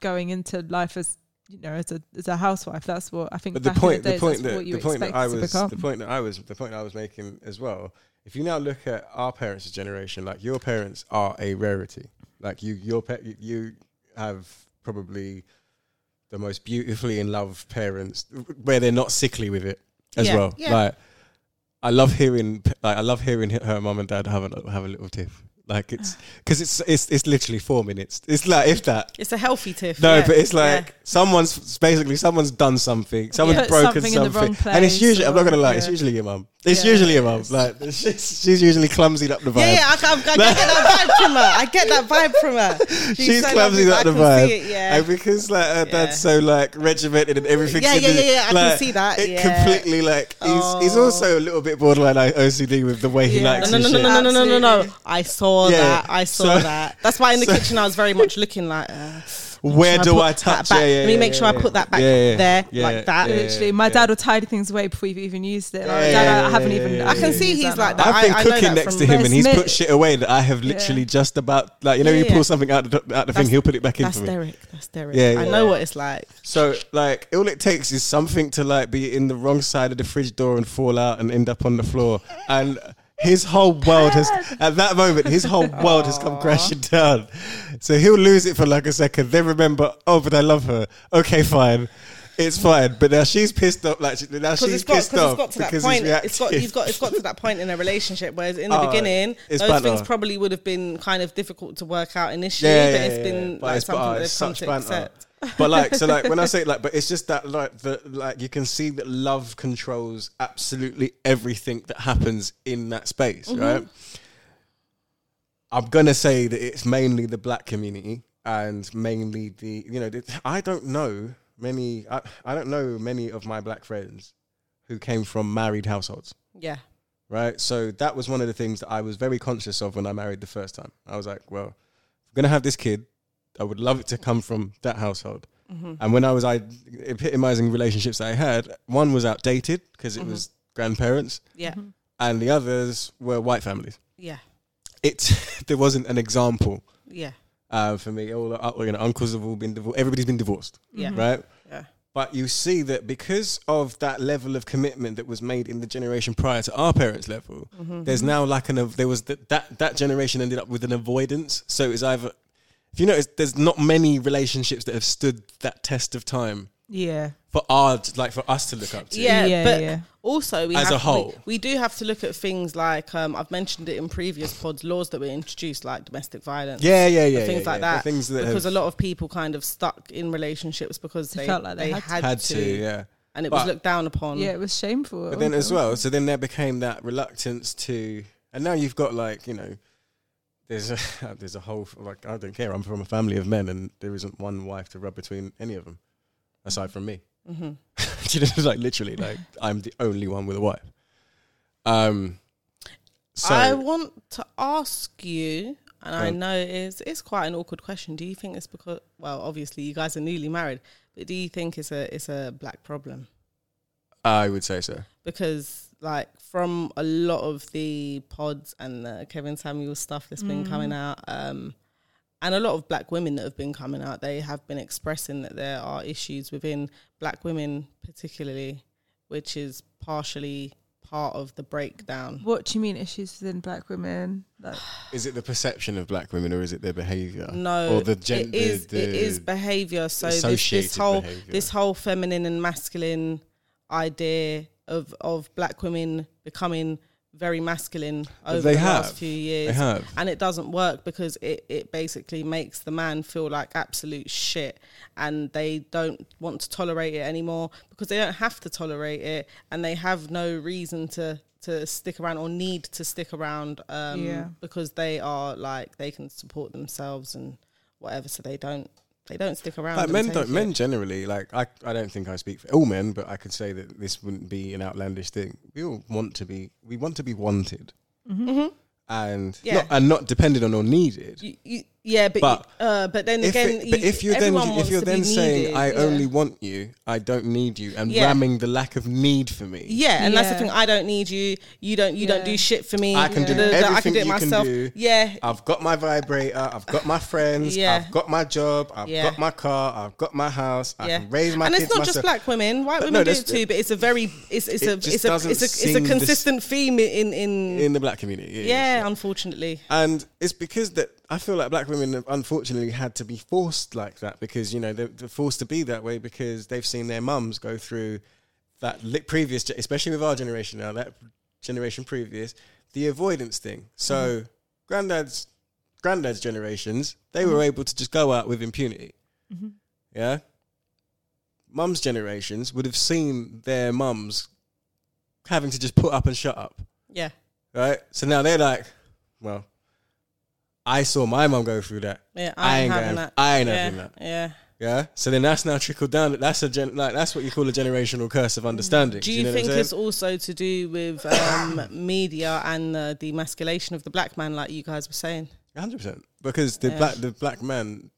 [SPEAKER 3] going into life as you know as a as a housewife. That's what I think.
[SPEAKER 2] but the
[SPEAKER 3] back in
[SPEAKER 2] point,
[SPEAKER 3] the,
[SPEAKER 2] the
[SPEAKER 3] days,
[SPEAKER 2] point
[SPEAKER 3] that's
[SPEAKER 2] that
[SPEAKER 3] what you
[SPEAKER 2] the point that
[SPEAKER 3] expected
[SPEAKER 2] I
[SPEAKER 3] to
[SPEAKER 2] was,
[SPEAKER 3] become.
[SPEAKER 2] the point that I was, the point I was making as well. If you now look at our parents' generation, like your parents are a rarity. Like you, your pa- you- you have probably the most beautifully in love parents, where they're not sickly with it as
[SPEAKER 13] Yeah,
[SPEAKER 2] well.
[SPEAKER 13] yeah.
[SPEAKER 2] Like I love hearing, like I love hearing her mum and dad have a have a little tiff. Like it's because it's it's it's literally four minutes. It's like if that.
[SPEAKER 6] it's a healthy tiff.
[SPEAKER 2] No,
[SPEAKER 6] yeah.
[SPEAKER 2] but it's
[SPEAKER 6] Yeah.
[SPEAKER 2] like someone's it's basically someone's done something, someone's
[SPEAKER 6] Put
[SPEAKER 2] broken
[SPEAKER 6] something
[SPEAKER 2] something,
[SPEAKER 6] in the wrong
[SPEAKER 2] and it's
[SPEAKER 6] place
[SPEAKER 2] usually I'm not gonna lie, it's
[SPEAKER 6] yeah.
[SPEAKER 2] usually your mum. It's usually your mum. Like she's, she's usually clumsied up the vibe.
[SPEAKER 6] Yeah, yeah, I, I, I get that vibe from her. I get that vibe from her.
[SPEAKER 2] She's,
[SPEAKER 6] so
[SPEAKER 2] clumsied
[SPEAKER 6] lovely,
[SPEAKER 2] up the
[SPEAKER 6] but I can see
[SPEAKER 2] vibe,
[SPEAKER 6] it, yeah.
[SPEAKER 2] and because like her dad's so like regimented and everything,
[SPEAKER 6] Yeah,
[SPEAKER 2] she
[SPEAKER 6] yeah,
[SPEAKER 2] does-
[SPEAKER 6] yeah, yeah, I can
[SPEAKER 2] like,
[SPEAKER 6] see that,
[SPEAKER 2] It
[SPEAKER 6] yeah. Oh.
[SPEAKER 2] completely like he's, he's also a little bit borderline like, OCD with the way he
[SPEAKER 6] Yeah.
[SPEAKER 2] likes.
[SPEAKER 6] No, no,
[SPEAKER 2] his
[SPEAKER 6] no,
[SPEAKER 2] shit.
[SPEAKER 6] no, no, no, no, no, no. I saw
[SPEAKER 2] Yeah.
[SPEAKER 6] that. I saw
[SPEAKER 2] So-
[SPEAKER 6] that. That's why in the
[SPEAKER 2] so-
[SPEAKER 6] kitchen I was very much looking like, uh,
[SPEAKER 2] Where
[SPEAKER 6] should
[SPEAKER 2] do
[SPEAKER 6] put
[SPEAKER 2] I
[SPEAKER 6] that
[SPEAKER 2] touch?
[SPEAKER 6] back-
[SPEAKER 2] Yeah, yeah,
[SPEAKER 6] Let me
[SPEAKER 2] yeah,
[SPEAKER 6] make
[SPEAKER 2] yeah,
[SPEAKER 6] sure I
[SPEAKER 2] yeah.
[SPEAKER 6] put that back
[SPEAKER 2] Yeah, yeah,
[SPEAKER 6] there,
[SPEAKER 2] yeah,
[SPEAKER 6] like that.
[SPEAKER 2] yeah, yeah,
[SPEAKER 3] Literally, my dad will tidy things away before you've even used it. And I'm like,
[SPEAKER 2] Yeah,
[SPEAKER 3] dad, I
[SPEAKER 2] yeah,
[SPEAKER 3] haven't
[SPEAKER 2] yeah,
[SPEAKER 3] even.
[SPEAKER 2] yeah,
[SPEAKER 3] I
[SPEAKER 2] yeah,
[SPEAKER 3] can
[SPEAKER 2] yeah.
[SPEAKER 3] see
[SPEAKER 6] he's like that.
[SPEAKER 2] I've been
[SPEAKER 6] I- I know
[SPEAKER 2] cooking
[SPEAKER 6] that
[SPEAKER 2] next
[SPEAKER 6] from-
[SPEAKER 2] to him, and he's
[SPEAKER 3] Smith.
[SPEAKER 2] put shit away that I have literally just about like you know
[SPEAKER 6] Yeah,
[SPEAKER 2] you
[SPEAKER 6] yeah.
[SPEAKER 2] pull something out the, out the thing,
[SPEAKER 6] That's-
[SPEAKER 2] he'll put it back in
[SPEAKER 6] that's
[SPEAKER 2] for me.
[SPEAKER 6] Derek. That's Derek.
[SPEAKER 2] Yeah,
[SPEAKER 6] I
[SPEAKER 2] yeah,
[SPEAKER 6] know
[SPEAKER 2] yeah.
[SPEAKER 6] what it's like.
[SPEAKER 2] So like all it takes is something to like be in the wrong side of the fridge door and fall out and end up on the floor and his whole world has at that moment his whole world has come crashing down. So he'll lose it for like a second, then remember, oh but I love her. Okay, fine. It's fine. But now she's pissed off like she, now
[SPEAKER 6] Because
[SPEAKER 2] she's
[SPEAKER 6] it's got,
[SPEAKER 2] pissed
[SPEAKER 6] 'cause
[SPEAKER 2] off
[SPEAKER 6] it's got to that
[SPEAKER 2] because
[SPEAKER 6] point.
[SPEAKER 2] he's
[SPEAKER 6] It's got,
[SPEAKER 2] reactive.
[SPEAKER 6] you've got, it's got to that point in a relationship. Whereas in the
[SPEAKER 2] Oh,
[SPEAKER 6] beginning,
[SPEAKER 2] it's
[SPEAKER 6] those
[SPEAKER 2] banter.
[SPEAKER 6] things probably would have been kind of difficult to work out initially, but it's been
[SPEAKER 2] But
[SPEAKER 6] like
[SPEAKER 2] it's-
[SPEAKER 6] something
[SPEAKER 2] but, uh,
[SPEAKER 6] that
[SPEAKER 2] it's
[SPEAKER 6] they've come
[SPEAKER 2] such
[SPEAKER 6] to
[SPEAKER 2] banter.
[SPEAKER 6] accept.
[SPEAKER 2] But like, so like when I say like, but it's just that like the like you can see that love controls absolutely everything that happens in that space,
[SPEAKER 6] Mm-hmm.
[SPEAKER 13] Mhm.
[SPEAKER 2] right? I'm gonna say that it's mainly the black community and mainly the you know the, I don't know many I, I don't know many of my black friends who came from married households
[SPEAKER 6] yeah,
[SPEAKER 2] right? So that was one of the things that I was very conscious of when I married the first time. I was like, well, if I'm gonna have this kid. I would love it to come from that household.
[SPEAKER 13] Mhm.
[SPEAKER 2] And when I was I epitomizing relationships that I had, one was outdated because it
[SPEAKER 6] Mhm.
[SPEAKER 2] was grandparents,
[SPEAKER 6] yeah,
[SPEAKER 3] Mm-hmm.
[SPEAKER 2] and the others were white families.
[SPEAKER 6] yeah,
[SPEAKER 2] It there wasn't an example
[SPEAKER 6] yeah.
[SPEAKER 2] uh, for me. All uh, you know, uncles have all been divorced. Everybody's been divorced.
[SPEAKER 6] Yeah.
[SPEAKER 2] Right.
[SPEAKER 6] Yeah.
[SPEAKER 2] But you see that because of that level of commitment that was made in the generation prior to our parents' level,
[SPEAKER 6] Mm-hmm.
[SPEAKER 13] Mhm.
[SPEAKER 2] there's now like an av- there was th- that that generation ended up with an avoidance. So it's either if you notice, there's not many relationships that have stood that test of time
[SPEAKER 3] Yeah.
[SPEAKER 2] for our like for us to look up to.
[SPEAKER 6] Yeah, but also we
[SPEAKER 2] As
[SPEAKER 6] have
[SPEAKER 2] a
[SPEAKER 6] to-
[SPEAKER 2] whole.
[SPEAKER 6] we, we do have to look at things like um, I've mentioned it in previous pods, laws that were introduced like domestic violence,
[SPEAKER 2] Yeah, yeah,
[SPEAKER 6] and
[SPEAKER 2] yeah,
[SPEAKER 6] things
[SPEAKER 2] yeah,
[SPEAKER 6] like
[SPEAKER 2] yeah. The
[SPEAKER 6] that.
[SPEAKER 2] things that
[SPEAKER 6] because
[SPEAKER 2] have-
[SPEAKER 6] a lot of people kind of stuck in relationships because
[SPEAKER 3] They
[SPEAKER 6] they,
[SPEAKER 3] felt like they had to.
[SPEAKER 6] had,
[SPEAKER 2] Had
[SPEAKER 6] to,
[SPEAKER 2] to, yeah.
[SPEAKER 6] and it was
[SPEAKER 2] But-
[SPEAKER 6] looked down upon.
[SPEAKER 3] Yeah, it was shameful.
[SPEAKER 2] But then as
[SPEAKER 3] Also.
[SPEAKER 2] well, so then there became that reluctance to, and now you've got like you know, there's a there's a whole like I don't care. I'm from a family of men, and there isn't one wife to rub between any of them, aside from me.
[SPEAKER 6] Mhm.
[SPEAKER 2] Do you know, like literally, like I'm the only one with a wife. Um, So-
[SPEAKER 6] I want to ask you, and I
[SPEAKER 2] Go.
[SPEAKER 6] know it's it's quite an awkward question. Do you think it's because well, obviously you guys are newly married, but do you think it's a it's a black problem?
[SPEAKER 2] I would say so.
[SPEAKER 6] Because like from a lot of the pods and the Kevin Samuel stuff that's been
[SPEAKER 14] Mm.
[SPEAKER 6] coming out, um, and a lot of black women that have been coming out, they have been expressing that there are issues within black women particularly, which is partially part of the breakdown.
[SPEAKER 3] What do you mean issues within black women? Like,
[SPEAKER 2] Is it the perception of black women or is it their behaviour?
[SPEAKER 6] No,
[SPEAKER 2] Or the gender.
[SPEAKER 6] it is
[SPEAKER 2] the,
[SPEAKER 6] it is behavior. So this, this
[SPEAKER 2] associated
[SPEAKER 6] whole
[SPEAKER 2] behaviour.
[SPEAKER 6] this whole feminine and masculine idea of of black women becoming very masculine
[SPEAKER 2] But
[SPEAKER 6] over
[SPEAKER 2] they
[SPEAKER 6] the
[SPEAKER 2] have.
[SPEAKER 6] last few years,
[SPEAKER 2] They have.
[SPEAKER 6] and it doesn't work because it it basically makes the man feel like absolute shit, and they don't want to tolerate it anymore because they don't have to tolerate it, and they have no reason to. To stick around or need to stick around um,
[SPEAKER 3] Yeah.
[SPEAKER 6] because they are like they can support themselves and whatever, so they don't they don't stick around.
[SPEAKER 2] Like
[SPEAKER 6] and
[SPEAKER 2] men
[SPEAKER 6] take
[SPEAKER 2] don't,
[SPEAKER 6] it.
[SPEAKER 2] men generally like I, I don't think I speak for all men but I could say that this wouldn't be an outlandish thing we all want to be we want to be wanted
[SPEAKER 6] Mhm.
[SPEAKER 2] and
[SPEAKER 6] Yeah.
[SPEAKER 2] not, and not depended on or needed
[SPEAKER 6] You- you- yeah, but
[SPEAKER 2] But
[SPEAKER 6] you- uh, but then
[SPEAKER 2] if
[SPEAKER 6] again,
[SPEAKER 2] it- but
[SPEAKER 6] you-
[SPEAKER 2] if you're then
[SPEAKER 6] everyone wants
[SPEAKER 2] if you're
[SPEAKER 6] to be
[SPEAKER 2] then saying
[SPEAKER 6] needed,
[SPEAKER 2] I
[SPEAKER 6] yeah.
[SPEAKER 2] only want you I don't need you and
[SPEAKER 6] Yeah.
[SPEAKER 2] ramming the lack of need for me
[SPEAKER 6] yeah, and that's the
[SPEAKER 3] Yeah.
[SPEAKER 6] thing. I don't need you. You don't. You don't
[SPEAKER 3] Yeah.
[SPEAKER 6] do shit for me.
[SPEAKER 2] I can do
[SPEAKER 6] Da, da, da,
[SPEAKER 2] everything
[SPEAKER 6] I can do it
[SPEAKER 2] you
[SPEAKER 6] myself.
[SPEAKER 2] can do.
[SPEAKER 6] Yeah,
[SPEAKER 2] I've got my vibrator. I've got my friends.
[SPEAKER 6] Yeah.
[SPEAKER 2] I've got my job. I've
[SPEAKER 6] Yeah.
[SPEAKER 2] got my car. I've got my house. I
[SPEAKER 6] yeah.
[SPEAKER 2] can raise my
[SPEAKER 6] and
[SPEAKER 2] kids
[SPEAKER 6] it's not just
[SPEAKER 2] myself.
[SPEAKER 6] black women. White
[SPEAKER 2] But
[SPEAKER 6] women
[SPEAKER 2] no,
[SPEAKER 6] do
[SPEAKER 2] that's-
[SPEAKER 6] it too. But it's a very it's it's
[SPEAKER 2] It
[SPEAKER 6] a
[SPEAKER 2] just
[SPEAKER 6] it's a
[SPEAKER 2] doesn't
[SPEAKER 6] it's a, it's a
[SPEAKER 2] seem dis-
[SPEAKER 6] consistent theme in in,
[SPEAKER 2] in the black community. it is.
[SPEAKER 6] yeah, unfortunately.
[SPEAKER 2] And it's because that I feel like black women have unfortunately had to be forced like that because, you know, they're, they're forced to be that way because they've seen their mums go through that li- previous, ge- especially with our generation now, that generation previous, the avoidance thing. So, granddad's, granddad's generations, they were able to just go out with impunity.
[SPEAKER 3] Mhm.
[SPEAKER 2] Yeah. Mum's generations would have seen their mums having to just put up and shut up
[SPEAKER 6] Yeah,
[SPEAKER 2] right? So now they're like, well, I saw my mom go through that.
[SPEAKER 6] yeah. I, ain't having
[SPEAKER 2] going-
[SPEAKER 6] that.
[SPEAKER 2] I ain't
[SPEAKER 6] yeah.
[SPEAKER 2] having that.
[SPEAKER 6] Yeah.
[SPEAKER 2] Yeah. So then that's now trickled down. That's a gen- like that's what you call a generational curse of understanding.
[SPEAKER 6] Do
[SPEAKER 2] you
[SPEAKER 6] you,
[SPEAKER 2] know what I'm
[SPEAKER 6] think
[SPEAKER 2] saying?
[SPEAKER 6] it's also to do with um, media and uh, the emasculation of the black man, like you guys were saying?
[SPEAKER 2] hundred percent? Because the
[SPEAKER 6] Yeah.
[SPEAKER 2] black the black man,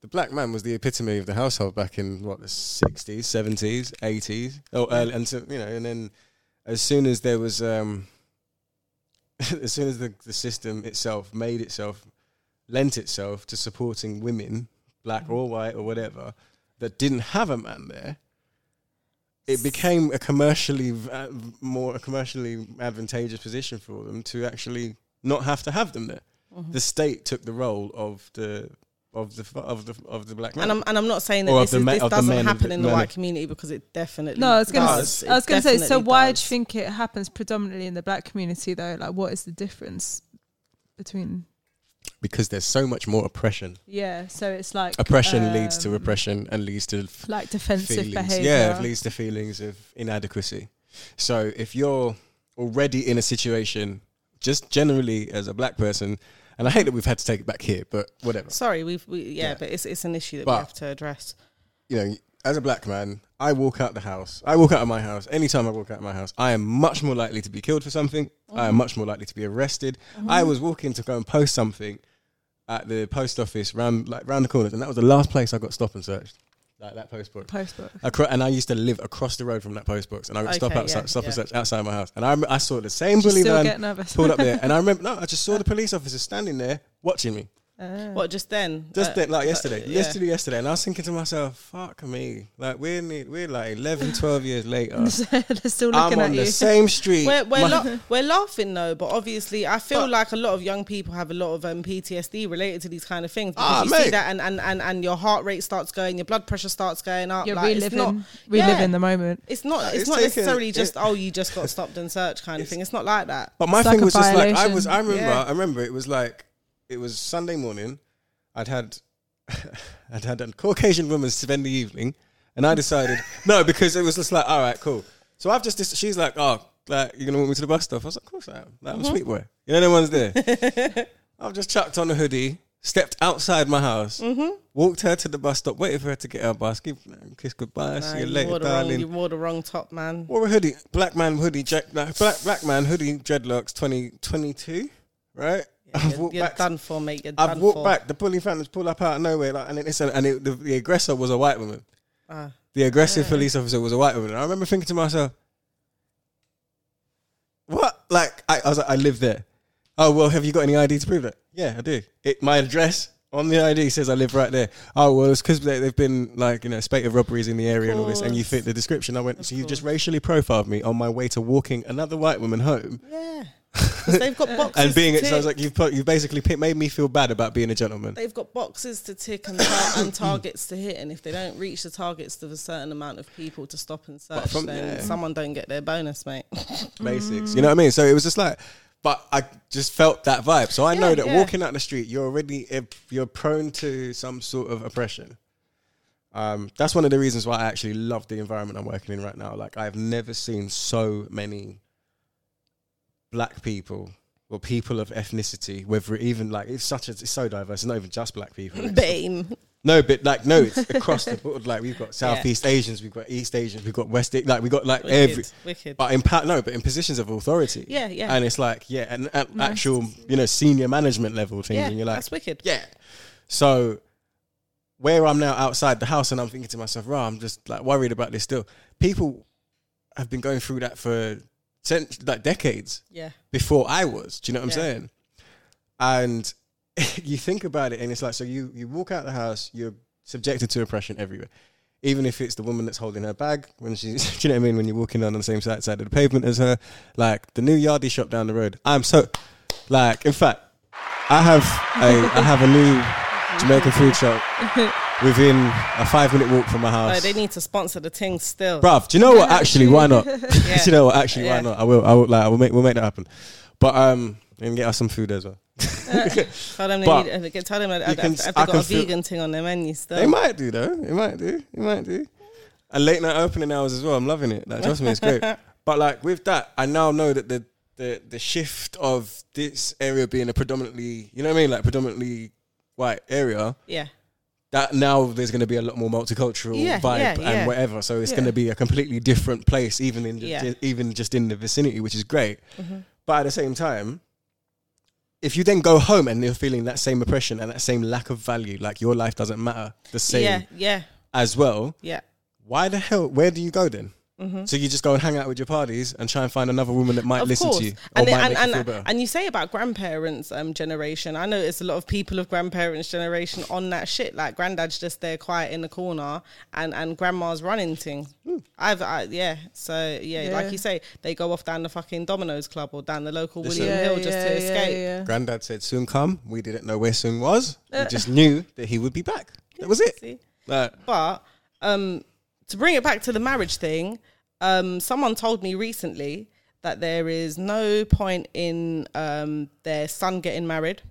[SPEAKER 2] the black man was the epitome of the household back in what the sixties, seventies, eighties. Oh, early, and so, you know, and then as soon as there was, um, as soon as the, the system itself made itself, lent itself to supporting women, black or white or whatever, that didn't have a man there. It became a commercially va- more a commercially advantageous position for them to actually not have to have them there
[SPEAKER 6] Mm-hmm.
[SPEAKER 2] the state took the role of the of the of the of the black man.
[SPEAKER 6] And I'm and I'm not saying that
[SPEAKER 2] Or
[SPEAKER 6] this,
[SPEAKER 2] of the
[SPEAKER 6] is,
[SPEAKER 2] men-
[SPEAKER 6] this
[SPEAKER 2] of the
[SPEAKER 6] doesn't
[SPEAKER 2] men of
[SPEAKER 6] happen
[SPEAKER 2] the-
[SPEAKER 6] in the
[SPEAKER 2] men
[SPEAKER 6] white
[SPEAKER 2] of-
[SPEAKER 6] community because it definitely
[SPEAKER 3] No, I was gonna.
[SPEAKER 6] does.
[SPEAKER 3] s- I was
[SPEAKER 6] It
[SPEAKER 3] gonna say. So
[SPEAKER 6] definitely
[SPEAKER 3] why
[SPEAKER 6] does.
[SPEAKER 3] do you think it happens predominantly in the black community though? Like, what is the difference between?
[SPEAKER 2] because there's so much more oppression.
[SPEAKER 3] Yeah, so it's like
[SPEAKER 2] Oppression leads to
[SPEAKER 3] um,
[SPEAKER 2] repression and leads to f-
[SPEAKER 3] like defensive
[SPEAKER 2] feelings. Yeah,
[SPEAKER 3] behaviour.
[SPEAKER 2] it leads to feelings of inadequacy. So if you're already in a situation, just generally as a black person, and I hate that we've had to take it back here, but whatever.
[SPEAKER 6] Sorry, we've we, yeah,
[SPEAKER 2] Yeah.
[SPEAKER 6] but it's it's an issue that
[SPEAKER 2] But-
[SPEAKER 6] we have to address.
[SPEAKER 2] you know, as a black man, I walk out the house. I walk out of my house. Anytime I walk out of my house, I am much more likely to be killed for something. I am much more likely to be arrested. I was walking to go and post something at the post office round like round the corners, and that was the last place I got stopped and searched. Like that post box.
[SPEAKER 3] Post box.
[SPEAKER 2] Acro- and I used to live across the road from that post box, and I got stopped
[SPEAKER 3] Okay,
[SPEAKER 2] outside,
[SPEAKER 3] yeah,
[SPEAKER 2] stop and
[SPEAKER 3] yeah.
[SPEAKER 2] search outside my house, and I, rem- I saw the same
[SPEAKER 3] Did you
[SPEAKER 2] bully
[SPEAKER 3] still
[SPEAKER 2] van
[SPEAKER 3] get nervous?
[SPEAKER 2] pulled up there, and I remember no, I just saw the police officer standing there watching me.
[SPEAKER 6] What just then?
[SPEAKER 2] Just
[SPEAKER 6] Uh,
[SPEAKER 2] that, like
[SPEAKER 6] uh,
[SPEAKER 2] yesterday,
[SPEAKER 6] yeah.
[SPEAKER 2] yesterday, yesterday, and I was thinking to myself, "Fuck me!" Like we're ne- we're like 11, 12 years later.
[SPEAKER 3] They're still
[SPEAKER 2] I'm
[SPEAKER 3] looking at
[SPEAKER 2] on
[SPEAKER 3] you.
[SPEAKER 2] the same street.
[SPEAKER 6] We're we're,
[SPEAKER 2] My-
[SPEAKER 6] la- we're laughing though, but obviously I feel like a lot of young people have a lot of um, PTSD related to these kind of things. Because
[SPEAKER 2] Ah,
[SPEAKER 6] you see
[SPEAKER 2] mate.
[SPEAKER 6] that and, and, and, and your heart rate starts going, your blood pressure starts going up.
[SPEAKER 3] You're
[SPEAKER 6] like,
[SPEAKER 3] reliving,
[SPEAKER 6] it's not,
[SPEAKER 3] reliving
[SPEAKER 6] Yeah.
[SPEAKER 3] the moment.
[SPEAKER 6] It's not. It's,
[SPEAKER 2] it's
[SPEAKER 6] not
[SPEAKER 2] taken-
[SPEAKER 6] necessarily just
[SPEAKER 2] it-
[SPEAKER 6] oh you just got stopped and searched kind of thing. It's not like that.
[SPEAKER 2] But my
[SPEAKER 3] It's like
[SPEAKER 2] thing
[SPEAKER 3] a
[SPEAKER 2] was just like I
[SPEAKER 3] violation.
[SPEAKER 2] was. I remember.
[SPEAKER 6] Yeah.
[SPEAKER 2] I remember it was like it was Sunday morning. I'd had I'd had a Caucasian woman spend the evening, and I decided no because it was just like all right, cool. So I've just dis- she's like, oh, like you're gonna walk me to the bus stop. I was like, of course I am. Like, I'm a sweet boy. You know, no one's there. I've just chucked on a hoodie, stepped outside my house,
[SPEAKER 6] Mhm.
[SPEAKER 2] walked her to the bus stop, waited for her to get her bus, give kiss
[SPEAKER 6] Nah,
[SPEAKER 2] goodbye, see you
[SPEAKER 6] you
[SPEAKER 2] later,
[SPEAKER 6] wore the wrong,
[SPEAKER 2] darling.
[SPEAKER 6] you wore the wrong top, man.
[SPEAKER 2] Wore a hoodie, black man hoodie, jack, black, black black man hoodie, dreadlocks, 2022, right? I've walked
[SPEAKER 6] You're
[SPEAKER 2] back.
[SPEAKER 6] done for, mate. You're
[SPEAKER 2] I've
[SPEAKER 6] done
[SPEAKER 2] walked
[SPEAKER 6] for.
[SPEAKER 2] back. The bully fountains pull up out of nowhere, like, and it, listen, and it, the, the aggressor was a white woman.
[SPEAKER 6] Ah.
[SPEAKER 2] The aggressive police officer was a white woman. And I remember thinking to myself, "What? Like, I, I was like, I live there. Oh well, have you got any ID to prove that? Yeah, I do. It, my address on the ID says I live right there. Oh well, it's because they, they've been like you know, spate of robberies in the area and all this, and you fit the description. I went, so you just racially profiled me on my way to walking another white woman home.
[SPEAKER 6] Yeah. 'Cause they've got boxes.
[SPEAKER 2] And being
[SPEAKER 6] to
[SPEAKER 2] it, so I was
[SPEAKER 6] tick.
[SPEAKER 2] like, you've, put- you've basically pi- made me feel bad about being a gentleman.
[SPEAKER 6] They've got boxes to tick and, tar- and targets to hit, and if they don't reach the targets of a certain amount of people to stop and search,
[SPEAKER 2] from-
[SPEAKER 6] then
[SPEAKER 2] yeah.
[SPEAKER 6] someone don't get their bonus, mate.
[SPEAKER 2] basics.
[SPEAKER 6] Mm.
[SPEAKER 2] You know what I mean? So it was just like, but I just felt that vibe. So I know that
[SPEAKER 6] yeah.
[SPEAKER 2] walking out the street, you're already you're prone to some sort of oppression. Um, that's one of the reasons why I actually love the environment I'm working in right now. Like I've never seen so many black people or people of ethnicity, whether even like it's such a, it's so diverse. It's not even just black people. It's
[SPEAKER 6] Bane.
[SPEAKER 2] no, but like no, it's across the board. Like we've got Southeast Asians, we've got East Asians, we've got West. A- Like we got like
[SPEAKER 6] Wicked,
[SPEAKER 2] every.
[SPEAKER 6] wicked.
[SPEAKER 2] But in pa- no, but in positions of authority.
[SPEAKER 6] Yeah, yeah.
[SPEAKER 2] And it's like yeah, and, and
[SPEAKER 6] Nice.
[SPEAKER 2] actual you know senior management level things,
[SPEAKER 6] Yeah,
[SPEAKER 2] and you're like
[SPEAKER 6] that's wicked.
[SPEAKER 2] Yeah. So where I'm now outside the house, and I'm thinking to myself, "Rah, I'm just like worried about this still." People have been going through that for cent- like decades.
[SPEAKER 6] Yeah.
[SPEAKER 2] Before I was, do you know what I'm
[SPEAKER 6] Yeah.
[SPEAKER 2] saying? And you think about it, and it's like so you you walk out the house, you're subjected to oppression everywhere. Even if it's the woman that's holding her bag when she's, do you know what I mean? When you're walking down on the same side, side of the pavement as her, like the new Yardie shop down the road. I'm so, like, in fact, I have a I have a new Jamaican food shop within a five minute walk from my
[SPEAKER 6] Oh,
[SPEAKER 2] house.
[SPEAKER 6] they need to sponsor the thing still.
[SPEAKER 2] Bruv, do you know what? Actually, why not? do
[SPEAKER 6] Yeah.
[SPEAKER 2] you know what? Actually,
[SPEAKER 6] Yeah.
[SPEAKER 2] why not? I will. I will. Like, we'll make we'll make that happen. But um, and get us some food as well.
[SPEAKER 6] Tell them
[SPEAKER 2] But
[SPEAKER 6] they need, tell them that-
[SPEAKER 2] you
[SPEAKER 6] that-
[SPEAKER 2] can-
[SPEAKER 6] if they
[SPEAKER 2] I
[SPEAKER 6] got
[SPEAKER 2] can
[SPEAKER 6] a
[SPEAKER 2] feel-
[SPEAKER 6] vegan thing on their menu still.
[SPEAKER 2] They might do though. It might do. It might do. And late night opening hours as well. I'm loving it. Like trust me, it's great. But like with that, I now know that the the the shift of this area being a predominantly, you know what I mean, like predominantly white area.
[SPEAKER 6] Yeah.
[SPEAKER 2] That now there's going to be a lot more multicultural
[SPEAKER 6] Yeah,
[SPEAKER 2] vibe
[SPEAKER 6] yeah,
[SPEAKER 2] and
[SPEAKER 6] yeah.
[SPEAKER 2] whatever. So it's
[SPEAKER 6] Yeah.
[SPEAKER 2] going to be a completely different place, even in the,
[SPEAKER 6] Yeah.
[SPEAKER 2] even just in the vicinity, which is great.
[SPEAKER 6] Mhm.
[SPEAKER 2] But at the same time, if you then go home and you're feeling that same oppression and that same lack of value, like your life doesn't matter the same
[SPEAKER 6] Yeah, yeah,
[SPEAKER 2] as well,
[SPEAKER 6] yeah.
[SPEAKER 2] why the hell, where do you go then?
[SPEAKER 6] Mhm.
[SPEAKER 2] So you just go and hang out with your parties and try and find another woman that might
[SPEAKER 6] of
[SPEAKER 2] listen
[SPEAKER 6] course.
[SPEAKER 2] to you or
[SPEAKER 6] And,
[SPEAKER 2] might
[SPEAKER 6] then- and,
[SPEAKER 2] make you feel
[SPEAKER 6] and,
[SPEAKER 2] better.
[SPEAKER 6] and you say about grandparents' um, generation. I notice a lot of people of grandparents' generation on that shit. Like granddad's just there, quiet in the corner, and and grandma's running things.
[SPEAKER 2] Hmm.
[SPEAKER 6] I've I, yeah. So yeah,
[SPEAKER 3] Yeah.
[SPEAKER 6] like you say, they go off down the fucking Domino's Club or down the local
[SPEAKER 2] Listen.
[SPEAKER 6] William
[SPEAKER 2] Yeah,
[SPEAKER 6] Hill just to
[SPEAKER 3] yeah, yeah,
[SPEAKER 6] escape.
[SPEAKER 3] yeah.
[SPEAKER 2] Granddad said soon come. We didn't know where soon was. We
[SPEAKER 6] Uh.
[SPEAKER 2] just knew that he would be back. That was it.
[SPEAKER 6] See?
[SPEAKER 2] Like,
[SPEAKER 6] But um, to bring it back to the marriage thing, um, someone told me recently that there is no point in um, their son getting married.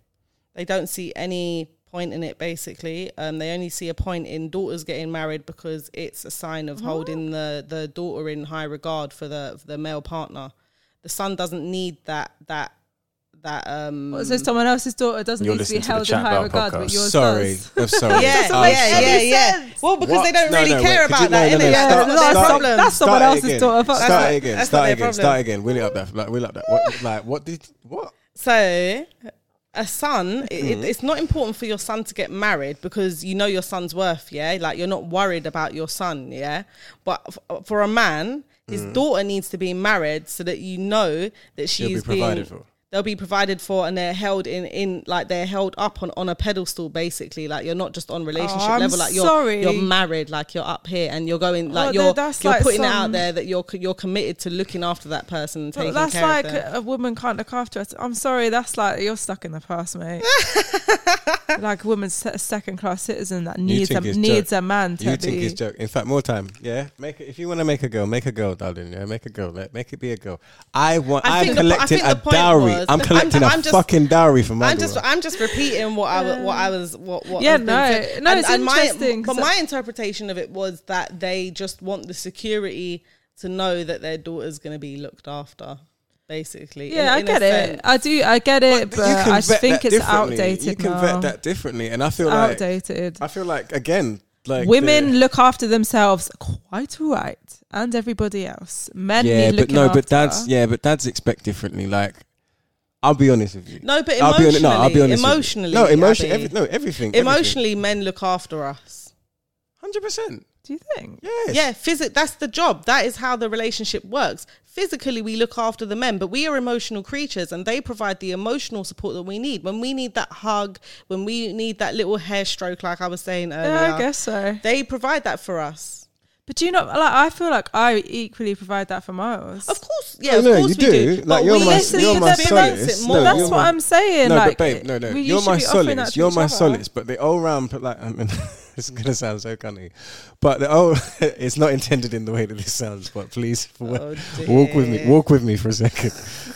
[SPEAKER 6] They don't see any point in it, basically. Um, they only see a point in daughters getting married because it's a sign of holding the, the daughter in high regard for the for the male partner. The son doesn't need that that that um
[SPEAKER 3] What, so
[SPEAKER 2] Mm.
[SPEAKER 3] someone else's daughter doesn't
[SPEAKER 6] You're
[SPEAKER 3] need to be
[SPEAKER 6] listening to the
[SPEAKER 3] held in
[SPEAKER 6] Chat
[SPEAKER 3] high
[SPEAKER 6] Bar
[SPEAKER 3] regard,
[SPEAKER 6] podcast.
[SPEAKER 3] but yours
[SPEAKER 2] sorry.
[SPEAKER 3] does.
[SPEAKER 2] I'm sorry.
[SPEAKER 6] Yeah,
[SPEAKER 2] I'm
[SPEAKER 6] yeah,
[SPEAKER 2] sorry.
[SPEAKER 6] yeah, yeah. Well, because
[SPEAKER 2] What?
[SPEAKER 6] they don't
[SPEAKER 2] No,
[SPEAKER 6] really
[SPEAKER 2] no,
[SPEAKER 6] care
[SPEAKER 2] wait, could
[SPEAKER 6] about that,
[SPEAKER 2] you- no, no, no,
[SPEAKER 6] innit?
[SPEAKER 2] start-
[SPEAKER 6] That's not their
[SPEAKER 2] start
[SPEAKER 6] problem.
[SPEAKER 2] again. Start it again. Start it again. Start it again. Start it again. Will it up that? Like, will it up that? What? Like, what did? What?
[SPEAKER 6] So, a son, i it,
[SPEAKER 2] Mhm.
[SPEAKER 6] it's not important for your son to get married because you know your son's worth, yeah? Like, you're not worried about your son, yeah? But f- for a man, his
[SPEAKER 2] Mm.
[SPEAKER 6] daughter needs to be married so that you know that
[SPEAKER 2] She'll
[SPEAKER 6] she's
[SPEAKER 2] be
[SPEAKER 6] being-
[SPEAKER 2] provided for.
[SPEAKER 6] They'll be provided for, and they're held in, in like they're held up on, on a pedestal, basically. Like you're not just on relationship
[SPEAKER 3] I'm
[SPEAKER 6] level, like you're
[SPEAKER 3] sorry.
[SPEAKER 6] you're married, like you're up here, and you're going like
[SPEAKER 3] Oh,
[SPEAKER 6] you're
[SPEAKER 3] that's
[SPEAKER 6] you're
[SPEAKER 3] like
[SPEAKER 6] putting it out
[SPEAKER 3] some-
[SPEAKER 6] there that you're c- you're committed to looking after that person, and
[SPEAKER 3] But
[SPEAKER 6] taking
[SPEAKER 3] that's
[SPEAKER 6] care
[SPEAKER 3] like
[SPEAKER 6] of them.
[SPEAKER 3] a woman can't look after us. I'm sorry, that's like you're stuck in the past, mate. like a woman's a second class citizen that
[SPEAKER 2] You
[SPEAKER 3] needs a
[SPEAKER 2] think it's
[SPEAKER 3] needs
[SPEAKER 2] joke.
[SPEAKER 3] a man to
[SPEAKER 2] You
[SPEAKER 3] be.
[SPEAKER 2] think it's joke? In fact, more time. Yeah, make it, if you want to make a girl, make a girl, darling. Yeah, make a girl. Let make it be a girl. I want.
[SPEAKER 6] I
[SPEAKER 2] I
[SPEAKER 6] think
[SPEAKER 2] am
[SPEAKER 6] the po- I
[SPEAKER 2] collecting
[SPEAKER 6] think the
[SPEAKER 2] a
[SPEAKER 6] point
[SPEAKER 2] dowry.
[SPEAKER 6] was-
[SPEAKER 2] I'm
[SPEAKER 6] I'm-
[SPEAKER 2] collecting
[SPEAKER 6] I'm
[SPEAKER 2] a
[SPEAKER 6] just-
[SPEAKER 2] fucking dowry for my
[SPEAKER 6] I'm
[SPEAKER 2] daughter.
[SPEAKER 6] just I'm just repeating what I wa- what I was what what
[SPEAKER 3] Yeah,
[SPEAKER 6] has been
[SPEAKER 3] no,
[SPEAKER 6] said.
[SPEAKER 3] no, it's interesting,
[SPEAKER 6] My, but
[SPEAKER 3] 'cause
[SPEAKER 6] my interpretation of it was that they just want the security to know that their daughter's going to be looked after. basically.
[SPEAKER 3] Yeah,
[SPEAKER 6] in-
[SPEAKER 3] I
[SPEAKER 6] in a
[SPEAKER 3] get
[SPEAKER 6] sense.
[SPEAKER 3] it. I do. I get it, but, I
[SPEAKER 2] vet
[SPEAKER 3] think
[SPEAKER 2] that
[SPEAKER 3] it's
[SPEAKER 2] differently.
[SPEAKER 3] outdated
[SPEAKER 2] You can
[SPEAKER 3] now.
[SPEAKER 2] vet that differently, and I feel
[SPEAKER 3] outdated.
[SPEAKER 2] like I feel like again, like
[SPEAKER 3] Women
[SPEAKER 2] the-
[SPEAKER 3] look after themselves quite all right, and everybody else. Men
[SPEAKER 2] yeah,
[SPEAKER 3] need
[SPEAKER 2] but
[SPEAKER 3] looking
[SPEAKER 2] no,
[SPEAKER 3] after.
[SPEAKER 2] but dads, yeah, but dads expect differently. Like, I'll be honest with you.
[SPEAKER 6] No, but
[SPEAKER 2] I'll be hon-
[SPEAKER 6] emotionally,
[SPEAKER 2] no, I'll be honest with you.
[SPEAKER 6] emotionally,
[SPEAKER 2] No, emotionally,
[SPEAKER 6] Abby.
[SPEAKER 2] every, no, everything.
[SPEAKER 6] Emotionally, men look after us.
[SPEAKER 2] Hundred percent.
[SPEAKER 3] Do you think?
[SPEAKER 2] Yes.
[SPEAKER 6] Yeah. Physic. That's the job. That is how the relationship works. Physically, we look after the men, but we are emotional creatures, and they provide the emotional support that we need. When we need that hug, when we need that little hair stroke, like I was saying earlier.
[SPEAKER 3] Yeah, I guess so.
[SPEAKER 6] They provide that for us.
[SPEAKER 3] But do you not like? I feel like I equally provide that for Miles. Of
[SPEAKER 6] course,
[SPEAKER 2] yeah, of Oh, No, no, course you we do. do. Like, you're my- you're my solace. No,
[SPEAKER 3] that's
[SPEAKER 2] you're
[SPEAKER 3] what
[SPEAKER 2] my-
[SPEAKER 3] I'm saying.
[SPEAKER 2] No,
[SPEAKER 3] like,
[SPEAKER 2] but babe, no, no,
[SPEAKER 3] we- you
[SPEAKER 2] you're
[SPEAKER 3] should
[SPEAKER 2] my
[SPEAKER 3] be offering that
[SPEAKER 2] solace.
[SPEAKER 3] to
[SPEAKER 2] You're
[SPEAKER 3] each
[SPEAKER 2] my
[SPEAKER 3] other.
[SPEAKER 2] solace. But the all round, but like, I mean, this is gonna sound so cunny, but the all it's not intended in the way that this sounds. But please, for-
[SPEAKER 6] Oh,
[SPEAKER 2] walk with me.
[SPEAKER 6] dear.
[SPEAKER 2] Walk with me for a second.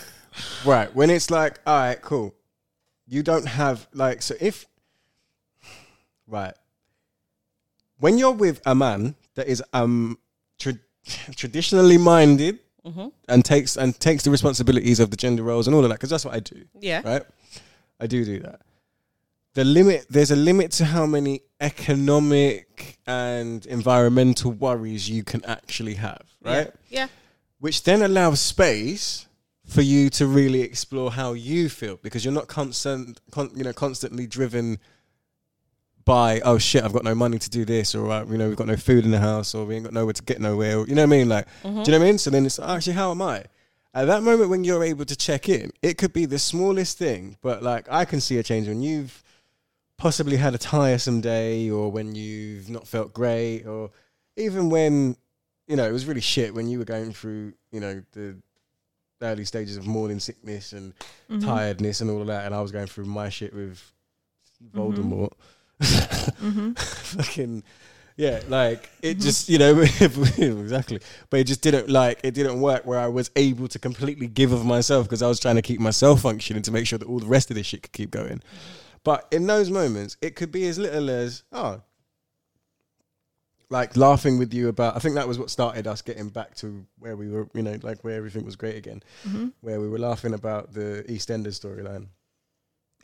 [SPEAKER 2] right when it's like, all right, cool. You don't have like so if right when you're with a man that is um tra- traditionally minded
[SPEAKER 6] Mhm.
[SPEAKER 2] and takes and takes the responsibilities of the gender roles and all of that because that's what I do.
[SPEAKER 6] Yeah.
[SPEAKER 2] Right. I do do that. The limit there's a limit to how many economic and environmental worries you can actually have, right?
[SPEAKER 6] Yeah.
[SPEAKER 2] Which then allows space for you to really explore how you feel because you're not constant con, you know constantly driven by oh shit I've got no money to do this or uh, you know we've got no food in the house or we ain't got nowhere to get nowhere or, you know what I mean like
[SPEAKER 13] Mhm.
[SPEAKER 2] do you know what I mean so then it's oh, actually how am I at that moment when you're able to check in it could be the smallest thing but like I can see a change when you've possibly had a tiresome day or when you've not felt great or even when you know it was really shit when you were going through you know the early stages of morning sickness and
[SPEAKER 13] Mhm.
[SPEAKER 2] tiredness and all of that and I was going through my shit with Voldemort fucking yeah like it just you know exactly but it just didn't like it didn't work where I was able to completely give of myself because I was trying to keep myself functioning to make sure that all the rest of this shit could keep going but in those moments it could be as little as oh like laughing with you about I think that was what started us getting back to where we were you know like where everything was great again
[SPEAKER 13] Mhm.
[SPEAKER 2] where we were laughing about the EastEnders storyline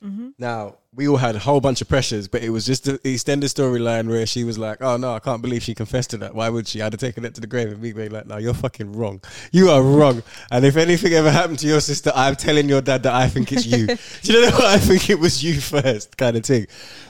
[SPEAKER 13] Mm-hmm.
[SPEAKER 2] now, we all had a whole bunch of pressures, but it was just the extended storyline where she was like, oh no, I can't believe she confessed to that. Why would she? I'd have taken that to the grave and me being like, no, you're fucking wrong. You are wrong. And if anything ever happened to your sister, I'm telling your dad that I think it's you. Do you know what? I think it was you first kind of thing.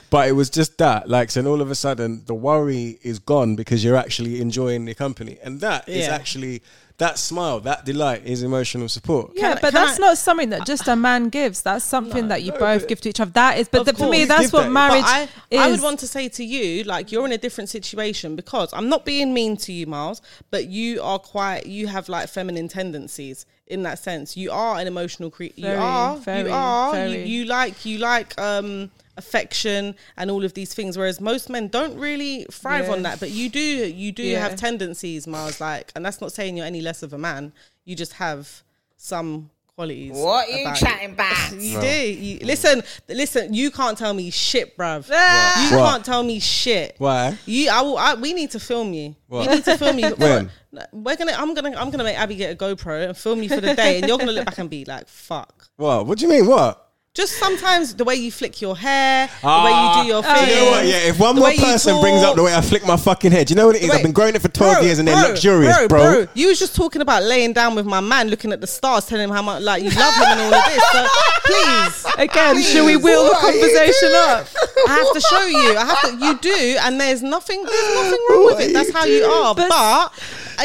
[SPEAKER 2] But it was just that. Like, so then all of a sudden, the worry is gone because you're actually enjoying the company. And that is
[SPEAKER 3] Yeah.
[SPEAKER 2] actually, that smile, that delight is emotional support.
[SPEAKER 3] Yeah, but that's not something that just a man gives. That's something that you both give to each other. That is, but
[SPEAKER 6] Of
[SPEAKER 3] the, for me,
[SPEAKER 6] course.
[SPEAKER 3] that's what marriage
[SPEAKER 6] But I,
[SPEAKER 3] is.
[SPEAKER 6] I would want to say to you, like, you're in a different situation because I'm not being mean to you, Miles, but you are quite, you have like feminine tendencies in that sense. You are an emotional creature. You
[SPEAKER 3] Very,
[SPEAKER 6] are,
[SPEAKER 3] very,
[SPEAKER 6] you are,
[SPEAKER 3] very.
[SPEAKER 6] You, you like, you like, um, affection and all of these things whereas most men don't really thrive
[SPEAKER 3] Yeah.
[SPEAKER 6] on that but you do you do
[SPEAKER 3] Yeah.
[SPEAKER 6] have tendencies miles like and that's not saying you're any less of a man you just have some qualities
[SPEAKER 11] What you
[SPEAKER 6] about
[SPEAKER 11] chatting about?
[SPEAKER 6] you
[SPEAKER 11] No.
[SPEAKER 6] do you, listen listen you can't tell me shit bruv you
[SPEAKER 2] What?
[SPEAKER 6] can't tell me shit
[SPEAKER 2] Why?
[SPEAKER 6] you I will I, we need to film you
[SPEAKER 2] What?
[SPEAKER 6] we need to film you
[SPEAKER 2] When?
[SPEAKER 6] we're gonna i'm gonna i'm gonna make abby get a gopro and film you for the day and you're gonna look back and be like fuck
[SPEAKER 2] Well, what do you mean? What?
[SPEAKER 6] just sometimes the way you flick your hair,
[SPEAKER 2] Ah,
[SPEAKER 6] the way you do your
[SPEAKER 2] you
[SPEAKER 6] thing.
[SPEAKER 2] know what? Yeah, if one
[SPEAKER 6] the
[SPEAKER 2] more
[SPEAKER 6] way you
[SPEAKER 2] person brings up the way I flick my fucking head, you know what it is? I've been growing it for 12 years and they're luxurious, bro.
[SPEAKER 6] You was just talking about laying down with my man, looking at the stars, telling him how much like you love him and all of this. So please,
[SPEAKER 3] Again, shall we wheel the
[SPEAKER 6] What are you
[SPEAKER 3] conversation up?
[SPEAKER 6] I have to show you. I have to. You do, and there's nothing. There's nothing wrong with it. That's how you are. But,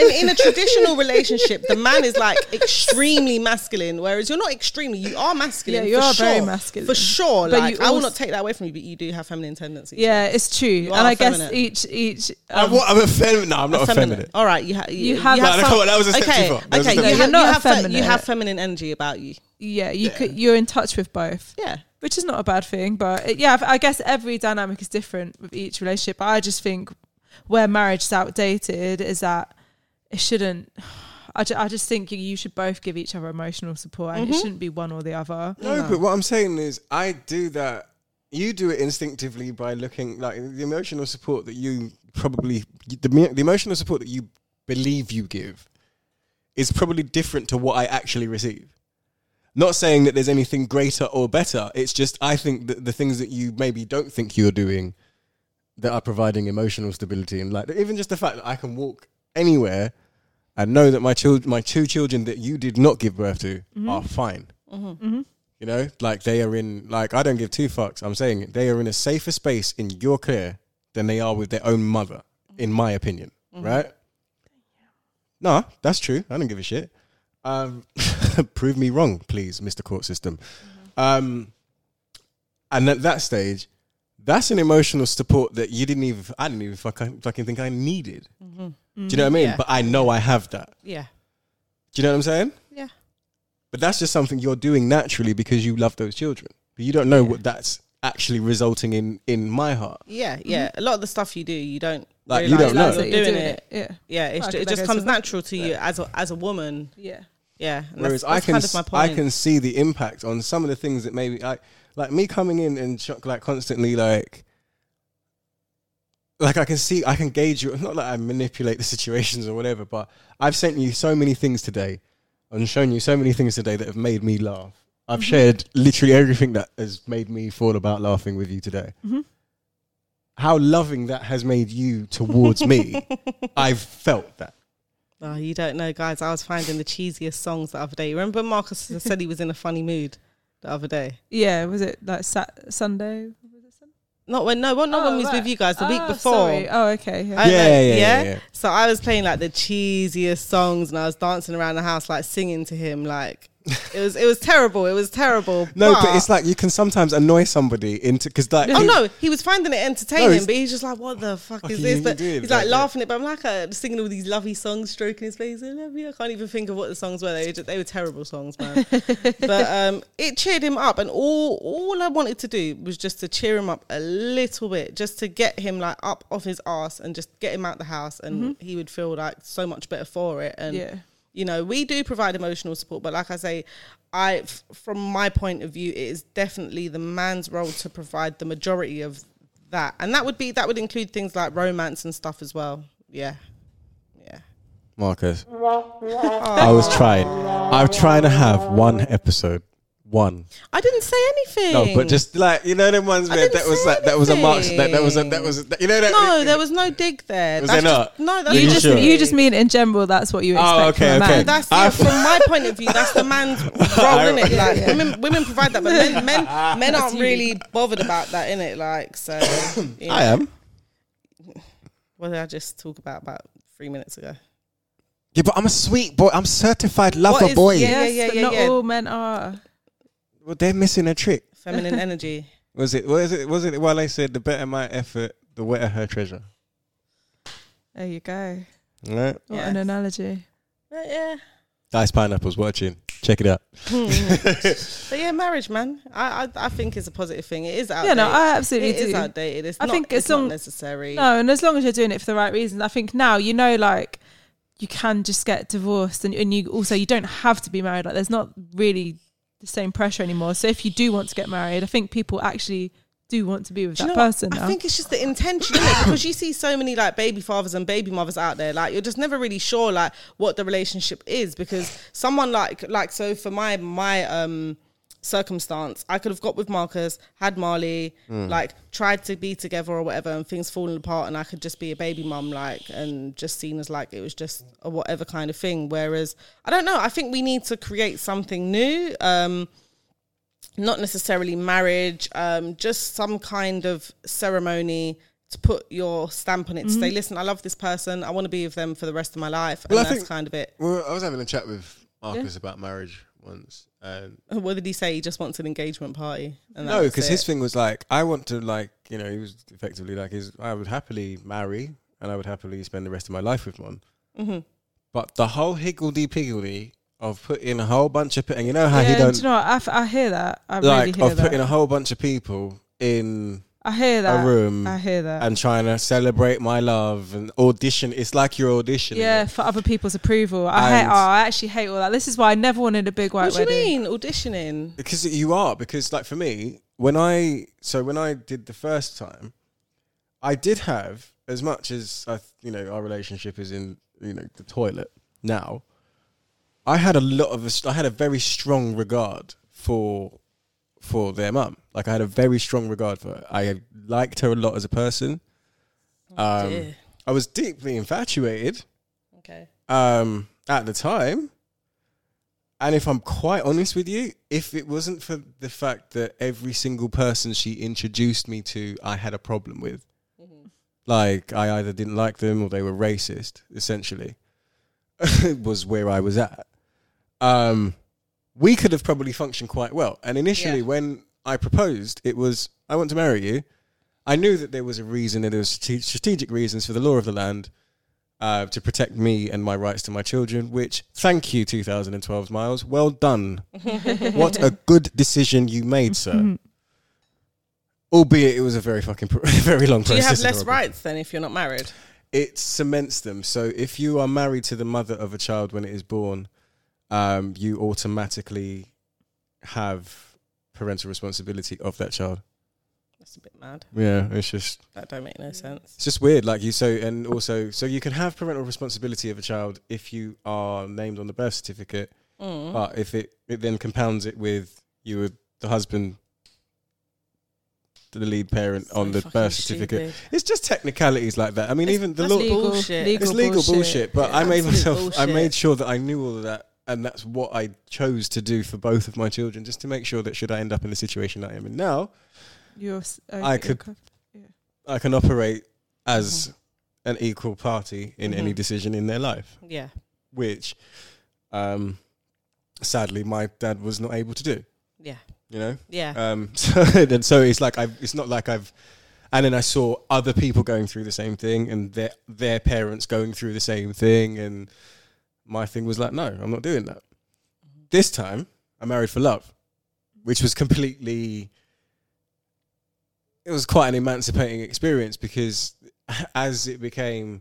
[SPEAKER 6] in, in a traditional relationship, the man is like extremely masculine, whereas you're not extremely. You are masculine.
[SPEAKER 3] Yeah, you
[SPEAKER 6] for
[SPEAKER 3] are
[SPEAKER 6] sure,
[SPEAKER 3] very masculine.
[SPEAKER 6] for sure.
[SPEAKER 3] But
[SPEAKER 6] like
[SPEAKER 3] you
[SPEAKER 6] I will
[SPEAKER 3] also-
[SPEAKER 6] not take that away from you, but you do have feminine tendencies.
[SPEAKER 3] yeah, it's true, and
[SPEAKER 6] are
[SPEAKER 3] I guess
[SPEAKER 6] effeminate.
[SPEAKER 3] each each. um,
[SPEAKER 2] I'm, what, I'm effeminate. No, I'm not
[SPEAKER 6] Effeminate.
[SPEAKER 2] effeminate.
[SPEAKER 6] All right, you, ha- you,
[SPEAKER 3] You have
[SPEAKER 6] you have
[SPEAKER 2] No, no,
[SPEAKER 6] some-
[SPEAKER 2] come on, that was a step
[SPEAKER 6] okay,
[SPEAKER 2] too far. That was a
[SPEAKER 6] okay,
[SPEAKER 2] step
[SPEAKER 6] you,
[SPEAKER 2] too
[SPEAKER 6] have,
[SPEAKER 3] far.
[SPEAKER 6] you, have fe- you
[SPEAKER 3] Effeminate.
[SPEAKER 6] have feminine energy about you.
[SPEAKER 3] Yeah, you could. You're in touch with both.
[SPEAKER 6] Yeah,
[SPEAKER 3] which is not a bad thing, but it, yeah, I guess every dynamic is different with each relationship. But I just think where marriage is outdated is that it shouldn't. I, ju- I just think you- you should both give each other emotional support, and it
[SPEAKER 6] Mm-hmm.
[SPEAKER 2] Mhm.
[SPEAKER 3] shouldn't be one or the other.
[SPEAKER 2] No, but what I'm saying is, I do that. You do it instinctively by looking like the emotional support that you probably the, me- the emotional support that you believe you give is probably different to what I actually receive. Not saying that there's anything greater or better. It's just I think that the things that you maybe don't think you're doing that are providing emotional stability and like even just the fact that I can walk anywhere and know that my child, my two children that you did not give birth to,
[SPEAKER 14] Mhm.
[SPEAKER 2] are fine.
[SPEAKER 14] Mm-hmm.
[SPEAKER 2] You know, like they are in like I don't give two fucks. I'm saying it. they are in a safer space in your care than they are with their own mother, in my opinion.
[SPEAKER 14] Mhm.
[SPEAKER 2] Right? No, that's true. I don't give a shit. Um, prove me wrong, please, Mr. Court System. Um, and at that stage, that's an emotional support that you didn't even I didn't even fucking, fucking think I needed.
[SPEAKER 6] Mhm.
[SPEAKER 2] Do you know what I mean?
[SPEAKER 6] Yeah.
[SPEAKER 2] But I know I have that.
[SPEAKER 6] yeah,
[SPEAKER 2] Do you know what I'm saying?
[SPEAKER 6] yeah.
[SPEAKER 2] But that's just something you're doing naturally because you love those children. But you don't know what that's actually resulting in in my heart.
[SPEAKER 6] Yeah, yeah. A lot of the stuff you do, you don't
[SPEAKER 2] Like, you don't
[SPEAKER 6] realise
[SPEAKER 2] know.
[SPEAKER 6] you're
[SPEAKER 2] You're
[SPEAKER 6] doing,
[SPEAKER 2] doing
[SPEAKER 6] it.
[SPEAKER 3] it,
[SPEAKER 6] yeah.
[SPEAKER 3] yeah.
[SPEAKER 6] It's
[SPEAKER 3] Like,
[SPEAKER 6] ju- it
[SPEAKER 3] like
[SPEAKER 6] just
[SPEAKER 3] I
[SPEAKER 6] comes
[SPEAKER 3] said,
[SPEAKER 6] natural to you as a, as a woman.
[SPEAKER 3] Yeah,
[SPEAKER 6] yeah. And
[SPEAKER 2] Whereas
[SPEAKER 6] that's,
[SPEAKER 2] I
[SPEAKER 6] that's
[SPEAKER 2] can
[SPEAKER 6] kind of my
[SPEAKER 2] s- I
[SPEAKER 6] point.
[SPEAKER 2] can see the impact on some of the things that maybe I like me coming in and sh- like constantly like like I can see I can gauge you not that I manipulate the situations or whatever, but I've sent you so many things today and shown you so many things today that have made me laugh. I've
[SPEAKER 14] Mhm.
[SPEAKER 6] Mm-hmm.
[SPEAKER 2] shared literally everything that has made me fall about laughing with you today.
[SPEAKER 6] Mm-hmm.
[SPEAKER 14] Mhm.
[SPEAKER 2] How loving that has made you towards me. I've felt that.
[SPEAKER 6] Oh, you don't know, guys. I was finding the cheesiest songs the other day. Remember, Marcus said he was in a funny mood the other day.
[SPEAKER 3] yeah. Was it like sat- Sunday?
[SPEAKER 6] Not when no, well, not when we was with you guys the week
[SPEAKER 3] Oh,
[SPEAKER 6] before.
[SPEAKER 3] sorry. Oh, okay. Yeah.
[SPEAKER 6] I
[SPEAKER 3] Yeah,
[SPEAKER 6] know,
[SPEAKER 3] yeah, yeah, yeah.
[SPEAKER 6] So I was playing like the cheesiest songs, and I was dancing around the house like singing to him. Like it was, it was terrible. It was terrible.
[SPEAKER 2] No, but, it's like you can sometimes annoy somebody into because like
[SPEAKER 6] oh no, he was finding it
[SPEAKER 2] No,
[SPEAKER 6] entertaining,
[SPEAKER 2] he's-
[SPEAKER 6] but he's just like, what the fuck
[SPEAKER 2] Fuck
[SPEAKER 6] is
[SPEAKER 2] you,
[SPEAKER 6] this?
[SPEAKER 2] you
[SPEAKER 6] But
[SPEAKER 2] did,
[SPEAKER 6] he's like
[SPEAKER 2] like,
[SPEAKER 6] laughing at, but I'm like uh, singing all these lovey songs, stroking his face. I love you. I can't even think of what the songs were. They were, just, they were terrible songs, man. but um, it cheered him up, and all all I wanted to do was just to cheer him up a little bit, just to get him like up off his ass and just get him out the house, and
[SPEAKER 3] Mhm.
[SPEAKER 6] he would feel like so much better for it. And
[SPEAKER 3] Yeah.
[SPEAKER 6] you know we do provide emotional support but like i say I, f- from my point of view it is definitely the man's role to provide the majority of that and that would be that would include things like romance and stuff as well yeah
[SPEAKER 2] Marcus. I was trying. I'm trying to have one episode, one.
[SPEAKER 6] i didn't say anything
[SPEAKER 2] No, but just like you know, them ones where that was like that was a mark. That that was a that was a, that- you know that.
[SPEAKER 6] no there was no dig there
[SPEAKER 2] Was
[SPEAKER 6] That's
[SPEAKER 2] there
[SPEAKER 6] just- no
[SPEAKER 2] not?
[SPEAKER 6] that's
[SPEAKER 2] Are
[SPEAKER 3] You
[SPEAKER 2] you
[SPEAKER 3] just
[SPEAKER 2] sure?
[SPEAKER 3] you just mean in general that's what you expect
[SPEAKER 2] Oh, okay,
[SPEAKER 3] from a
[SPEAKER 2] okay.
[SPEAKER 3] man.
[SPEAKER 6] That's
[SPEAKER 2] I-
[SPEAKER 6] yeah, from my point of view. That's the man's role in it. Like women, women provide that, but men, men, men aren't really bothered about that in it. Like so, you
[SPEAKER 2] I
[SPEAKER 6] know.
[SPEAKER 2] am.
[SPEAKER 6] What did I just talk about about three minutes ago?
[SPEAKER 2] Yeah, but I'm a sweet boy. I'm certified
[SPEAKER 6] What
[SPEAKER 2] lover
[SPEAKER 6] is-
[SPEAKER 2] boy.
[SPEAKER 6] yeah,
[SPEAKER 3] Yes, but not all men are.
[SPEAKER 2] Well, they're missing a trick.
[SPEAKER 6] Feminine energy.
[SPEAKER 2] Was it? Was it? Was it? While I said, the better my effort, the wetter her treasure.
[SPEAKER 3] There you go.
[SPEAKER 2] Right?
[SPEAKER 3] What an analogy.
[SPEAKER 6] But yeah,
[SPEAKER 2] Dice pineapples watching. Check it out.
[SPEAKER 6] but yeah, marriage, man. I I, I think it's a positive thing. It is
[SPEAKER 3] Yeah,
[SPEAKER 6] outdated.
[SPEAKER 3] no, I absolutely
[SPEAKER 6] It
[SPEAKER 3] do.
[SPEAKER 6] is outdated. It's
[SPEAKER 3] I
[SPEAKER 6] not,
[SPEAKER 3] think
[SPEAKER 6] it's,
[SPEAKER 3] as
[SPEAKER 6] not
[SPEAKER 3] long-
[SPEAKER 6] necessary.
[SPEAKER 3] No, and as long as you're doing it for the right reasons, I think now you know, like you can just get divorced, and and you also you don't have to be married. Like there's not really the same pressure anymore. So if you do want to get married, I think people actually do want to be with
[SPEAKER 6] Do
[SPEAKER 3] that
[SPEAKER 6] you know what?
[SPEAKER 3] person.
[SPEAKER 6] I
[SPEAKER 3] now.
[SPEAKER 6] think it's just the intention, innit? Because you see so many like baby fathers and baby mothers out there, like you're just never really sure like what the relationship is because someone like like so for my my um circumstance, I could have got with Marcus, had Marley,
[SPEAKER 15] Mm.
[SPEAKER 6] like tried to be together or whatever, and things falling apart, and I could just be a baby mum, like, and just seen as like it was just a whatever kind of thing. Whereas I don't know, I think we need to create something new. Um, not necessarily marriage, um, just some kind of ceremony to put your stamp on it to
[SPEAKER 2] Mhm.
[SPEAKER 6] say, listen, I love this person, I want to be with them for the rest of my life,
[SPEAKER 2] Well,
[SPEAKER 6] and
[SPEAKER 2] I
[SPEAKER 6] that's
[SPEAKER 2] think-
[SPEAKER 6] kind of it.
[SPEAKER 2] Well, I was having a chat with
[SPEAKER 6] Marcus
[SPEAKER 2] about marriage once, and
[SPEAKER 6] What did he say? He just wants an engagement party. And
[SPEAKER 2] No,
[SPEAKER 6] that's
[SPEAKER 2] because
[SPEAKER 6] it.
[SPEAKER 2] his thing was like, I want to like, you know, he was effectively like, his, I would happily marry and I would happily spend the rest of my life with one.
[SPEAKER 3] Mm-hmm.
[SPEAKER 6] Mhm.
[SPEAKER 2] But the whole higgledy piggledy of putting a whole bunch of, pe- and you know how
[SPEAKER 3] yeah,
[SPEAKER 2] Ah, he don't
[SPEAKER 3] do you know what? I, f- I hear that. I really
[SPEAKER 2] like
[SPEAKER 3] hear
[SPEAKER 2] of
[SPEAKER 3] that.
[SPEAKER 2] putting a whole bunch of people in
[SPEAKER 3] I hear that.
[SPEAKER 2] a room.
[SPEAKER 3] I hear that.
[SPEAKER 2] and trying to celebrate my love and audition. It's like you're auditioning.
[SPEAKER 3] yeah, for other people's approval. I hate.
[SPEAKER 2] And-
[SPEAKER 3] Oh, I actually hate all that. This is why I never wanted a big white
[SPEAKER 6] What do you
[SPEAKER 3] wedding.
[SPEAKER 6] mean auditioning?
[SPEAKER 2] Because you are, because like for me, when I so when I did the first time, I did have as uh, much as I, th- you know, our relationship is in you know the toilet now. I had a lot of, a- I had a very strong regard for for their mum. Like I had a very strong regard for her. I liked her a lot as a person. Um,
[SPEAKER 6] dear.
[SPEAKER 2] I was deeply infatuated
[SPEAKER 6] Okay.
[SPEAKER 2] um, at the time. And if I'm quite honest with you, if it wasn't for the fact that every single person she introduced me to, I had a problem with. Like, I either didn't like them or they were racist, essentially, was where I was at. Um, we could have probably functioned quite well. And initially, when I proposed, it was, I want to marry you. I knew that there was a reason, and there was strate- strategic reasons for the law of the land uh, to protect me and my rights to my children. Which, thank you, 2012 Miles. Well done. what a good decision you made, sir. Albeit it was a very fucking pro- very long
[SPEAKER 6] Do you
[SPEAKER 2] process.
[SPEAKER 6] have
[SPEAKER 2] It's
[SPEAKER 6] less
[SPEAKER 2] horrible.
[SPEAKER 6] rights then if you're not married?
[SPEAKER 2] It cements them. So if you are married to the mother of a child when it is born, um, you automatically have parental responsibility of that child.
[SPEAKER 6] That's a bit mad.
[SPEAKER 2] Yeah, it's just
[SPEAKER 6] That don't make no sense.
[SPEAKER 2] It's just weird, like you so, and also, so you can have parental responsibility of a child if you are named on the birth certificate,
[SPEAKER 6] Mm.
[SPEAKER 2] but if it it then compounds it with you were the husband, the lead parent on the birth certificate.
[SPEAKER 6] stupid.
[SPEAKER 2] It's just technicalities like that. I mean, even the
[SPEAKER 6] that's
[SPEAKER 2] law
[SPEAKER 6] legal Bullshit.
[SPEAKER 2] It's legal bullshit, but I
[SPEAKER 6] Absolute
[SPEAKER 2] made myself. I
[SPEAKER 6] bullshit.
[SPEAKER 2] made sure that I knew all of that. And that's what I chose to do for both of my children, just to make sure that should I end up in the situation I am in now,
[SPEAKER 3] You're, s- okay,
[SPEAKER 2] I could
[SPEAKER 3] okay.
[SPEAKER 2] I can operate as
[SPEAKER 6] Mm-hmm.
[SPEAKER 2] an equal party in any
[SPEAKER 6] Mhm.
[SPEAKER 2] decision in their life.
[SPEAKER 6] Yeah.
[SPEAKER 2] Which, um, sadly, my dad was not able to do.
[SPEAKER 6] Yeah.
[SPEAKER 2] You know.
[SPEAKER 6] Yeah.
[SPEAKER 2] Um. So then, so it's like I've. It's not like I've. And then I saw other people going through the same thing, and their their parents going through the same thing, and my thing was like, no, I'm not doing that.
[SPEAKER 6] Mm-hmm.
[SPEAKER 2] This time, I married for love, which was completely it was quite an emancipating experience because as it became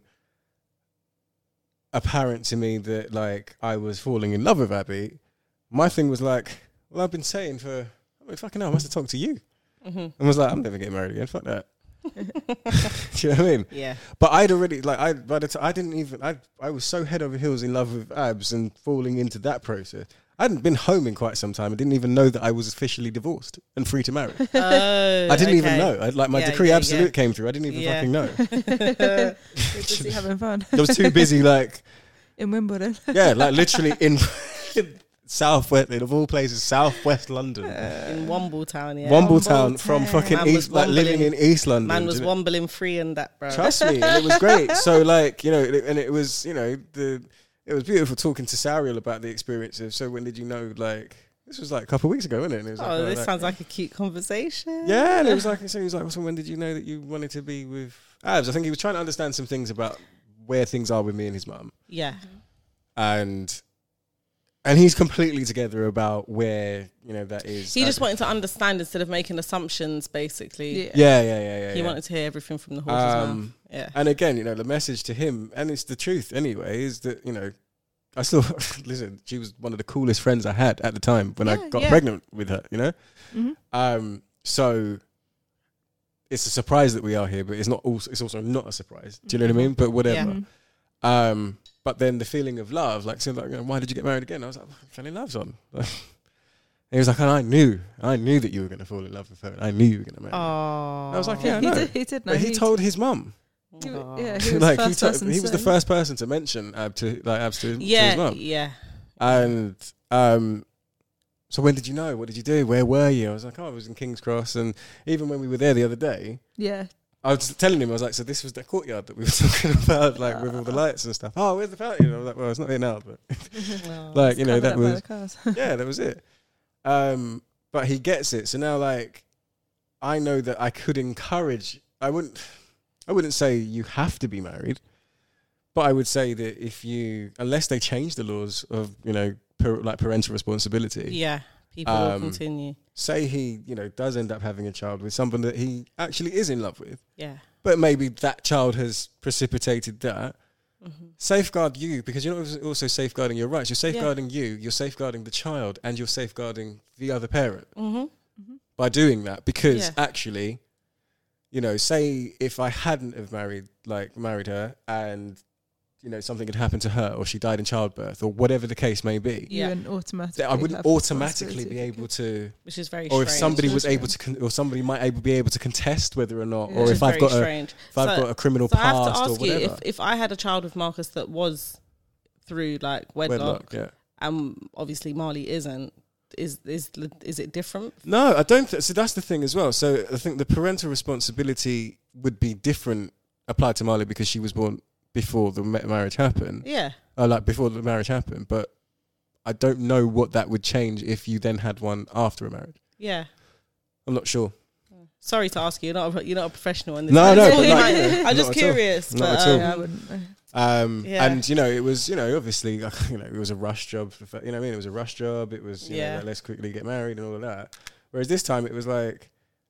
[SPEAKER 2] apparent to me that like I was falling in love with Abby, my thing was like, well, I've been saying for I mean, fucking hell, I must have talked to you,
[SPEAKER 6] Mhm.
[SPEAKER 2] and was like, I'm never getting married again. Fuck that. Do you know what I mean?
[SPEAKER 6] Yeah.
[SPEAKER 2] But I'd already like I by the time I didn't even I I was so head over heels in love with abs and falling into that process. I hadn't been home in quite some time. I didn't even know that I was officially divorced and free to marry.
[SPEAKER 6] Oh,
[SPEAKER 2] I didn't even
[SPEAKER 6] okay.
[SPEAKER 2] know. I, like my
[SPEAKER 6] Yeah,
[SPEAKER 2] decree
[SPEAKER 6] yeah,
[SPEAKER 2] absolute
[SPEAKER 6] yeah.
[SPEAKER 2] came through. I didn't even
[SPEAKER 6] Yeah.
[SPEAKER 2] fucking know.
[SPEAKER 3] We're busy having fun.
[SPEAKER 2] I was too busy like
[SPEAKER 3] in Wimbledon.
[SPEAKER 2] yeah, like literally in southwest of all places, southwest London.
[SPEAKER 6] in Womble Town, Uh, yeah.
[SPEAKER 2] Womble Town from fucking
[SPEAKER 6] Man
[SPEAKER 2] East,
[SPEAKER 6] was
[SPEAKER 2] like living in
[SPEAKER 6] wombling-
[SPEAKER 2] East London.
[SPEAKER 6] Man was
[SPEAKER 2] do you know?
[SPEAKER 6] wombling free and that, bro.
[SPEAKER 2] Trust me, and it was great. So like you know, and it was you know the it was beautiful talking to Sariel about the experience. of, So when did you know? Like this was like a couple of weeks ago, wasn't it? And it was
[SPEAKER 6] oh, this
[SPEAKER 2] like,
[SPEAKER 6] sounds like a cute conversation.
[SPEAKER 2] yeah, and it was like so. He was like, so when did you know that you wanted to be with Abs? I think he was trying to understand some things about where things are with me and his mum
[SPEAKER 6] yeah.
[SPEAKER 2] and and he's completely together about where you know that is. Uh,
[SPEAKER 6] He just
[SPEAKER 2] I-
[SPEAKER 6] wanted to understand instead of making assumptions, basically.
[SPEAKER 2] Yeah, yeah, yeah, yeah.
[SPEAKER 6] He
[SPEAKER 2] yeah.
[SPEAKER 6] wanted to hear everything from the horse's mouth.
[SPEAKER 2] Um,
[SPEAKER 6] Yeah.
[SPEAKER 2] And again, you know, the message to him, and it's the truth anyway, is that you know, I still listen. She was one of the coolest friends I had at the time when I
[SPEAKER 6] Yeah,
[SPEAKER 2] got
[SPEAKER 6] yeah.
[SPEAKER 2] pregnant with her. You know,
[SPEAKER 6] Mhm.
[SPEAKER 2] um, so it's a surprise that we are here, but it's not also it's also not a surprise. Do you know what I mean? But whatever.
[SPEAKER 6] Mm-hmm. Yeah.
[SPEAKER 2] Um, but then the feeling of love, like, so like, you know, why did you get married again? I was like, I fell in love on. Like, he was like, and I knew, I knew that you were going to fall in love with her. And I knew you were going to marry. her." I uh, was like, yeah, I
[SPEAKER 3] he
[SPEAKER 2] know.
[SPEAKER 3] did. He did know.
[SPEAKER 2] But he told his mum.
[SPEAKER 3] He, wa- yeah, he was
[SPEAKER 2] like
[SPEAKER 3] first
[SPEAKER 2] he,
[SPEAKER 3] person
[SPEAKER 2] he was the
[SPEAKER 3] to-
[SPEAKER 2] first person to mention Ab to like Abs to, to his
[SPEAKER 6] Yeah,
[SPEAKER 2] mum.
[SPEAKER 6] yeah.
[SPEAKER 2] And um, so when did you know? What did you do? Where were you? I was like, oh, I was in King's Cross, and even when we were there the other day,
[SPEAKER 3] Yeah.
[SPEAKER 2] I was telling him, I was like, so this was the courtyard that we were talking about, like with all the lights and stuff. Oh, where's the fountain? I was like, well, it's not here now, but like you
[SPEAKER 3] covered
[SPEAKER 2] know, that
[SPEAKER 3] up by
[SPEAKER 2] was
[SPEAKER 3] the cars.
[SPEAKER 2] yeah, that was it. Um, but he gets it, so now like I know that I could encourage. I wouldn't. I wouldn't say you have to be married, but I would say that if you, unless they change the laws of you know per, like parental responsibility,
[SPEAKER 6] Yeah, people will
[SPEAKER 2] Um,
[SPEAKER 6] continue.
[SPEAKER 2] Say he you know does end up having a child with someone that he actually is in love with.
[SPEAKER 6] Yeah.
[SPEAKER 2] But maybe that child has precipitated that.
[SPEAKER 6] Mm-hmm.
[SPEAKER 2] Safeguard you because you're not also safeguarding your rights. You're safeguarding you, you're safeguarding the child, and you're safeguarding the other parent
[SPEAKER 6] Mm-hmm.
[SPEAKER 2] by doing that because
[SPEAKER 6] Yeah.
[SPEAKER 2] actually you know say if i hadn't have married like married her and you know something had happened to her, or she died in childbirth, or whatever the case may be.
[SPEAKER 3] You wouldn't automatically.
[SPEAKER 2] I wouldn't
[SPEAKER 3] have
[SPEAKER 2] automatically be
[SPEAKER 3] responsibility.
[SPEAKER 2] able to,
[SPEAKER 6] Which is very
[SPEAKER 2] or if
[SPEAKER 6] strange.
[SPEAKER 2] somebody was
[SPEAKER 6] That's
[SPEAKER 2] able to, con- or somebody might able, be able to contest whether or not,
[SPEAKER 6] Yeah.
[SPEAKER 2] or
[SPEAKER 6] Which
[SPEAKER 2] if
[SPEAKER 6] is
[SPEAKER 2] I've
[SPEAKER 6] very
[SPEAKER 2] got
[SPEAKER 6] strange.
[SPEAKER 2] a, if I've
[SPEAKER 6] So-
[SPEAKER 2] got a criminal
[SPEAKER 6] so
[SPEAKER 2] past
[SPEAKER 6] I have to
[SPEAKER 2] or
[SPEAKER 6] ask you
[SPEAKER 2] whatever.
[SPEAKER 6] if, if I had a child with Marcus that was through like
[SPEAKER 2] Wedlock,
[SPEAKER 6] wedlock,
[SPEAKER 2] yeah.
[SPEAKER 6] and obviously Marley isn't, is is is it different?
[SPEAKER 2] No, I don't. Th- so that's the thing as well. So I think the parental responsibility would be different applied to Marley because she was born before the ma- marriage happened.
[SPEAKER 6] Yeah.
[SPEAKER 2] Uh, like before the marriage happened, but I don't know what that would change if you then had one after a marriage.
[SPEAKER 6] Yeah.
[SPEAKER 2] I'm not sure.
[SPEAKER 6] Sorry to ask you. You're not a, you're not a professional in this.
[SPEAKER 2] No, no,
[SPEAKER 6] It's
[SPEAKER 2] but
[SPEAKER 6] all
[SPEAKER 2] like,
[SPEAKER 6] you
[SPEAKER 2] you
[SPEAKER 6] might-
[SPEAKER 2] know,
[SPEAKER 6] I'm just
[SPEAKER 2] not at all.
[SPEAKER 6] curious.
[SPEAKER 2] Not
[SPEAKER 6] but,
[SPEAKER 2] at all.
[SPEAKER 6] um,
[SPEAKER 2] Um,
[SPEAKER 6] Yeah.
[SPEAKER 2] And you know, it was you know, obviously, you know, it was a rush job. For, fa- you know, what I mean, it was a rush job. It was you know,
[SPEAKER 6] Yeah.
[SPEAKER 2] like, let's quickly get married and all of that. Whereas this time, it was like,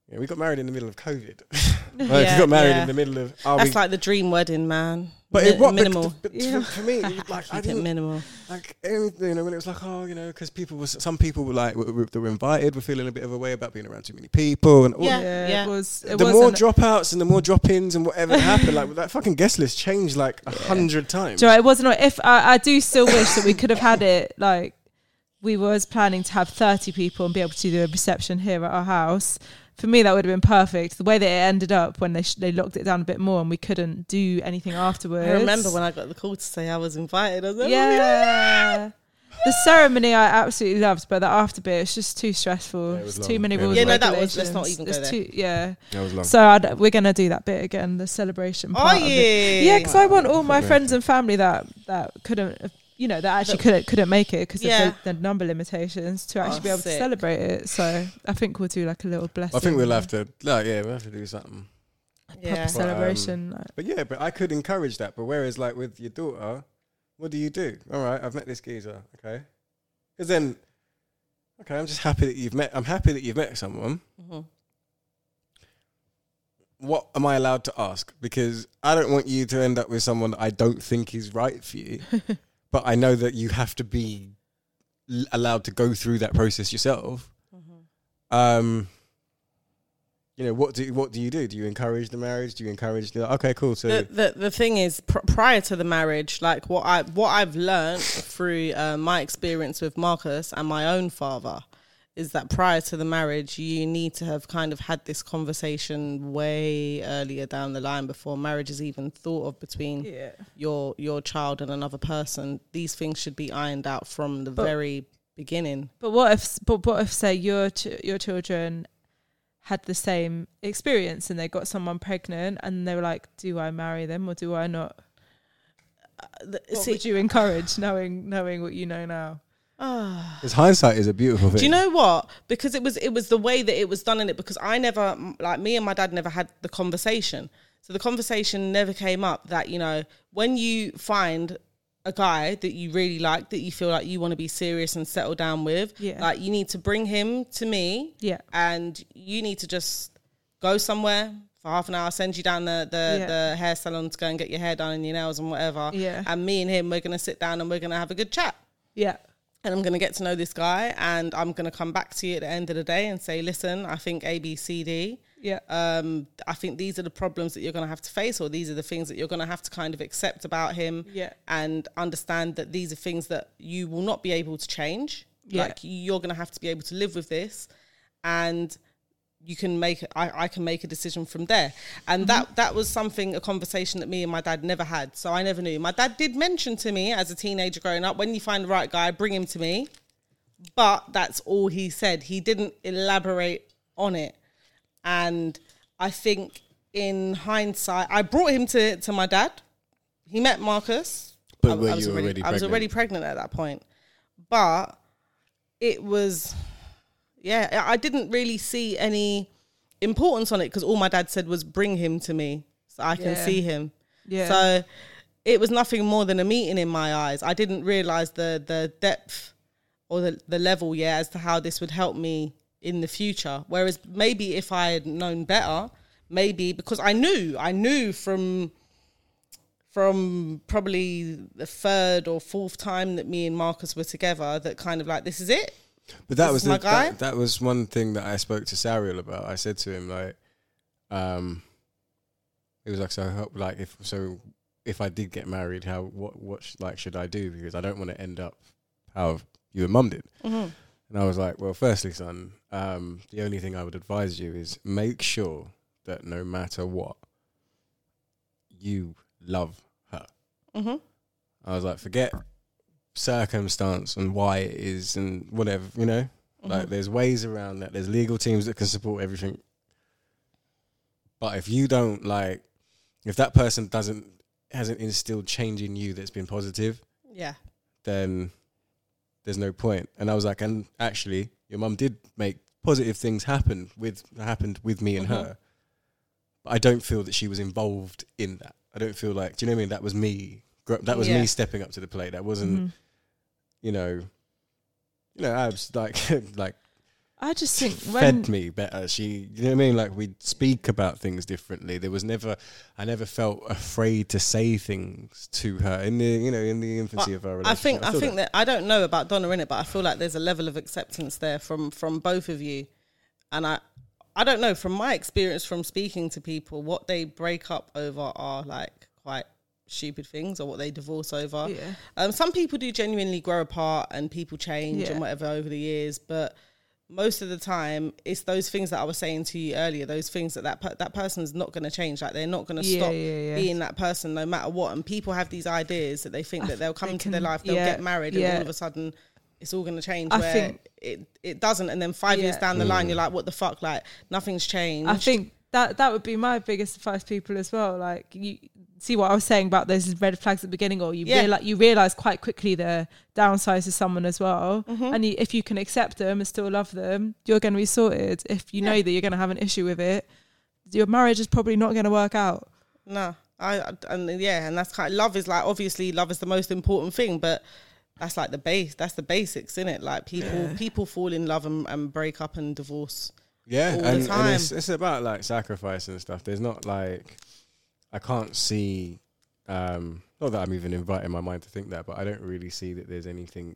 [SPEAKER 2] you know, we got married in the middle of COVID. like,
[SPEAKER 6] yeah,
[SPEAKER 2] we got married
[SPEAKER 6] yeah.
[SPEAKER 2] in the middle of. Are
[SPEAKER 6] That's
[SPEAKER 2] we,
[SPEAKER 6] like the dream wedding, man.
[SPEAKER 2] But
[SPEAKER 6] Mi-
[SPEAKER 2] it what
[SPEAKER 6] minimal.
[SPEAKER 2] But, but for- for me, like I
[SPEAKER 6] Keep it
[SPEAKER 2] didn't
[SPEAKER 6] minimal.
[SPEAKER 2] Like everything, you know, when it was like, oh, you know, because people was some people were like were, were, that were invited were feeling a bit of a way about being around too many people and all.
[SPEAKER 3] Yeah, It was. It
[SPEAKER 2] the
[SPEAKER 3] was
[SPEAKER 2] more
[SPEAKER 3] an-
[SPEAKER 2] dropouts and the more drop-ins and whatever happened, like that fucking guest list changed like a hundred times.
[SPEAKER 3] Do you know, it wasn't. If I, I do still wish that we could have had it like we was planning to have thirty people and be able to do a reception here at our house. For me, that would have been perfect. The way that it ended up when they sh- they locked it down a bit more and we couldn't do anything afterwards.
[SPEAKER 6] I remember when I got the call to say I was invited. I was like, "Oh,
[SPEAKER 3] yeah. The ceremony I absolutely loved, but the after bit it's just too stressful.
[SPEAKER 6] it was
[SPEAKER 3] it's too
[SPEAKER 6] long.
[SPEAKER 3] many
[SPEAKER 6] Yeah, it
[SPEAKER 3] rules.
[SPEAKER 6] was
[SPEAKER 3] and
[SPEAKER 6] long. Yeah, no, that was- let's not
[SPEAKER 3] regulations.
[SPEAKER 6] even go
[SPEAKER 3] It's
[SPEAKER 6] there.
[SPEAKER 3] too- yeah,
[SPEAKER 6] That was long.
[SPEAKER 3] So I'd, we're gonna do that bit again, the celebration.
[SPEAKER 6] Are
[SPEAKER 3] part of it.
[SPEAKER 6] you?
[SPEAKER 3] Yeah, because I want all my
[SPEAKER 6] Celebration.
[SPEAKER 3] friends and family that that couldn't, uh, you know, that actually
[SPEAKER 6] That-
[SPEAKER 3] couldn't couldn't make it because
[SPEAKER 6] Yeah.
[SPEAKER 3] of the, the number limitations to actually
[SPEAKER 6] Oh,
[SPEAKER 3] be able to
[SPEAKER 6] sick.
[SPEAKER 3] celebrate it. So I think we'll do like a little blessing.
[SPEAKER 2] I think we'll have to, like, yeah, we'll have to do something.
[SPEAKER 3] Yeah.
[SPEAKER 2] But, um,
[SPEAKER 3] celebration, like-
[SPEAKER 2] But, yeah, but I could encourage that. But whereas, like, with your daughter, what do you do? All right, I've met this geezer. Okay. Because then, okay, I'm just happy that you've met, I'm happy that you've met someone.
[SPEAKER 6] Mhm.
[SPEAKER 2] What am I allowed to ask? Because I don't want you to end up with someone that I don't think is right for you. but I know that you have to be l- allowed to go through that process yourself.
[SPEAKER 6] Mm-hmm.
[SPEAKER 2] Um, you know what do what do you do? Do you encourage the marriage? Do you encourage the okay, cool. So
[SPEAKER 6] the, the the thing is, pr- prior to the marriage, like what I what I've learned through uh, my experience with Marcus and my own father is that prior to the marriage, you need to have kind of had this conversation way earlier down the line before marriage is even thought of between
[SPEAKER 3] Yeah.
[SPEAKER 6] your your child and another person. These things should be ironed out from the
[SPEAKER 3] But-
[SPEAKER 6] very beginning.
[SPEAKER 3] But what if? But what if? Say your ch- your children had the same experience and they got someone pregnant and they were like, "Do I marry them or do I not?" what
[SPEAKER 6] see-
[SPEAKER 3] would you encourage, knowing knowing what you know now?
[SPEAKER 6] Ah.
[SPEAKER 2] because hindsight is a beautiful thing.
[SPEAKER 6] Do you know what? Because it was it was the way that it was done in it. Because I never m- like me and my dad never had the conversation. So the conversation never came up that you know when you find a guy that you really like that you feel like you want to be serious and settle down with.
[SPEAKER 3] Yeah.
[SPEAKER 6] Like you need to bring him to me.
[SPEAKER 3] Yeah.
[SPEAKER 6] And you need to just go somewhere. For half an hour, send you down the the,
[SPEAKER 3] Yeah.
[SPEAKER 6] the hair salon to go and get your hair done and your nails and whatever.
[SPEAKER 3] Yeah.
[SPEAKER 6] And me and him, we're gonna sit down and we're gonna have a good chat
[SPEAKER 3] Yeah.
[SPEAKER 6] and I'm going to get to know this guy and I'm going to come back to you at the end of the day and say, listen, I think A, B, C, D.
[SPEAKER 3] Yeah.
[SPEAKER 6] Um, I think these are the problems that you're going to have to face, or these are the things that you're going to have to kind of accept about him
[SPEAKER 3] Yeah.
[SPEAKER 6] and understand that these are things that you will not be able to change.
[SPEAKER 3] Yeah.
[SPEAKER 6] Like you're going to have to be able to live with this and you can make I, I can make a decision from there and
[SPEAKER 3] Mm-hmm.
[SPEAKER 6] that that was something a conversation that me and my dad never had so i never knew my dad did mention to me as a teenager growing up when you find the right guy bring him to me but that's all he said he didn't elaborate on it and i think in hindsight i brought him to to my dad he met marcus
[SPEAKER 13] But
[SPEAKER 6] I-
[SPEAKER 13] were
[SPEAKER 6] I was
[SPEAKER 13] you already
[SPEAKER 6] i was
[SPEAKER 13] pregnant?
[SPEAKER 6] already pregnant at that point but it was yeah i I didn't really see any importance on it because all my dad said was bring him to me so i can
[SPEAKER 3] Yeah.
[SPEAKER 6] see him
[SPEAKER 3] Yeah.
[SPEAKER 6] so it was nothing more than a meeting in my eyes i didn't realize the the depth or the, the level yeah as to how this would help me in the future whereas maybe if i had known better maybe because i knew i knew from from probably the third or fourth time that me and marcus were together that kind of like this is it
[SPEAKER 2] But that
[SPEAKER 6] This
[SPEAKER 2] was
[SPEAKER 6] is my
[SPEAKER 2] the,
[SPEAKER 6] guy?
[SPEAKER 2] That, that was one thing that I spoke to Sariel about. I said to him like, um, it was like so I hope- like if so if I did get married, how what what sh- like should I do? Because I don't want to end up how you and mum did.
[SPEAKER 6] Mhm.
[SPEAKER 2] And I was like, well, firstly, son, um, the only thing I would advise you is make sure that no matter what, you love her.
[SPEAKER 6] Mhm.
[SPEAKER 2] I was like, forget circumstance and why it is and whatever, you know? Like,
[SPEAKER 6] Mhm.
[SPEAKER 2] there's ways around that. There's legal teams that can support everything. But if you don't, like, if that person doesn't, hasn't instilled change in you that's been positive,
[SPEAKER 6] Yeah.
[SPEAKER 2] then there's no point. And I was like, and actually, your mum did make positive things happen with happened with me and
[SPEAKER 6] Mhm.
[SPEAKER 2] her. But I don't feel that she was involved in that. I don't feel like, do you know what I mean? That was me. Gro- That was
[SPEAKER 6] Yeah. Mm-hmm.
[SPEAKER 2] me stepping up to the plate. That wasn't,
[SPEAKER 3] Mhm.
[SPEAKER 2] you know, you know, abs like like
[SPEAKER 3] I just think when
[SPEAKER 2] fed me better. She, you know what I mean? Like we'd speak about things differently. There was never, I never felt afraid to say things to her in the, you know, in the infancy
[SPEAKER 6] Well,
[SPEAKER 2] of our
[SPEAKER 6] I
[SPEAKER 2] relationship.
[SPEAKER 6] think I,
[SPEAKER 2] feel
[SPEAKER 6] think that. I don't know about Donna in it, but I feel like there's a level of acceptance there from from both of you, and I I don't know from my experience from speaking to people what they break up over are like quite stupid things or what they divorce over.
[SPEAKER 3] Yeah.
[SPEAKER 6] Um, some people do genuinely grow apart and people change
[SPEAKER 3] Yeah.
[SPEAKER 6] and whatever over the years, but most of the time it's those things that I was saying to you earlier. Those things that that per- that person's not going to change. Like they're not going to
[SPEAKER 3] Yeah,
[SPEAKER 6] stop
[SPEAKER 3] yeah, yeah.
[SPEAKER 6] being that person no matter what. And people have these ideas that they think that they'll come into their
[SPEAKER 3] can-
[SPEAKER 6] life, they'll
[SPEAKER 3] yeah,
[SPEAKER 6] get married,
[SPEAKER 3] yeah.
[SPEAKER 6] and all of a sudden it's all going to change.
[SPEAKER 3] I
[SPEAKER 6] where
[SPEAKER 3] think-
[SPEAKER 6] it it doesn't, and then five years
[SPEAKER 3] Yeah.
[SPEAKER 6] down the line,
[SPEAKER 3] Mm.
[SPEAKER 6] you're like, what the fuck? Like nothing's changed.
[SPEAKER 3] I think that that would be my biggest advice to people as well. Like you see what I was saying about those red flags at the beginning, or you
[SPEAKER 6] Yeah.
[SPEAKER 3] realize you realize quite quickly the downsides of someone as well.
[SPEAKER 2] Mm-hmm.
[SPEAKER 3] And you, if you can accept them and still love them, you're going to be sorted. If you know that you're going to have an issue with it, your marriage is probably not going to work out.
[SPEAKER 6] No, I I- and yeah, and that's kind of love is like obviously love is the most important thing, but that's like the base. That's the basics in it. Like people
[SPEAKER 2] Yeah.
[SPEAKER 6] people fall in love and, and break up and divorce.
[SPEAKER 2] Yeah,
[SPEAKER 6] all
[SPEAKER 2] and,
[SPEAKER 6] the
[SPEAKER 2] and
[SPEAKER 6] time.
[SPEAKER 2] it's, it's about like sacrifice and stuff. There's not like I can't see. um Not that I'm even inviting my mind to think that, but I don't really see that there's anything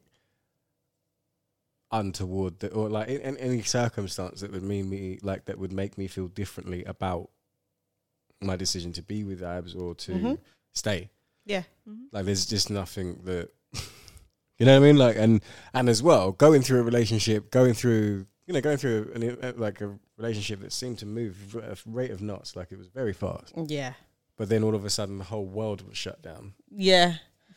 [SPEAKER 2] untoward that, or like in, in any circumstance that would mean me like that would make me feel differently about my decision to be with Abs or to
[SPEAKER 6] Mhm.
[SPEAKER 2] stay.
[SPEAKER 6] yeah.
[SPEAKER 2] Like there's just nothing that you know what I mean. Like and and as well, going through a relationship, going through you know going through an, uh, like a relationship that seemed to move at a rate of knots, like it was very fast.
[SPEAKER 6] Yeah.
[SPEAKER 2] But then all of a sudden, the whole world was shut down.
[SPEAKER 6] Yeah.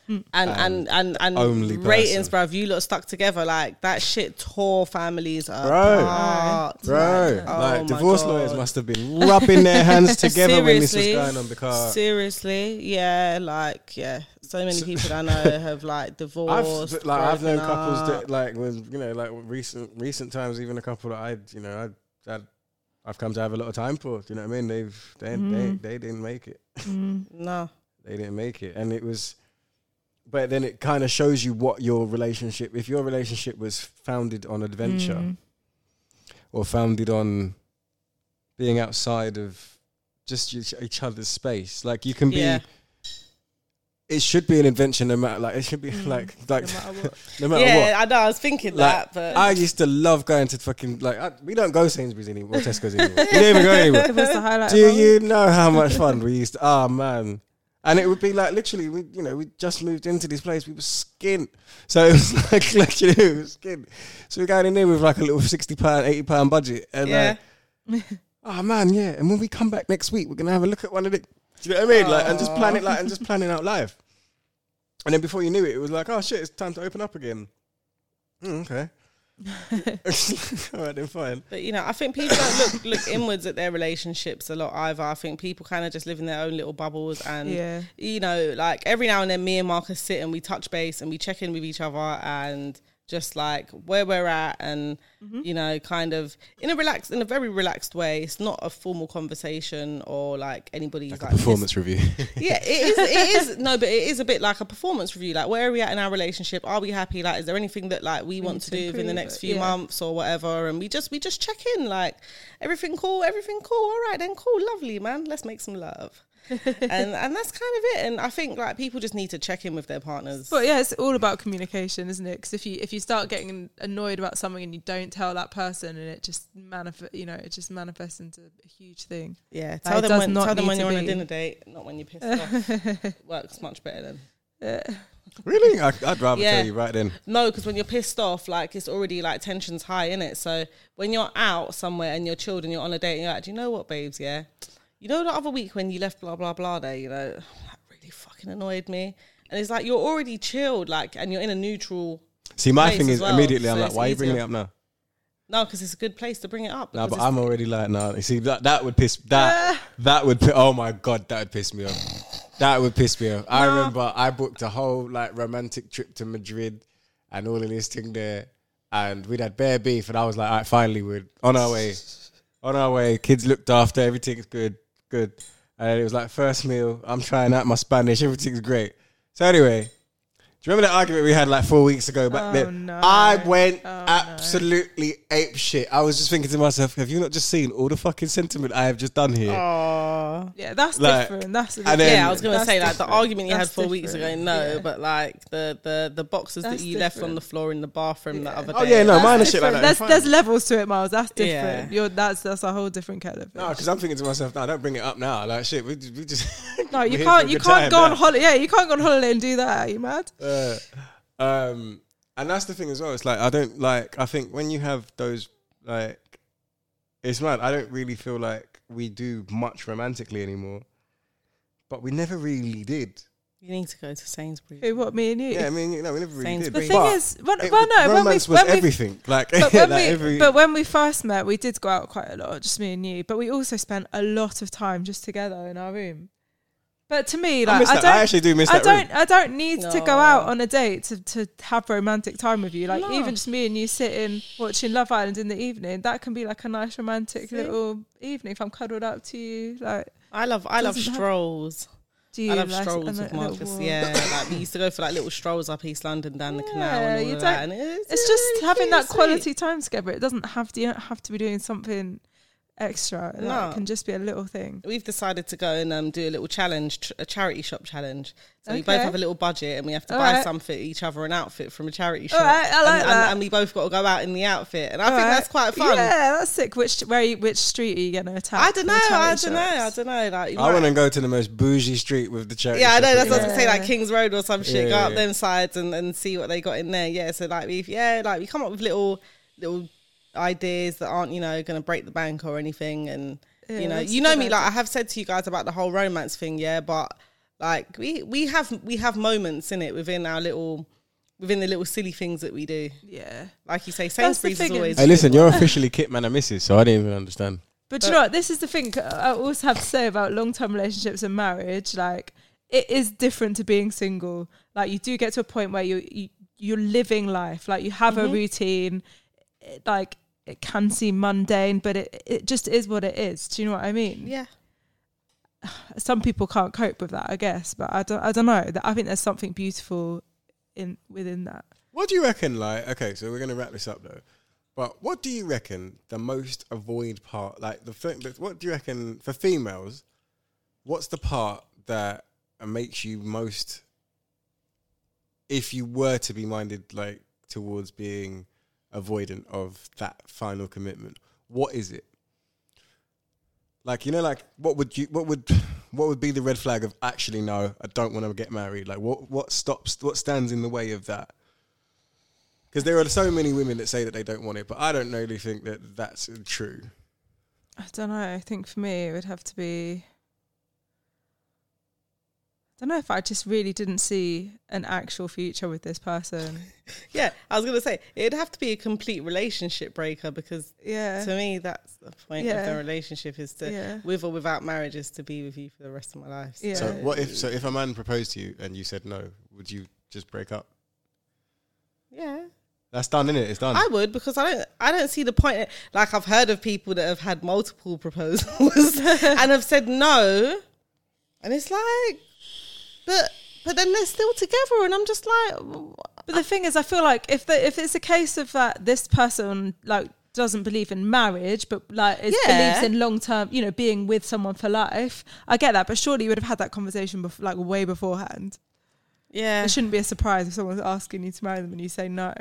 [SPEAKER 3] Hmm.
[SPEAKER 6] And
[SPEAKER 2] And
[SPEAKER 6] and and and
[SPEAKER 2] only
[SPEAKER 6] ratings,
[SPEAKER 2] person.
[SPEAKER 6] bruv. You lot stuck together like that. Shit tore families
[SPEAKER 2] Bro,
[SPEAKER 6] apart.
[SPEAKER 2] bro, like,
[SPEAKER 6] oh my
[SPEAKER 2] divorce
[SPEAKER 6] God.
[SPEAKER 2] lawyers must have been rubbing their hands together when this was
[SPEAKER 6] Uh, Seriously.
[SPEAKER 2] going on because
[SPEAKER 6] Seriously, yeah, like yeah, so many people that I know have like
[SPEAKER 2] I've
[SPEAKER 6] divorced.
[SPEAKER 2] th- like I've known
[SPEAKER 6] broken
[SPEAKER 2] couples
[SPEAKER 6] up.
[SPEAKER 2] that like was you know like recent recent times even a couple that I you know I I'd, I've come to have a lot of time for. Do you know what I mean? They've they
[SPEAKER 6] Mm.
[SPEAKER 2] they, they didn't make it.
[SPEAKER 6] no,
[SPEAKER 2] they didn't make it, and it was. But then it kind of shows you what your relationship. If your relationship was founded on adventure,
[SPEAKER 3] Mm.
[SPEAKER 2] or founded on being outside of just each, each other's space, like you can be.
[SPEAKER 6] Yeah.
[SPEAKER 2] It should be an adventure, no matter like it should be
[SPEAKER 6] Mm.
[SPEAKER 2] like like no matter what.
[SPEAKER 6] yeah, I know. I was thinking that,
[SPEAKER 2] Like,
[SPEAKER 6] but
[SPEAKER 2] I used to love going to fucking like I, we don't go Sainsbury's anymore, or Tesco's anymore. we don't even go anywhere.
[SPEAKER 3] It was the highlight
[SPEAKER 2] Do
[SPEAKER 3] of our
[SPEAKER 2] you know how much fun we used to? Oh man. And it would be like literally, we you know we just moved into this place. We were skint, so it was like literally we were skint. So we're going in there with like a little sixty pound, eighty pound budget, and
[SPEAKER 6] yeah,
[SPEAKER 2] like, oh man, yeah. And when we come back next week, we're gonna have a look at one of the. Do you know what I mean? Like and just plan it like and just planning out life. And then before you knew it, it was like, oh shit, it's time to open up again. Mm, okay. All right, then fine.
[SPEAKER 6] But you know, I think people don't look look inwards at their relationships a lot either. I think people kind of just live in their own little bubbles, and
[SPEAKER 3] Yeah.
[SPEAKER 6] you know, like every now and then, me and Marcus sit and we touch base and we check in with each other and just like where we're at, and you know, kind of in a relaxed, in a very relaxed way. It's not a formal conversation or like anybody's like,
[SPEAKER 2] Performance review.
[SPEAKER 6] yeah, it is. It is no, but it is a bit like a performance review. Like, where are we at in our relationship? Are we happy? Like, is there anything that like we, want
[SPEAKER 3] need
[SPEAKER 6] to,
[SPEAKER 3] to
[SPEAKER 6] do within the
[SPEAKER 3] improve
[SPEAKER 6] next
[SPEAKER 3] it,
[SPEAKER 6] few
[SPEAKER 3] yeah.
[SPEAKER 6] months or whatever? And we just we just check in. Like, everything cool, everything cool. All right, then cool, lovely man. Let's make some love. and and that's kind of it. And I think like people just need to check in with their partners.
[SPEAKER 3] But yeah, it's all about communication, isn't it? Because if you if you start getting annoyed about something and you don't tell that person, and it just manifest, you know, it just manifests into a huge thing.
[SPEAKER 6] Yeah,
[SPEAKER 3] Like,
[SPEAKER 6] tell
[SPEAKER 3] it
[SPEAKER 6] them
[SPEAKER 3] does
[SPEAKER 6] when,
[SPEAKER 3] not
[SPEAKER 6] tell them
[SPEAKER 3] need
[SPEAKER 6] when
[SPEAKER 3] to
[SPEAKER 6] you're on a
[SPEAKER 3] be.
[SPEAKER 6] dinner date, not when you're pissed off. Works much better then.
[SPEAKER 2] Really? I, I'd rather tell you right then.
[SPEAKER 6] No, because when you're pissed off, like it's already like tension's high in it. So when you're out somewhere and you're chilled and you're on a date and you're like, do you know what, babes? Yeah, you know the other week when you left blah blah blah there, you know that really fucking annoyed me. And it's like you're already chilled, like, and you're in a neutral.
[SPEAKER 2] See, my
[SPEAKER 6] place
[SPEAKER 2] thing
[SPEAKER 6] as
[SPEAKER 2] is
[SPEAKER 6] well,
[SPEAKER 2] immediately
[SPEAKER 6] so
[SPEAKER 2] I'm like,
[SPEAKER 6] it's
[SPEAKER 2] why are you bringing it
[SPEAKER 6] easier.
[SPEAKER 2] up now?
[SPEAKER 6] No, because it's a good place to bring it up.
[SPEAKER 2] No,
[SPEAKER 6] because
[SPEAKER 2] but
[SPEAKER 6] it's-
[SPEAKER 2] I'm already like, no. You see, that that would piss that that would. pi- Oh my god, that would piss me off. That would piss me off. I remember I booked a whole like romantic trip to Madrid, and all of this thing there, and we'd had bare beef, and I was like, all right, finally we're on our way, on our way. Kids looked after, everything's good, good. And it was like first meal. I'm trying out my Spanish, everything's great. So anyway, do you remember that argument we had like four weeks ago back
[SPEAKER 3] Oh,
[SPEAKER 2] then?
[SPEAKER 3] no.
[SPEAKER 2] I went absolutely ape shit. I was just thinking to myself, have you not just seen all the fucking sentiment I have just done here?
[SPEAKER 3] Oh, yeah, that's
[SPEAKER 2] Like,
[SPEAKER 3] different. That's
[SPEAKER 2] and then-
[SPEAKER 6] yeah, I was gonna
[SPEAKER 3] That's
[SPEAKER 6] say like the
[SPEAKER 3] different.
[SPEAKER 6] argument you had
[SPEAKER 3] That's
[SPEAKER 6] four weeks ago.
[SPEAKER 3] different.
[SPEAKER 6] No, but like the the the boxes
[SPEAKER 3] That's
[SPEAKER 6] that you left on
[SPEAKER 3] different.
[SPEAKER 6] the floor in the bathroom the other day.
[SPEAKER 2] Oh, yeah, no, mine is shit like
[SPEAKER 3] Different.
[SPEAKER 2] that.
[SPEAKER 3] There's,
[SPEAKER 2] Fine.
[SPEAKER 3] there's levels to it, Miles. That's
[SPEAKER 6] Yeah.
[SPEAKER 3] different. You're that's that's a whole different kettle of fish.
[SPEAKER 2] No, because I'm thinking to myself, no, don't bring it up now. Like shit, we, we just
[SPEAKER 3] No,
[SPEAKER 2] we're
[SPEAKER 3] you
[SPEAKER 2] here for
[SPEAKER 3] can't.
[SPEAKER 2] a
[SPEAKER 3] You
[SPEAKER 2] good
[SPEAKER 3] can't
[SPEAKER 2] time
[SPEAKER 3] go on
[SPEAKER 2] now.
[SPEAKER 3] holiday. Yeah, you can't go on holiday and do that. Are you mad?
[SPEAKER 2] Uh, um, and that's the thing as well. It's like I don't like. I think when you have those like, it's mad. I don't really feel like we do much romantically anymore, but we never really did.
[SPEAKER 6] You need to go to Sainsbury's.
[SPEAKER 3] Who? What? Me and you?
[SPEAKER 2] Yeah, I mean, you know, we never really did.
[SPEAKER 3] The thing
[SPEAKER 2] but
[SPEAKER 3] is, when,
[SPEAKER 2] it-
[SPEAKER 3] well, no, when we,
[SPEAKER 2] romance was
[SPEAKER 3] when we-
[SPEAKER 2] everything. Like,
[SPEAKER 3] but when,
[SPEAKER 2] like
[SPEAKER 3] we,
[SPEAKER 2] every,
[SPEAKER 3] but when we first met, we did go out quite a lot, just me and you. But we also spent a lot of time just together in our room. But to me,
[SPEAKER 2] I
[SPEAKER 3] like
[SPEAKER 2] miss
[SPEAKER 3] I,
[SPEAKER 2] that. I
[SPEAKER 3] don't,
[SPEAKER 2] actually do miss
[SPEAKER 3] I
[SPEAKER 2] that
[SPEAKER 3] don't,
[SPEAKER 2] room.
[SPEAKER 3] I don't need to go out on a date to, to have romantic time with you. Like even just me and you sitting watching Love Island in the evening, that can be like a nice romantic little evening. If I'm cuddled up to you, like
[SPEAKER 6] I love I love
[SPEAKER 3] Doesn't have-
[SPEAKER 6] strolls.
[SPEAKER 3] Do you
[SPEAKER 6] I love
[SPEAKER 3] like a
[SPEAKER 6] strolls
[SPEAKER 3] little
[SPEAKER 6] with Marcus.
[SPEAKER 3] walk?
[SPEAKER 6] Yeah, like we used to go for like little strolls up East London down the canal
[SPEAKER 3] Yeah,
[SPEAKER 6] and all
[SPEAKER 3] you don't-
[SPEAKER 6] of that. And it's,
[SPEAKER 3] it's just having that quality time together. It doesn't have to you don't have to be doing something extra. Like,
[SPEAKER 6] No.
[SPEAKER 3] It can just be a little thing.
[SPEAKER 6] We've decided to go and um, do a little challenge, tr- a charity shop challenge. So we
[SPEAKER 3] Okay.
[SPEAKER 6] both have a little budget, and we have to
[SPEAKER 3] All
[SPEAKER 6] buy
[SPEAKER 3] right.
[SPEAKER 6] something each other an outfit from a charity
[SPEAKER 3] All
[SPEAKER 6] shop.
[SPEAKER 3] right, I like
[SPEAKER 6] and, and-
[SPEAKER 3] that.
[SPEAKER 6] and we both got to go out in the outfit, and I
[SPEAKER 3] All
[SPEAKER 6] think
[SPEAKER 3] right.
[SPEAKER 6] that's quite fun.
[SPEAKER 3] Uh, Yeah, that's sick. Which where you, which street are you going to attack?
[SPEAKER 6] I don't
[SPEAKER 3] for
[SPEAKER 6] know.
[SPEAKER 3] the
[SPEAKER 6] I
[SPEAKER 3] charity
[SPEAKER 6] don't know. I
[SPEAKER 3] shops?
[SPEAKER 6] don't know. Like, you
[SPEAKER 2] I
[SPEAKER 6] might-
[SPEAKER 2] want to go to the most bougie street with the charity.
[SPEAKER 6] Yeah, I know.
[SPEAKER 2] shop
[SPEAKER 6] That's what I
[SPEAKER 2] in
[SPEAKER 6] was
[SPEAKER 2] it.
[SPEAKER 6] gonna say. Like Kings Road or some shit.
[SPEAKER 2] Yeah,
[SPEAKER 6] go up
[SPEAKER 2] yeah.
[SPEAKER 6] them sides and, and see what they got in there. Yeah. So like we yeah like we come up with little little ideas that aren't you know gonna break the bank or anything. And
[SPEAKER 3] Yeah,
[SPEAKER 6] you know
[SPEAKER 3] that's
[SPEAKER 6] you
[SPEAKER 3] a
[SPEAKER 6] know
[SPEAKER 3] good
[SPEAKER 6] me
[SPEAKER 3] idea.
[SPEAKER 6] like I have said to you guys about the whole romance thing. Yeah, but like we we have we have moments in it within our little within the little silly things that we do.
[SPEAKER 3] Yeah.
[SPEAKER 6] Like you say,
[SPEAKER 3] the
[SPEAKER 6] Sainsbury's is
[SPEAKER 3] thing,
[SPEAKER 6] always.
[SPEAKER 2] Hey, listen, you're officially Kitman and Mrs., so I didn't even understand.
[SPEAKER 3] But you know what? This is the thing I also have to say about long term relationships and marriage. Like, it is different to being single. Like, you do get to a point where you, you you're living life. Like, you have a
[SPEAKER 6] Mhm.
[SPEAKER 3] routine. It, like, it can seem mundane, but it it just is what it is. Do you know what I mean?
[SPEAKER 6] Yeah.
[SPEAKER 3] Some people can't cope with that, I guess. But I don't. I don't know. I think there's something beautiful in within that.
[SPEAKER 2] What do you reckon? Like, okay, so we're gonna wrap this up though. But what do you reckon the most avoid part? Like the thing. that- What do you reckon for females? What's the part that uh, makes you most? If you were to be minded like towards being avoidant of that final commitment, what is it? Like you know, like what would you? What would? What would be the red flag of actually no, I don't want to get married? Like what? What stops? What stands in the way of that? Because there are so many women that say that they don't want it, but I don't really think that that's true.
[SPEAKER 3] I don't know. I think for me, it would have to be. I don't know if I just really didn't see an actual future with this person.
[SPEAKER 6] Yeah, I was gonna say it'd have to be a complete relationship breaker because
[SPEAKER 3] Yeah.
[SPEAKER 6] to me that's the point of
[SPEAKER 3] Yeah.
[SPEAKER 6] the relationship is to
[SPEAKER 3] Yeah.
[SPEAKER 6] with or without marriage is to be with you for the rest of my life.
[SPEAKER 3] Yeah.
[SPEAKER 2] So what if so if a man proposed to you and you said no, would you just break up?
[SPEAKER 6] Yeah.
[SPEAKER 2] That's done, innit? It's done.
[SPEAKER 6] I would because I don't I don't see the point. Like I've heard of people that have had multiple proposals and have said no, and it's like, but but then they're still together, and I'm just like,
[SPEAKER 3] But the thing is, I feel like if the, if it's a case of that, this person like doesn't believe in marriage, but like is
[SPEAKER 6] Yeah.
[SPEAKER 3] believes in long term, you know, being with someone for life. I get that, but surely you would have had that conversation bef- like way beforehand.
[SPEAKER 6] Yeah,
[SPEAKER 3] It shouldn't be a surprise if someone's asking you to marry them and you say no.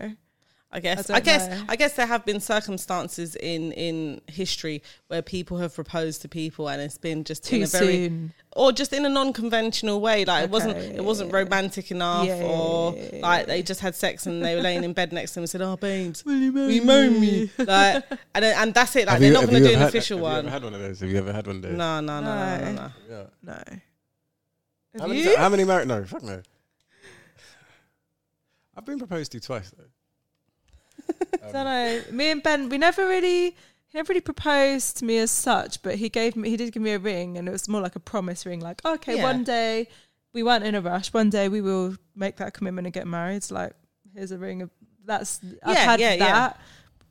[SPEAKER 6] I guess.
[SPEAKER 3] don't
[SPEAKER 6] I, guess.
[SPEAKER 3] know.
[SPEAKER 6] I guess there have been circumstances in in history where people have proposed to people, and it's been just
[SPEAKER 3] Too
[SPEAKER 6] in a very,
[SPEAKER 3] soon.
[SPEAKER 6] or just in a non conventional way. Like it wasn't
[SPEAKER 3] Okay.
[SPEAKER 6] it wasn't romantic enough,
[SPEAKER 3] Yeah.
[SPEAKER 6] or like they just had sex and they were laying in bed next to them and said, "Oh, babes, will
[SPEAKER 3] you
[SPEAKER 6] marry, me?" Like, and then- and that's it. Like they're not going to do an official
[SPEAKER 2] have You ever
[SPEAKER 6] one.
[SPEAKER 2] had one of those? Have you ever had one of those?
[SPEAKER 6] No, no, no, no, no,
[SPEAKER 3] No.
[SPEAKER 6] no.
[SPEAKER 2] Yeah.
[SPEAKER 3] No.
[SPEAKER 2] How
[SPEAKER 3] Have
[SPEAKER 2] many,
[SPEAKER 3] you?
[SPEAKER 2] how many married? No, fuck no. I've been proposed to twice though.
[SPEAKER 3] don't know. Me and Ben, we never really, he never really proposed to me as such, but he gave me, he did give me a ring, and it was more like a promise ring. Like, okay,
[SPEAKER 6] Yeah.
[SPEAKER 3] one day we weren't in a rush. One day we will make that commitment and get married. Like, here's a ring. Of, that's I've
[SPEAKER 6] Yeah,
[SPEAKER 3] had
[SPEAKER 6] yeah, yeah.
[SPEAKER 3] that,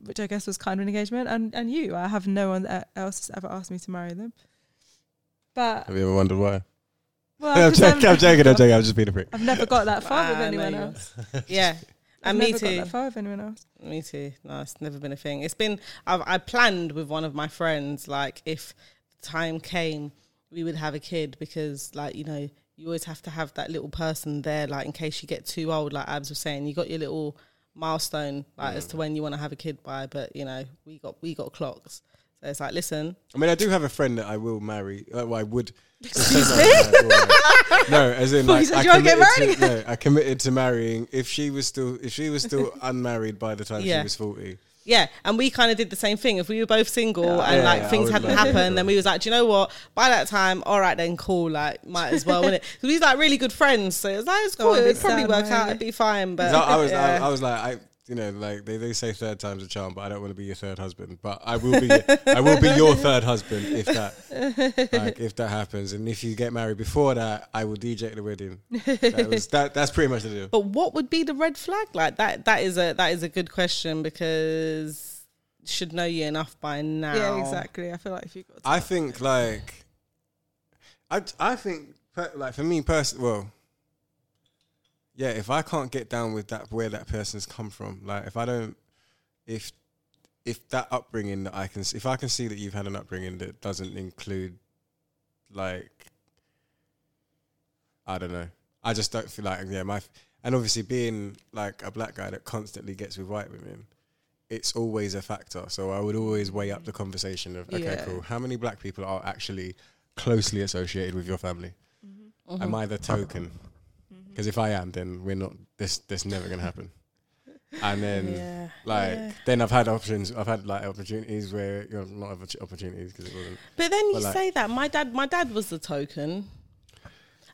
[SPEAKER 3] which I guess was kind of an engagement. And and you, I have no one e- else has ever asked me to marry them. But
[SPEAKER 2] Have you ever wondered why?
[SPEAKER 3] well,
[SPEAKER 2] I'm,
[SPEAKER 3] 'cause
[SPEAKER 2] joking, I'm joking. I'm joking. I'm just being a prick.
[SPEAKER 3] I've never got that far with
[SPEAKER 6] Ah, no,
[SPEAKER 3] anyone
[SPEAKER 6] you-
[SPEAKER 3] else.
[SPEAKER 6] Yeah,
[SPEAKER 3] I've
[SPEAKER 6] and
[SPEAKER 3] never
[SPEAKER 6] me
[SPEAKER 3] got
[SPEAKER 6] too.
[SPEAKER 3] that far with anyone else.
[SPEAKER 6] Me too. No, it's never been a thing. It's been I've I planned with one of my friends like if the time came we would have a kid because like you know you always have to have that little person there like in case you get too old like Abs was saying you got your little milestone like as to when you want to have a kid by but you know we got we got clocks so it's like listen
[SPEAKER 2] I mean, I do have a friend that I will marry. Uh, well, I would. Excuse me. No, as in
[SPEAKER 3] Thought
[SPEAKER 2] like,
[SPEAKER 3] you said
[SPEAKER 2] I
[SPEAKER 3] you wanna get
[SPEAKER 2] committed
[SPEAKER 3] married
[SPEAKER 2] To, no, I committed to marrying if she was still if she was still unmarried by the time
[SPEAKER 6] Yeah.
[SPEAKER 2] she was forty.
[SPEAKER 6] Yeah, and we kind of did the same thing. If we were both single and
[SPEAKER 2] Yeah,
[SPEAKER 6] like
[SPEAKER 2] yeah, I
[SPEAKER 6] things
[SPEAKER 2] would
[SPEAKER 6] hadn't
[SPEAKER 2] like
[SPEAKER 6] happened,
[SPEAKER 2] that.
[SPEAKER 6] then we was like, do you know what? By that time, all right, then cool. Like, might as well, wouldn't it? 'Cause we was like really good friends, so it's like it's
[SPEAKER 3] Don't
[SPEAKER 6] cool.
[SPEAKER 3] wanna
[SPEAKER 6] It'd
[SPEAKER 3] be
[SPEAKER 6] probably
[SPEAKER 3] sad,
[SPEAKER 6] work
[SPEAKER 3] no.
[SPEAKER 6] out. It'd be fine. But
[SPEAKER 2] 'Cause I, I was
[SPEAKER 6] yeah.
[SPEAKER 2] I, I was like I you know like they, they say third time's a charm, but I don't want to be your third husband. But I will be I will be your third husband if that like if that happens, and if you get married before that, I will DJ at the wedding. That was, that, that's pretty much the deal.
[SPEAKER 6] But what would be the red flag? Like that. That is a that is a good question because you should know you enough by now.
[SPEAKER 3] Yeah, exactly. I feel like if you got
[SPEAKER 2] I think like I I think per, like for me person well yeah if I can't get down with that where that person's come from like if I don't if if that upbringing that I can s- if I can see that you've had an upbringing that doesn't include like I don't know I just don't feel like yeah my f- and obviously being like a black guy that constantly gets with white women it's always a factor so I would always weigh up the conversation of okay
[SPEAKER 13] Yeah.
[SPEAKER 2] cool how many black people are actually closely associated with your family am I the token because if I am then we're not this this never gonna happen and then
[SPEAKER 6] Yeah.
[SPEAKER 2] like
[SPEAKER 6] Yeah.
[SPEAKER 2] then I've had options. I've had like opportunities where you know, not oppor- opportunities because it wasn't.
[SPEAKER 6] But then you
[SPEAKER 2] like,
[SPEAKER 6] say that my dad, my dad was the token,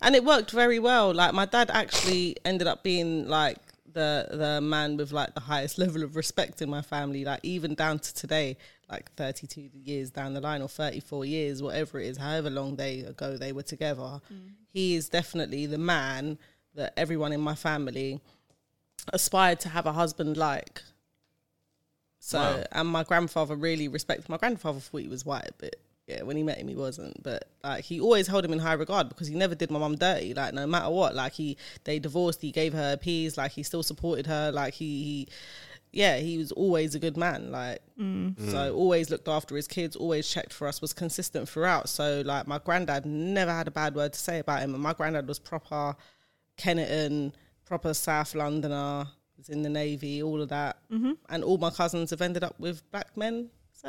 [SPEAKER 6] and it worked very well. Like my dad actually ended up being like the the man with like the highest level of respect in my family. Like even down to today, like thirty two years down the line or thirty four years, whatever it is, however long they ago they were together, he is definitely the man that everyone in my family aspired to have a husband like. So,
[SPEAKER 14] Wow.
[SPEAKER 6] and my grandfather really respected my grandfather. Thought he was white, but yeah, when he met him, he wasn't. But like, he always held him in high regard because he never did my mum dirty. Like, no matter what, like he they divorced, he gave her a piece. Like, he still supported her. Like, he, he yeah, he was always a good man. Like,
[SPEAKER 3] Mm.
[SPEAKER 6] so always looked after his kids, always checked for us, was consistent throughout. So like, my granddad never had a bad word to say about him, and my granddad was proper Kennington, proper South Londoner, was in the Navy, all of that.
[SPEAKER 3] Mhm.
[SPEAKER 6] And all my cousins have ended up with black men. So,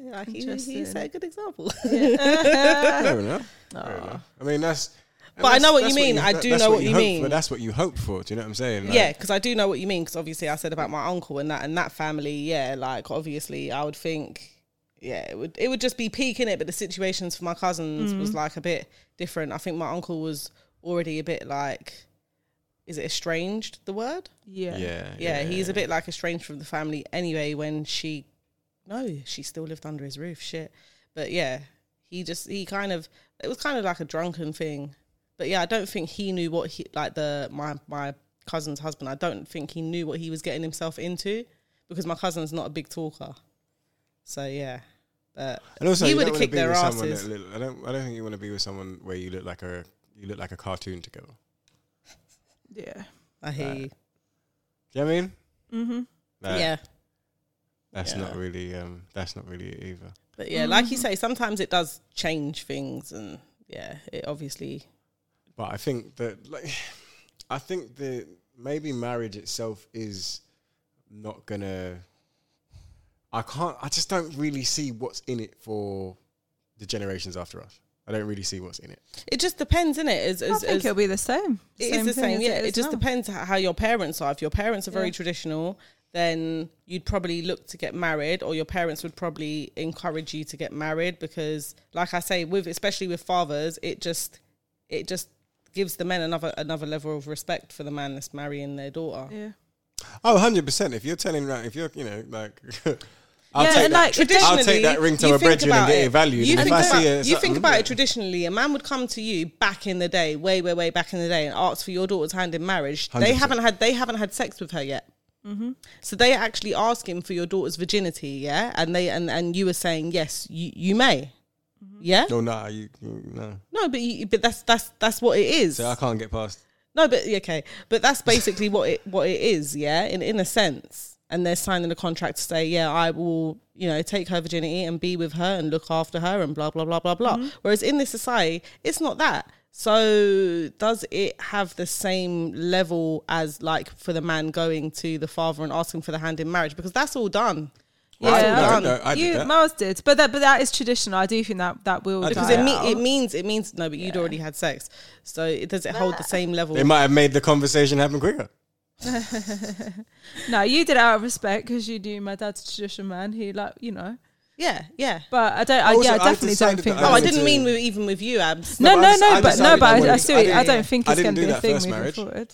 [SPEAKER 6] yeah, like he, he
[SPEAKER 3] Interesting.
[SPEAKER 6] set a good example.
[SPEAKER 2] Fair enough. Fair enough. I mean that's.
[SPEAKER 6] But I
[SPEAKER 2] that's-
[SPEAKER 6] know what you
[SPEAKER 2] that's
[SPEAKER 6] mean. I
[SPEAKER 2] that-
[SPEAKER 6] do
[SPEAKER 2] that's
[SPEAKER 6] know what you
[SPEAKER 2] hope
[SPEAKER 6] mean.
[SPEAKER 2] For. That's what you hope for. Do you know what I'm saying? Like,
[SPEAKER 6] yeah, because I do know what you mean. Because obviously, I said about my uncle and that and that family. Yeah, like obviously, I would think, yeah, it would it would just be peak in it. But the situations for my cousins was
[SPEAKER 14] Mhm.
[SPEAKER 6] like a bit different. I think my uncle was already a bit like, is it estranged? The word?
[SPEAKER 3] Yeah.
[SPEAKER 2] Yeah,
[SPEAKER 6] yeah.
[SPEAKER 2] yeah,
[SPEAKER 6] he's a bit like estranged from the family anyway. When she, no, she still lived under his roof. Shit, but yeah, he just he kind of it was kind of like a drunken thing but yeah i don't think he knew what he like the my my cousin's husband i don't think he knew what he was getting himself into because my cousin's not a big talker so yeah but
[SPEAKER 2] And also,
[SPEAKER 6] he
[SPEAKER 2] you
[SPEAKER 6] would
[SPEAKER 2] don't
[SPEAKER 6] have
[SPEAKER 2] wanna
[SPEAKER 6] kicked
[SPEAKER 2] be
[SPEAKER 6] their
[SPEAKER 2] with someone
[SPEAKER 6] asses
[SPEAKER 2] that look- I don't. I don't think you want to be with someone where you look like a you look like a cartoon together.
[SPEAKER 3] yeah.
[SPEAKER 6] i hear you
[SPEAKER 2] Do you know what I mean?
[SPEAKER 3] Mhm.
[SPEAKER 2] Like,
[SPEAKER 6] Mm-hmm. yeah
[SPEAKER 2] That's not really. Um, that's not really it either.
[SPEAKER 6] But yeah, like you say, sometimes it does change things, and yeah, it obviously.
[SPEAKER 2] But I think that like I think that maybe marriage itself is not gonna I can't I just don't really see what's in it for the generations after us. I don't really see what's in it.
[SPEAKER 6] It just depends, innit? As, as,
[SPEAKER 3] I think
[SPEAKER 6] as-
[SPEAKER 3] it'll be the same.
[SPEAKER 6] It
[SPEAKER 3] Same
[SPEAKER 6] is the
[SPEAKER 3] thing
[SPEAKER 6] same,
[SPEAKER 3] as
[SPEAKER 6] yeah.
[SPEAKER 3] it
[SPEAKER 6] It,
[SPEAKER 3] is
[SPEAKER 6] just
[SPEAKER 3] now.
[SPEAKER 6] depends h- how your parents are. If your parents are very
[SPEAKER 3] Yeah.
[SPEAKER 6] traditional, then you'd probably look to get married, or your parents would probably encourage you to get married because, like I say, with especially with fathers, it just it just gives the men another another level of respect for the man that's marrying their daughter.
[SPEAKER 3] Yeah.
[SPEAKER 2] Oh, 100%. If you're telling around, if you're, you know, like. I'll,
[SPEAKER 6] Yeah,
[SPEAKER 2] take
[SPEAKER 6] and,
[SPEAKER 2] that,
[SPEAKER 6] like,
[SPEAKER 2] I'll take that ring to
[SPEAKER 6] you
[SPEAKER 2] my
[SPEAKER 6] think
[SPEAKER 2] brethren and
[SPEAKER 6] about
[SPEAKER 2] get it valued.
[SPEAKER 6] You think,
[SPEAKER 2] and if I
[SPEAKER 6] about,
[SPEAKER 2] see it, it's
[SPEAKER 6] you
[SPEAKER 2] like,
[SPEAKER 6] think
[SPEAKER 2] mm,
[SPEAKER 6] about it traditionally. A man would come to you back in the day, way, way, way back in the day, and ask for your daughter's hand in marriage. They
[SPEAKER 2] 100%.
[SPEAKER 6] haven't had they haven't had sex with her yet.
[SPEAKER 3] Mm-hmm.
[SPEAKER 6] So they are actually asking for your daughter's virginity, yeah, and they and, and you were saying yes, you, you may, yeah.
[SPEAKER 2] No, nah, you, you no.
[SPEAKER 6] No, but you, but that's that's that's what it is.
[SPEAKER 2] So I can't get past.
[SPEAKER 6] No, but okay, but that's basically what it what it is, yeah, in in a sense. And they're signing a contract to say, yeah, I will, you know, take her virginity and be with her and look after her and blah blah blah blah blah.
[SPEAKER 3] Mhm.
[SPEAKER 6] Whereas in this society, it's not that. So does it have the same level as like for the man going to the father and asking for the hand in marriage? Because that's all done.
[SPEAKER 3] Yeah,
[SPEAKER 6] That's all done.
[SPEAKER 3] you Miles did, but that but that is traditional. I do think that that will
[SPEAKER 6] because
[SPEAKER 3] die
[SPEAKER 6] it,
[SPEAKER 3] out.
[SPEAKER 6] me- it means it means no, but you'd already had sex, so it does it hold the same level?
[SPEAKER 2] They might have made the conversation happen quicker.
[SPEAKER 3] no, you did it out of respect because you knew my dad's a traditional man. He like you know.
[SPEAKER 6] Yeah, yeah.
[SPEAKER 3] But I don't. I,
[SPEAKER 6] Also,
[SPEAKER 3] yeah, I
[SPEAKER 6] I've
[SPEAKER 3] definitely don't
[SPEAKER 6] decided
[SPEAKER 3] think.
[SPEAKER 6] that I Oh, I didn't
[SPEAKER 3] mean.
[SPEAKER 6] mean with, even with you, abs.
[SPEAKER 3] No, No, but I no, just- no, I but- no,
[SPEAKER 2] but I- I
[SPEAKER 6] wouldn't.
[SPEAKER 2] still- I
[SPEAKER 6] didn't-
[SPEAKER 2] I don't think I it's didn't gonna do be a that thing first moving marriage.
[SPEAKER 3] forward.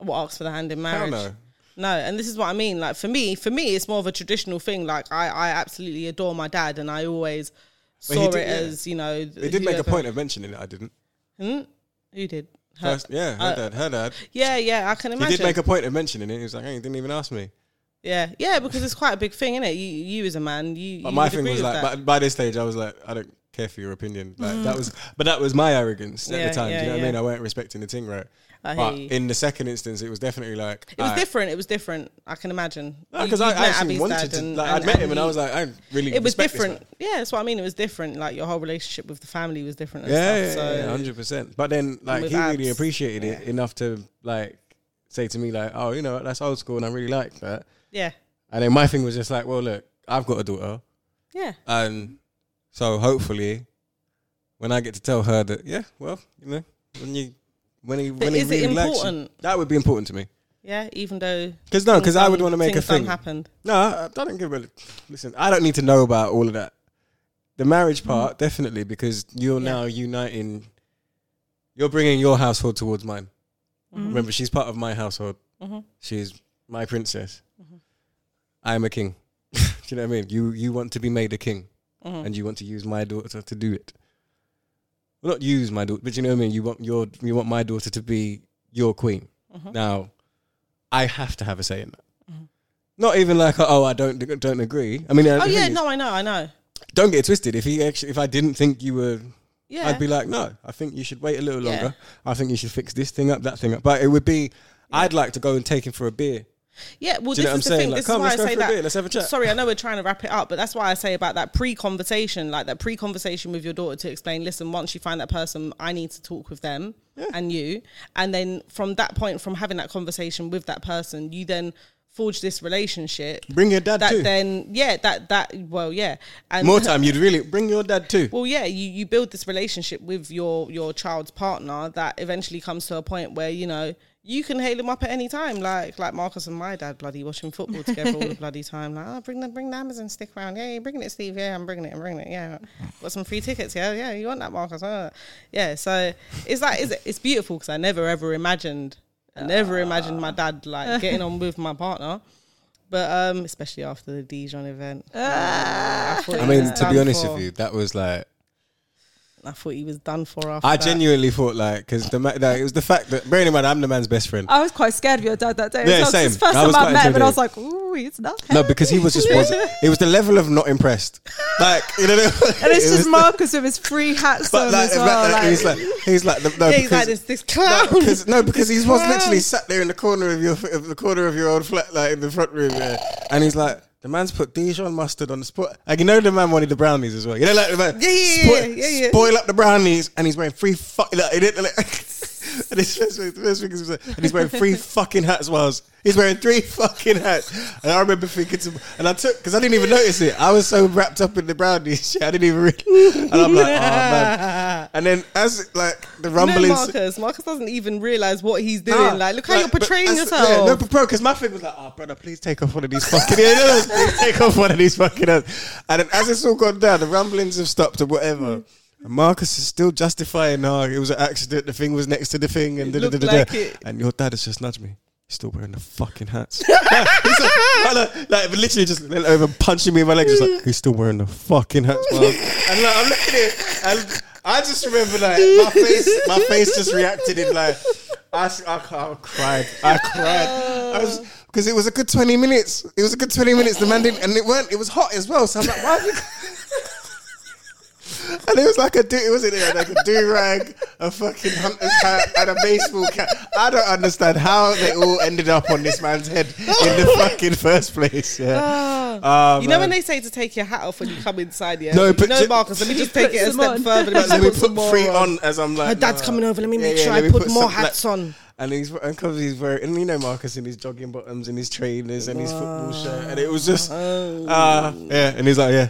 [SPEAKER 6] What ask for the hand in
[SPEAKER 2] Hell
[SPEAKER 6] marriage?
[SPEAKER 2] no.
[SPEAKER 6] No, and this is what I mean. Like for me, for me, it's more of a traditional thing. Like I, I absolutely adore my dad, and I always
[SPEAKER 2] But
[SPEAKER 6] saw
[SPEAKER 2] he
[SPEAKER 6] it
[SPEAKER 2] did- yeah.
[SPEAKER 6] as you know.
[SPEAKER 2] They did make a
[SPEAKER 6] whoever-
[SPEAKER 2] point of mentioning it. I didn't.
[SPEAKER 6] Hmm? Who did? Her-
[SPEAKER 2] First, yeah, her
[SPEAKER 6] uh,
[SPEAKER 2] dad. Her dad.
[SPEAKER 6] Yeah, yeah, I can imagine.
[SPEAKER 2] He did make a point of mentioning it. He was like, hey, you didn't even ask me.
[SPEAKER 6] Yeah, yeah, because it's quite a big thing, isn't it? You, you as a man, you.
[SPEAKER 2] But
[SPEAKER 6] you
[SPEAKER 2] my
[SPEAKER 6] would
[SPEAKER 2] thing
[SPEAKER 6] agree
[SPEAKER 2] was
[SPEAKER 6] with
[SPEAKER 2] like,
[SPEAKER 6] that. Mm-hmm.
[SPEAKER 2] by, by this stage, I was like, I don't care for your opinion. Like that was, but that was my arrogance at
[SPEAKER 6] Yeah,
[SPEAKER 2] the time.
[SPEAKER 6] yeah,
[SPEAKER 2] do you know
[SPEAKER 6] yeah.
[SPEAKER 2] what I mean? I weren't respecting the thing right.
[SPEAKER 6] I
[SPEAKER 2] but
[SPEAKER 6] hear you.
[SPEAKER 2] in the second instance, it was definitely like
[SPEAKER 6] It was
[SPEAKER 2] I-
[SPEAKER 6] different. It was different. I can imagine.
[SPEAKER 2] No,
[SPEAKER 6] You-
[SPEAKER 2] 'cause I
[SPEAKER 6] you've met
[SPEAKER 2] actually
[SPEAKER 6] Abby's dad
[SPEAKER 2] wanted to- like, I'd met him and I
[SPEAKER 6] he-
[SPEAKER 2] was like, I really
[SPEAKER 6] It was
[SPEAKER 2] respect this
[SPEAKER 6] different. Yeah, that's what I mean. It was different. Like your whole relationship with the family was different. And
[SPEAKER 2] yeah,
[SPEAKER 6] stuff, so
[SPEAKER 2] hundred percent. But then, like,
[SPEAKER 6] with
[SPEAKER 2] he really
[SPEAKER 6] abs,
[SPEAKER 2] appreciated it enough to like say to me, like, oh, you know, what, that's old school, and I really like that.
[SPEAKER 6] Yeah.
[SPEAKER 2] And then my thing was just like, well, look, I've got a daughter.
[SPEAKER 6] Yeah.
[SPEAKER 2] And so hopefully, when I get to tell her that, yeah, well, you know, when you when he when he
[SPEAKER 6] is it
[SPEAKER 2] really likes you,
[SPEAKER 6] important?
[SPEAKER 2] that would be important to me.
[SPEAKER 6] Yeah, even though
[SPEAKER 2] 'Cause no, 'cause
[SPEAKER 6] things
[SPEAKER 2] I would
[SPEAKER 6] done-
[SPEAKER 2] wanna make a
[SPEAKER 6] things done
[SPEAKER 2] thing.
[SPEAKER 6] Happened.
[SPEAKER 2] No, I, I don't give a listen. I don't need to know about all of that. The marriage part,
[SPEAKER 6] Mm-hmm.
[SPEAKER 2] definitely, because you're now uniting. You're bringing your household towards mine.
[SPEAKER 6] Mhm.
[SPEAKER 2] Remember, she's part of my household.
[SPEAKER 6] Mhm.
[SPEAKER 2] She's my princess.
[SPEAKER 6] Mm-hmm.
[SPEAKER 2] I am a king. do you know what I mean? You you want to be made a king,
[SPEAKER 6] Mhm.
[SPEAKER 2] and you want to use my daughter to do it. Well, not use my daughter, but you know what I mean. You want your you want my daughter to be your queen.
[SPEAKER 6] Mhm.
[SPEAKER 2] Now, I have to have a say in that. Not even like oh I don't don't agree. I mean,
[SPEAKER 6] Mm-hmm. Oh yeah, no, I know, I know.
[SPEAKER 2] don't get it twisted. If he actually, if I didn't think you were,
[SPEAKER 6] Yeah.
[SPEAKER 2] I'd be like, no, I think you should wait a little
[SPEAKER 6] Yeah.
[SPEAKER 2] longer. I think you should fix this thing up, that thing up. But it would be, I'd like to go and take him for a beer.
[SPEAKER 6] Yeah, well, this
[SPEAKER 2] Do you know what
[SPEAKER 6] is
[SPEAKER 2] I'm
[SPEAKER 6] the
[SPEAKER 2] saying?
[SPEAKER 6] thing.
[SPEAKER 2] Like,
[SPEAKER 6] this
[SPEAKER 2] come,
[SPEAKER 6] is why
[SPEAKER 2] let's go
[SPEAKER 6] I say
[SPEAKER 2] for a
[SPEAKER 6] that.
[SPEAKER 2] bit, let's have a chat.
[SPEAKER 6] Sorry, I know we're trying to wrap it up, but that's why I say about that pre-conversation, like that pre-conversation with your daughter to explain. Listen, once you find that person, I need to talk with them and you, and then from that point, from having that conversation with that person, you then forge this relationship.
[SPEAKER 2] Bring your dad
[SPEAKER 6] that
[SPEAKER 2] too.
[SPEAKER 6] Then, yeah, that that well, yeah, and
[SPEAKER 2] More time, you'd really bring your dad too.
[SPEAKER 6] well, yeah, you, you build this relationship with your your child's partner that eventually comes to a point where you know you can hail him up at any time, like like Marcus and my dad, bloody watching football together all the bloody time. Like, oh, bring the bring the Amazon stick around, yeah, you're bringing it, Steve, yeah, I'm bringing it, I'm bringing it, yeah, got some free tickets, yeah, yeah, you want that, Marcus, Uh, yeah. So it's like it's it's beautiful because I never ever imagined, I never imagined my dad like getting on with my partner. But um, especially after the Dijon event, I, thought
[SPEAKER 2] I
[SPEAKER 6] he
[SPEAKER 2] mean,
[SPEAKER 6] was
[SPEAKER 2] to be
[SPEAKER 6] done
[SPEAKER 2] honest
[SPEAKER 6] for.
[SPEAKER 2] with you, that was like,
[SPEAKER 6] I thought he was done for after.
[SPEAKER 2] I
[SPEAKER 6] that.
[SPEAKER 2] genuinely thought like, because the ma- like, it was the fact that, bearing in mind, I'm the man's best
[SPEAKER 6] Oh.
[SPEAKER 2] friend.
[SPEAKER 3] I was quite scared of your dad that day.
[SPEAKER 2] Yeah,
[SPEAKER 3] Yeah, same.
[SPEAKER 2] same.
[SPEAKER 3] It's the first
[SPEAKER 2] I was
[SPEAKER 3] time I
[SPEAKER 2] quite
[SPEAKER 3] met him, and I was like,
[SPEAKER 2] intimidated.
[SPEAKER 3] ooh, he's not.
[SPEAKER 2] No, because he was just wasn't. It was the level of not impressed. Like you know,
[SPEAKER 3] And it's just
[SPEAKER 2] Mark.
[SPEAKER 3] Marcus with his free hats
[SPEAKER 2] But
[SPEAKER 3] on
[SPEAKER 2] like,
[SPEAKER 3] as
[SPEAKER 2] but
[SPEAKER 3] well.
[SPEAKER 2] like,
[SPEAKER 3] like-
[SPEAKER 2] he's like, he's like, the, no,
[SPEAKER 6] yeah, he's
[SPEAKER 2] because,
[SPEAKER 6] like this, this clown.
[SPEAKER 2] No, because no, because he
[SPEAKER 6] This
[SPEAKER 2] was
[SPEAKER 6] clown.
[SPEAKER 2] literally sat there in the corner of your of the corner of your old flat, like in the front room, yeah. and he's like, The man's put Dijon mustard on the spot. Like, you know, the man wanted the brownies as well. You know, like the man, yeah, yeah, yeah, yeah, spoil up the brownies, and he's wearing three fucking. Like, he didn't- like- and, his first thing- the first thing he said- and he's wearing three fucking hats. Was he's wearing three fucking hats? And I remember thinking to, and I took because I didn't even notice it. I was so wrapped up in the brownies, shit, I didn't even. Realize. And I'm like, oh man. And then as like the
[SPEAKER 6] No,
[SPEAKER 2] rumblings.
[SPEAKER 6] Marcus. Marcus doesn't even realize what he's doing.
[SPEAKER 2] Ah,
[SPEAKER 6] like, look how
[SPEAKER 2] like,
[SPEAKER 6] you're
[SPEAKER 2] but
[SPEAKER 6] portraying
[SPEAKER 2] as-
[SPEAKER 6] yourself.
[SPEAKER 2] Yeah, no, but bro, because my thing was like, oh, brother, please take off one of these fucking hats. Please take off one of these fucking hats. And then as it's all gone down, the rumblings have stopped or whatever. And Marcus is still justifying, oh, it was an accident. The thing was next to the thing. And, da, da, da,
[SPEAKER 6] looked
[SPEAKER 2] da,
[SPEAKER 6] like
[SPEAKER 2] da.
[SPEAKER 6] it.
[SPEAKER 2] and your dad has just nudged me. He's still wearing the fucking hats. He's like, brother, like, literally just leant over and punching me in my leg. Just like, he's still wearing the fucking hats, bro. and like, I'm looking at it, and I just remember like my face, my face just reacted in like I, s- I, c- I cried, I cried, I was because it was a good twenty minutes. It was a good twenty minutes. The man didn't, and it weren't. It was hot as well. So I'm like, why? Have you... And it was like a do. It was in there like a do rag, a fucking hunter's hat, and a baseball cap. I don't understand how they all ended up on this man's head in the fucking first place. Yeah.
[SPEAKER 6] Ah.
[SPEAKER 2] Ah,
[SPEAKER 6] you know when
[SPEAKER 2] man.
[SPEAKER 6] they say to take your hat off when you come inside, yeah?
[SPEAKER 2] No,
[SPEAKER 6] No,
[SPEAKER 2] but
[SPEAKER 6] but no,
[SPEAKER 2] ju-
[SPEAKER 6] Marcus. Let me just take it a
[SPEAKER 2] Some
[SPEAKER 6] step
[SPEAKER 2] on.
[SPEAKER 6] further.
[SPEAKER 2] Like, let me put three
[SPEAKER 6] free
[SPEAKER 2] on as I'm like,
[SPEAKER 6] her dad's
[SPEAKER 2] nah.
[SPEAKER 6] coming over. Let me
[SPEAKER 2] Yeah,
[SPEAKER 6] make
[SPEAKER 2] yeah,
[SPEAKER 6] sure
[SPEAKER 2] let
[SPEAKER 6] I
[SPEAKER 2] me
[SPEAKER 6] put,
[SPEAKER 2] put
[SPEAKER 6] more
[SPEAKER 2] some, like-
[SPEAKER 6] hats on.
[SPEAKER 2] And he's and 'cause he's wearing, and you know Marcus in his jogging bottoms and his trainers and his football shirt, and it was just, ah, yeah. And he's like, yeah,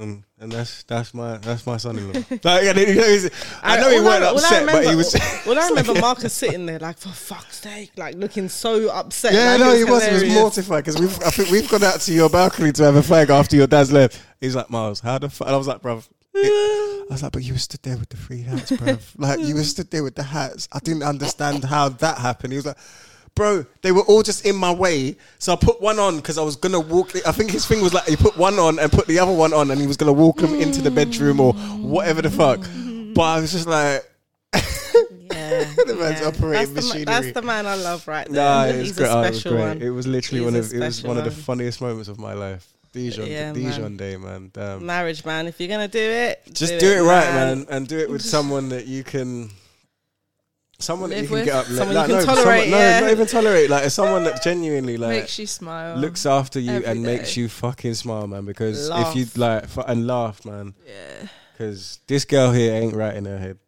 [SPEAKER 2] um, and that's that's my that's my son-in-law. like, and he- you know, he's- I know he
[SPEAKER 6] all
[SPEAKER 2] weren't
[SPEAKER 6] all I
[SPEAKER 2] upset, but he
[SPEAKER 6] remember-
[SPEAKER 2] was.
[SPEAKER 6] Well, I
[SPEAKER 2] it's like,
[SPEAKER 6] remember
[SPEAKER 2] yeah.
[SPEAKER 6] Marcus sitting there, like for fuck's sake, like looking so upset.
[SPEAKER 2] Yeah,
[SPEAKER 6] like,
[SPEAKER 2] no,
[SPEAKER 6] it
[SPEAKER 2] he was. He was
[SPEAKER 6] hilarious.
[SPEAKER 2] mortified because we've. I think we've gone out to your balcony to have a fag after your dad's left. He's like, Miles, how the fuck? And I was like, bruv. it- I was like, but you were stood there with the three hats, bruv. Like you were stood there with the hats. I didn't understand how that happened. He was like, bro, they were all just in my way. So I put one on because I was gonna walk. I think his thing was like he put one on and put the other one on, and he was gonna walk them into the bedroom or whatever the fuck. But I was just like, the man's
[SPEAKER 6] That's
[SPEAKER 2] operating
[SPEAKER 6] the, ma-
[SPEAKER 2] machinery.
[SPEAKER 6] that's the man I love right there.
[SPEAKER 2] Nah, it was
[SPEAKER 6] He's
[SPEAKER 2] great. Oh,
[SPEAKER 6] a
[SPEAKER 2] it was
[SPEAKER 6] special
[SPEAKER 2] great.
[SPEAKER 6] one.
[SPEAKER 2] It was literally
[SPEAKER 6] He's
[SPEAKER 2] one
[SPEAKER 6] a
[SPEAKER 2] of it was
[SPEAKER 6] special
[SPEAKER 2] one of the
[SPEAKER 6] one.
[SPEAKER 2] funniest moments of my life. Dijon,
[SPEAKER 6] Yeah,
[SPEAKER 2] Dijon
[SPEAKER 6] man.
[SPEAKER 2] day, man. Damn.
[SPEAKER 6] Marriage, man. If you're gonna do it,
[SPEAKER 2] Just do, it right, man. and do it with someone that you can. Someone that
[SPEAKER 3] Live
[SPEAKER 2] you can
[SPEAKER 3] with.
[SPEAKER 2] get up.
[SPEAKER 3] Someone
[SPEAKER 2] like,
[SPEAKER 3] you
[SPEAKER 2] no,
[SPEAKER 3] can
[SPEAKER 2] someone-
[SPEAKER 3] tolerate,
[SPEAKER 2] no,
[SPEAKER 3] yeah.
[SPEAKER 2] not even tolerate. Like someone that genuinely like
[SPEAKER 3] Makes you smile.
[SPEAKER 2] looks after you
[SPEAKER 3] every
[SPEAKER 2] and
[SPEAKER 3] day.
[SPEAKER 2] makes you fucking smile, man. Because
[SPEAKER 3] Laugh.
[SPEAKER 2] if you like fu- and laugh, man. Yeah. Because this girl here ain't right in her head.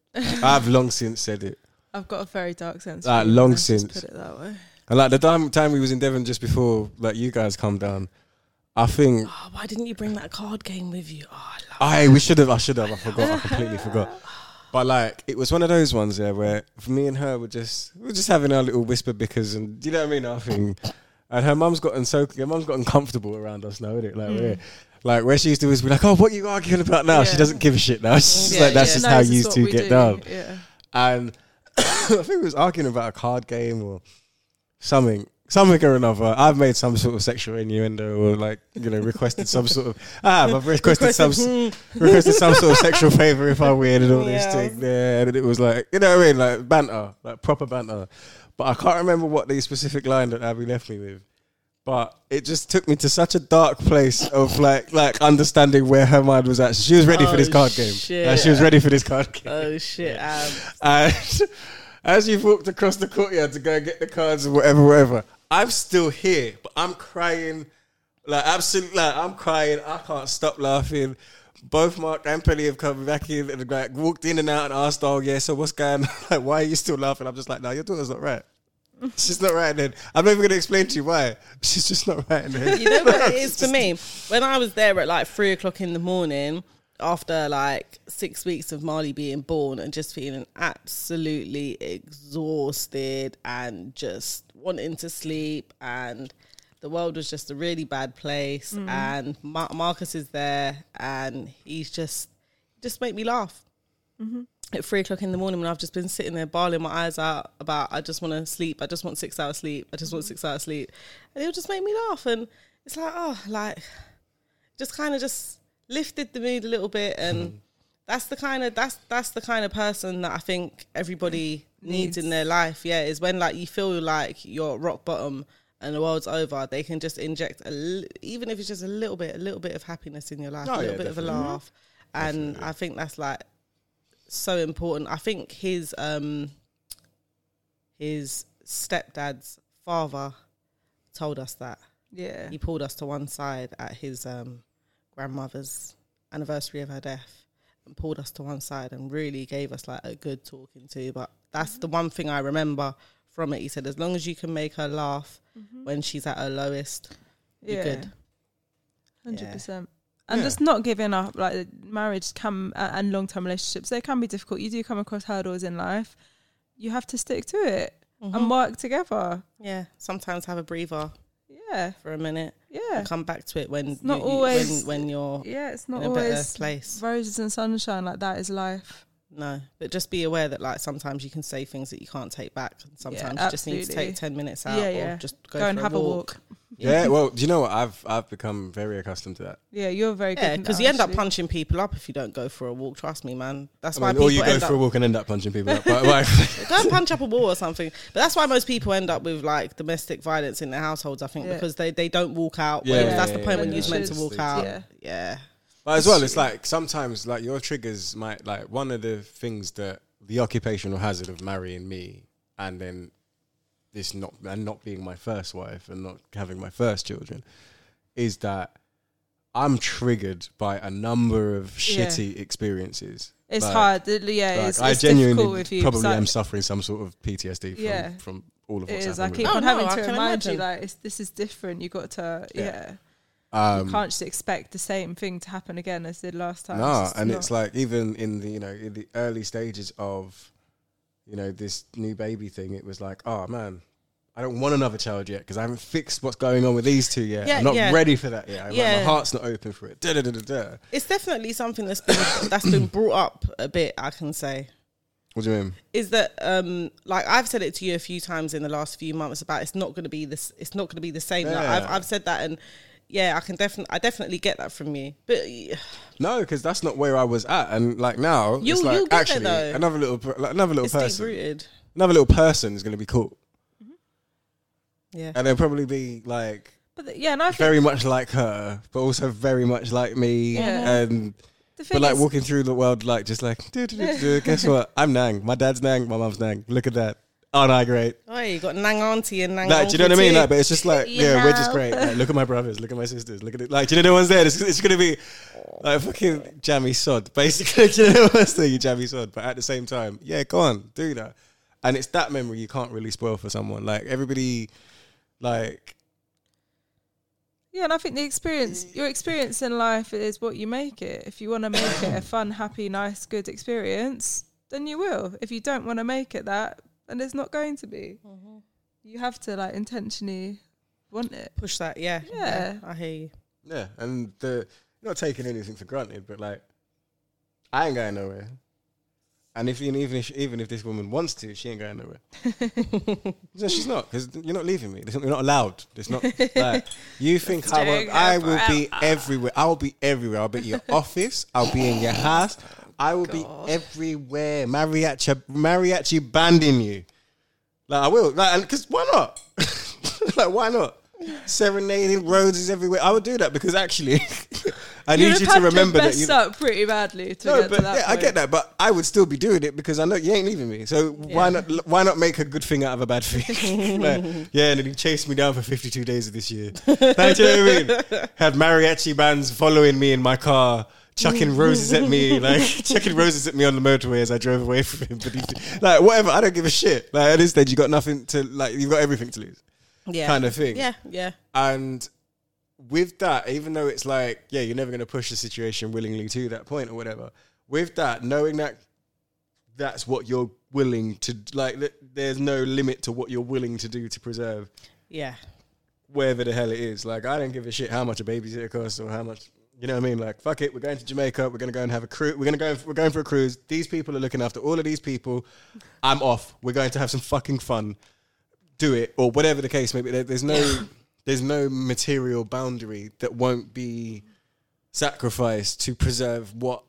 [SPEAKER 2] I've long since said it.
[SPEAKER 3] I've got a very dark sense. of
[SPEAKER 2] Like
[SPEAKER 3] humour,
[SPEAKER 2] long
[SPEAKER 3] let's just
[SPEAKER 2] since.
[SPEAKER 3] Put it that way.
[SPEAKER 2] And like the time time we was in Devon just before, like you guys come down. I think
[SPEAKER 6] Oh, why didn't you bring that card game with you? Oh, I
[SPEAKER 2] I we should have I should have I forgot I completely forgot. But like it was one of those ones there where me and her were just we were just having our little whisper bickers and do you know what I mean? I think and her mum's gotten so her mum's gotten comfortable around us now, isn't it? Like we're
[SPEAKER 3] Mm.
[SPEAKER 2] like where she used to always be like, oh, what are you arguing about now? She doesn't give a shit now. She's just
[SPEAKER 3] Yeah,
[SPEAKER 2] like, that's
[SPEAKER 3] yeah.
[SPEAKER 2] just
[SPEAKER 3] No,
[SPEAKER 2] how
[SPEAKER 3] this is
[SPEAKER 2] you
[SPEAKER 3] what
[SPEAKER 2] two
[SPEAKER 3] we
[SPEAKER 2] get
[SPEAKER 3] do,
[SPEAKER 2] down.
[SPEAKER 3] yeah.
[SPEAKER 2] And I think we was arguing about a card game or something, something or another. I've made some sort of sexual innuendo or like you know requested some sort of ah, I've requested, some
[SPEAKER 6] Requested, hmm.
[SPEAKER 2] requested some sort of sexual favor if I win and all
[SPEAKER 6] Yeah.
[SPEAKER 2] this thing there, and it was like you know what I mean, like banter, like proper banter. But I can't remember what the specific line that Abby left me with. But it just took me to such a dark place of like like understanding where her mind was at. She was ready for
[SPEAKER 6] Oh,
[SPEAKER 2] this card game.
[SPEAKER 6] shit.
[SPEAKER 2] Like, she was ready for this card game.
[SPEAKER 6] Oh shit! Um,
[SPEAKER 2] And as you've walked across the courtyard to go and get the cards or whatever, whatever, I'm still here, but I'm crying, like absolutely, like I'm crying. I can't stop laughing. Both Mark and Penny have come back in and like walked in and out and asked, "Oh yeah, so what's going? on? Like, why are you still laughing?" I'm just like, "No, your daughter's not right. She's not right." Then I'm not even gonna explain to you why. She's just not right. Then
[SPEAKER 6] you know what it is for me? When I was there at like three o'clock in the morning, after like six weeks of Marley being born and just feeling absolutely exhausted and just wanting to sleep, and the world was just a really bad place.
[SPEAKER 3] Mm.
[SPEAKER 6] And Mar- Marcus is there, and he's just just make me laugh
[SPEAKER 3] Mhm.
[SPEAKER 6] at three o'clock in the morning when I've just been sitting there bawling my eyes out about I just want to sleep, I just want six hours sleep, I just want six hours sleep, and it'll just make me laugh, and it's like oh, like just kind of just lifted the mood a little bit,
[SPEAKER 3] Hmm.
[SPEAKER 6] and that's the kind of that's that's the kind of person that I think everybody needs in their life. Yeah, is when like you feel like you're at rock bottom. And the world's over. They can just inject, a li- even if it's just a little bit, a little bit of happiness in your life,
[SPEAKER 3] Oh,
[SPEAKER 6] a little
[SPEAKER 3] yeah,
[SPEAKER 6] bit of a
[SPEAKER 3] definitely.
[SPEAKER 6] laugh, and I think that's like so important. I think his um his stepdad's father told us that.
[SPEAKER 3] Yeah.
[SPEAKER 6] He pulled us to one side at his um, grandmother's anniversary of her death and pulled us to one side and really gave us like a good talking to. But that's
[SPEAKER 3] Mm-hmm.
[SPEAKER 6] the one thing I remember from it. He said, as long as you can make her laugh
[SPEAKER 3] Mhm.
[SPEAKER 6] when she's at her lowest,
[SPEAKER 3] Yeah.
[SPEAKER 6] you're good.
[SPEAKER 3] Hundred
[SPEAKER 6] Yeah.
[SPEAKER 3] percent. And
[SPEAKER 6] Yeah.
[SPEAKER 3] just not giving up. Like marriage come uh, and long term relationships, they can be difficult. You do come across hurdles in life. You have to stick to it
[SPEAKER 6] Mm-hmm.
[SPEAKER 3] and work together.
[SPEAKER 6] Yeah. Sometimes have a breather.
[SPEAKER 3] Yeah.
[SPEAKER 6] For a minute.
[SPEAKER 3] Yeah.
[SPEAKER 6] And come back to it when
[SPEAKER 3] It's not
[SPEAKER 6] you- you-
[SPEAKER 3] always
[SPEAKER 6] when, when you're
[SPEAKER 3] yeah. It's not
[SPEAKER 6] in a
[SPEAKER 3] always
[SPEAKER 6] better place.
[SPEAKER 3] roses and sunshine like that is life.
[SPEAKER 6] No, but just be aware that like sometimes you can say things that you can't take back. And sometimes you just need to
[SPEAKER 3] absolutely.
[SPEAKER 6] take ten minutes out
[SPEAKER 3] Yeah,
[SPEAKER 6] Uh, or
[SPEAKER 3] yeah.
[SPEAKER 6] just
[SPEAKER 3] Go
[SPEAKER 6] go,
[SPEAKER 3] and
[SPEAKER 6] for
[SPEAKER 3] have a
[SPEAKER 6] a walk.
[SPEAKER 2] Yeah. Well, do you know what? I've I've become very accustomed to that.
[SPEAKER 3] Yeah, you're very good.
[SPEAKER 6] Yeah,
[SPEAKER 3] in
[SPEAKER 6] because
[SPEAKER 3] that,
[SPEAKER 6] you end up
[SPEAKER 3] actually.
[SPEAKER 6] punching people up if you don't go for a walk. Trust me, man. That's
[SPEAKER 2] I
[SPEAKER 6] why
[SPEAKER 2] mean,
[SPEAKER 6] people
[SPEAKER 2] or you go
[SPEAKER 6] end
[SPEAKER 2] for
[SPEAKER 6] up,
[SPEAKER 2] a walk and end up punching people up. But, like,
[SPEAKER 6] go and punch up a wall or something. But that's why most people end up with like domestic violence in their households. I think
[SPEAKER 3] Yeah.
[SPEAKER 6] because they, they don't walk out.
[SPEAKER 2] Yeah,
[SPEAKER 6] whereas
[SPEAKER 2] yeah,
[SPEAKER 6] that's
[SPEAKER 2] yeah,
[SPEAKER 6] the point
[SPEAKER 2] yeah,
[SPEAKER 6] when
[SPEAKER 2] yeah.
[SPEAKER 6] you're meant to walk
[SPEAKER 2] Should,
[SPEAKER 6] out.
[SPEAKER 3] yeah.
[SPEAKER 6] Yeah.
[SPEAKER 2] But as well, it's like sometimes like your triggers might like one of the things that the occupational hazard of marrying me and then this not and not being my first wife and not having my first children is that I'm triggered by a number of
[SPEAKER 3] Yeah.
[SPEAKER 2] shitty experiences.
[SPEAKER 3] It's
[SPEAKER 2] Like-
[SPEAKER 3] hard. it- Yeah,
[SPEAKER 2] like,
[SPEAKER 3] it's,
[SPEAKER 2] I
[SPEAKER 3] it's
[SPEAKER 2] genuinely
[SPEAKER 3] difficult with you.
[SPEAKER 2] probably
[SPEAKER 3] psych-
[SPEAKER 2] am suffering some sort of PTSD from,
[SPEAKER 3] Yeah.
[SPEAKER 2] from all of
[SPEAKER 3] It
[SPEAKER 2] what's
[SPEAKER 3] is. I
[SPEAKER 2] happened.
[SPEAKER 3] keep
[SPEAKER 2] with
[SPEAKER 3] on
[SPEAKER 2] me.
[SPEAKER 3] having
[SPEAKER 6] Oh, no, I
[SPEAKER 3] to
[SPEAKER 6] can
[SPEAKER 3] remind you,
[SPEAKER 6] imagine.
[SPEAKER 3] like, it's, this is different. You've got to, yeah.
[SPEAKER 2] Yeah. Um,
[SPEAKER 3] you can't just expect the same thing to happen again as did last time.
[SPEAKER 2] No,
[SPEAKER 3] just
[SPEAKER 2] and
[SPEAKER 3] not-
[SPEAKER 2] it's like even in the you know in the early stages of you know this new baby thing, it was like, oh man, I don't want another child yet because I haven't fixed what's going on with these two yet.
[SPEAKER 6] Yeah,
[SPEAKER 2] I'm not
[SPEAKER 6] yeah.
[SPEAKER 2] ready for that yet. I'm like,
[SPEAKER 6] Yeah.
[SPEAKER 2] my heart's not open for it. Da, da, da, da, da.
[SPEAKER 6] It's definitely something that's been that's been brought up a bit. I can say.
[SPEAKER 2] What do you mean?
[SPEAKER 6] is that um like I've said it to you a few times in the last few months about it's not going to be this it's not going to be the same like, I've
[SPEAKER 2] Yeah.
[SPEAKER 6] I've said that and yeah I can definitely I definitely get that from you but yeah,
[SPEAKER 2] No, because that's not where I was at, and like now,
[SPEAKER 6] You'll-
[SPEAKER 2] it's like
[SPEAKER 6] you'll get there,
[SPEAKER 2] actually
[SPEAKER 6] though.
[SPEAKER 2] another little per- like, another little
[SPEAKER 6] it's deep
[SPEAKER 2] person,
[SPEAKER 6] rooted
[SPEAKER 2] another little person is going to be cool,
[SPEAKER 6] yeah
[SPEAKER 2] and they'll probably be like
[SPEAKER 3] but the- yeah, and I think
[SPEAKER 2] very much like her, but also very much like me.
[SPEAKER 3] Yeah.
[SPEAKER 2] And
[SPEAKER 3] The thing
[SPEAKER 2] but like
[SPEAKER 3] is-
[SPEAKER 2] walking through the world, like just like "Do, do, do, do, guess what? I'm Nang. My dad's Nang. My mum's Nang. Look at that. Aren't I great?
[SPEAKER 6] oh you got Nang auntie and Nang
[SPEAKER 2] Like, do you know what I
[SPEAKER 6] uncle
[SPEAKER 2] mean?
[SPEAKER 6] too.
[SPEAKER 2] Like, but it's just like,
[SPEAKER 6] You
[SPEAKER 2] yeah, we're just
[SPEAKER 6] know.
[SPEAKER 2] great. Like, look at my brothers, look at my sisters, look at it. Like, do you know the ones there? It's, it's gonna be like fucking jammy sod, basically. do you know what I'm saying? You jammy sod, but at the same time, yeah, go on, do that. And it's that memory you can't really spoil for someone. Like everybody, like
[SPEAKER 3] yeah, and I think the experience, your experience in life is what you make it. If you want to make it a fun, happy, nice, good experience, then you will. If you don't want to make it that, then it's not going to be.
[SPEAKER 6] Mm-hmm.
[SPEAKER 3] You have to like intentionally want it.
[SPEAKER 6] push that yeah
[SPEAKER 3] Yeah.
[SPEAKER 6] I hear you
[SPEAKER 2] Yeah, and the not taking anything for granted, but like I ain't going nowhere. And if and even if even if this woman wants to, she ain't going nowhere. no, she's not because you're not leaving me. There's not- You're not allowed. It's not like you think I
[SPEAKER 13] doing it
[SPEAKER 2] will. I will be everywhere. I'll be everywhere. I'll be at your office. I'll be in your house. I will be everywhere. Mariachi mariachi banding you. Like I will. Like because why not? like why not? Serenading roses everywhere. I would do that because actually, I
[SPEAKER 3] You'd
[SPEAKER 2] need
[SPEAKER 3] have
[SPEAKER 2] you
[SPEAKER 3] had
[SPEAKER 2] to remember that.
[SPEAKER 3] mess
[SPEAKER 2] You,
[SPEAKER 3] up pretty badly to
[SPEAKER 2] no,
[SPEAKER 3] get to
[SPEAKER 2] but
[SPEAKER 3] that.
[SPEAKER 2] yeah, I
[SPEAKER 3] point.
[SPEAKER 2] get that. But I would still be doing it because I know you ain't leaving me. So why not? Why not make a good thing out of a bad thing? Like, yeah, and then he chased me down for fifty-two days of this year. like, do you know what I mean? Had mariachi bands following me in my car. Chucking roses at me, like chucking roses at me on the motorway as I drove away from him. But he, like whatever, I don't give a shit. Like at this stage, you got nothing to like. You've got everything to lose,
[SPEAKER 6] yeah
[SPEAKER 2] kind of thing.
[SPEAKER 6] yeah yeah
[SPEAKER 2] And with that, even though it's like, yeah, you're never going to push the situation willingly to that point or whatever, with that, knowing that that's what you're willing to, like, th- there's no limit to what you're willing to do to preserve
[SPEAKER 6] yeah
[SPEAKER 2] wherever the hell it is. Like, I don't give a shit how much a babysitter costs or how much. You know what I mean? Like, fuck it. We're going to Jamaica. We're going to go and have a cruise. We're going to go. We're going for a cruise. These people are looking after all of these people. I'm off. We're going to have some fucking fun. Do it or whatever the case may be. There, there's no, there's no material boundary that won't be sacrificed to preserve what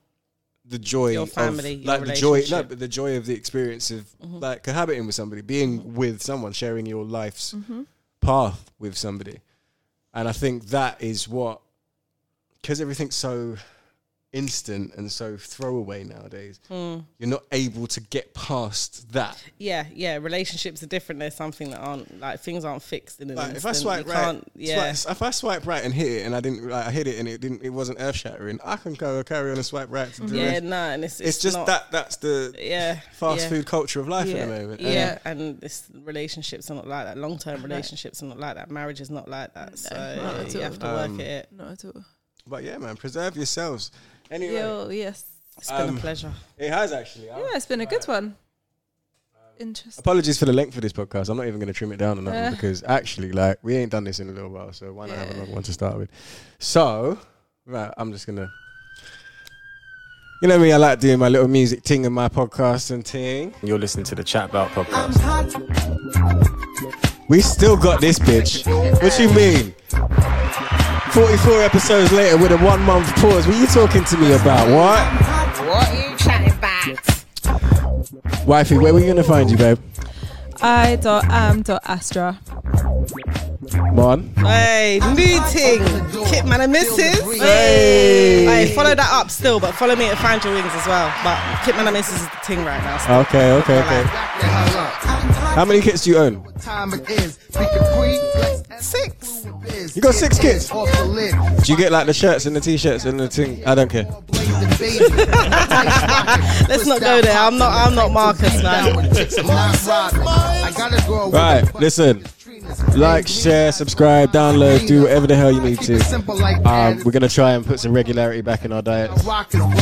[SPEAKER 2] the joy
[SPEAKER 6] Your family,
[SPEAKER 2] of,
[SPEAKER 6] your
[SPEAKER 2] like the joy. No,
[SPEAKER 6] relationship. Mm-hmm.
[SPEAKER 2] but the joy of the experience of like cohabiting with somebody, being with someone, sharing your life's
[SPEAKER 6] Mm-hmm.
[SPEAKER 3] Mhm.
[SPEAKER 2] path with somebody. And I think that is what, because everything's so instant and so throwaway nowadays.
[SPEAKER 6] Mm.
[SPEAKER 2] You're not able to get past that.
[SPEAKER 6] Yeah, yeah. Relationships are different. There's something that aren't like things aren't fixed in an
[SPEAKER 2] Like,
[SPEAKER 6] instant.
[SPEAKER 2] if I swipe
[SPEAKER 6] You
[SPEAKER 2] right,
[SPEAKER 6] can't- yeah,
[SPEAKER 2] swipe- if I swipe right and hit it, and I didn't, like, I hit it and it didn't, it wasn't earth shattering. I can go carry on and swipe right. To do
[SPEAKER 6] yeah.
[SPEAKER 2] it.
[SPEAKER 6] No, and it's
[SPEAKER 2] it's, just
[SPEAKER 6] not-
[SPEAKER 2] that that's the
[SPEAKER 6] Yeah,
[SPEAKER 2] fast
[SPEAKER 6] yeah.
[SPEAKER 2] food culture of life
[SPEAKER 6] yeah.
[SPEAKER 2] at the moment.
[SPEAKER 6] Yeah,
[SPEAKER 2] And
[SPEAKER 6] and this relationships are not like that. Long term relationships are not like that. Marriage is not like that. so
[SPEAKER 3] not at
[SPEAKER 6] you have to
[SPEAKER 2] all.
[SPEAKER 6] work
[SPEAKER 2] Um,
[SPEAKER 6] at it.
[SPEAKER 3] Not at all.
[SPEAKER 2] But yeah, man, preserve yourselves. Anyway,
[SPEAKER 3] Yo, yes.
[SPEAKER 6] It's been
[SPEAKER 2] Um,
[SPEAKER 6] a pleasure.
[SPEAKER 2] it has actually. I-
[SPEAKER 3] Yeah, it's been a good one. Interesting.
[SPEAKER 2] Apologies for the length of this podcast. I'm not even going to trim it down or nothing
[SPEAKER 3] Yeah.
[SPEAKER 2] because actually, like, we ain't done this in a little while, so why not have a long one to start with? So, right, I'm just gonna. You know me, I like doing my little music ting and my podcast and ting.
[SPEAKER 13] You're listening to the Chat Bout podcast.
[SPEAKER 2] We still got this bitch. What you mean? 44 episodes later with a one month pause. What you talking to me about? What?
[SPEAKER 11] What you chatting about?
[SPEAKER 2] Wifey, where we gonna find you, babe?
[SPEAKER 3] I dot am dot Astra.
[SPEAKER 2] Mon.
[SPEAKER 6] Hey, new ting. Kit man and Mrs.
[SPEAKER 2] Hey.
[SPEAKER 6] Hey, follow that up still, but follow me at Find Your Wings as well. But Kit man and Mrs. is the ting right now. still.
[SPEAKER 2] Okay, okay, okay. How many kids do you own?
[SPEAKER 14] Time it is. Pick a Six.
[SPEAKER 2] You got six kids. Do you get like the shirts and the t-shirts and the ting? I don't care.
[SPEAKER 6] Let's not go there. I'm not. I'm not Marcus, man.
[SPEAKER 14] I gotta go
[SPEAKER 2] Right, listen. Like, share, subscribe, download, do whatever the hell you need to. Um, we're gonna try and put some regularity back in our diet,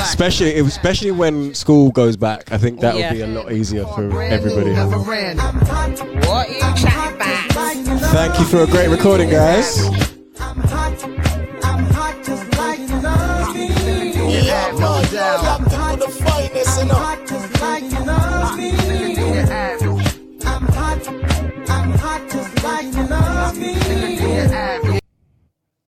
[SPEAKER 2] especially especially when school goes back. I think that would be a lot easier for everybody.
[SPEAKER 11] What you chatting about?
[SPEAKER 2] Thank you for a great recording, guys.
[SPEAKER 8] Yeah, no doubt. Locked into the finest, and I'm just like you love me. I'm hot, I'm hot just like you love me.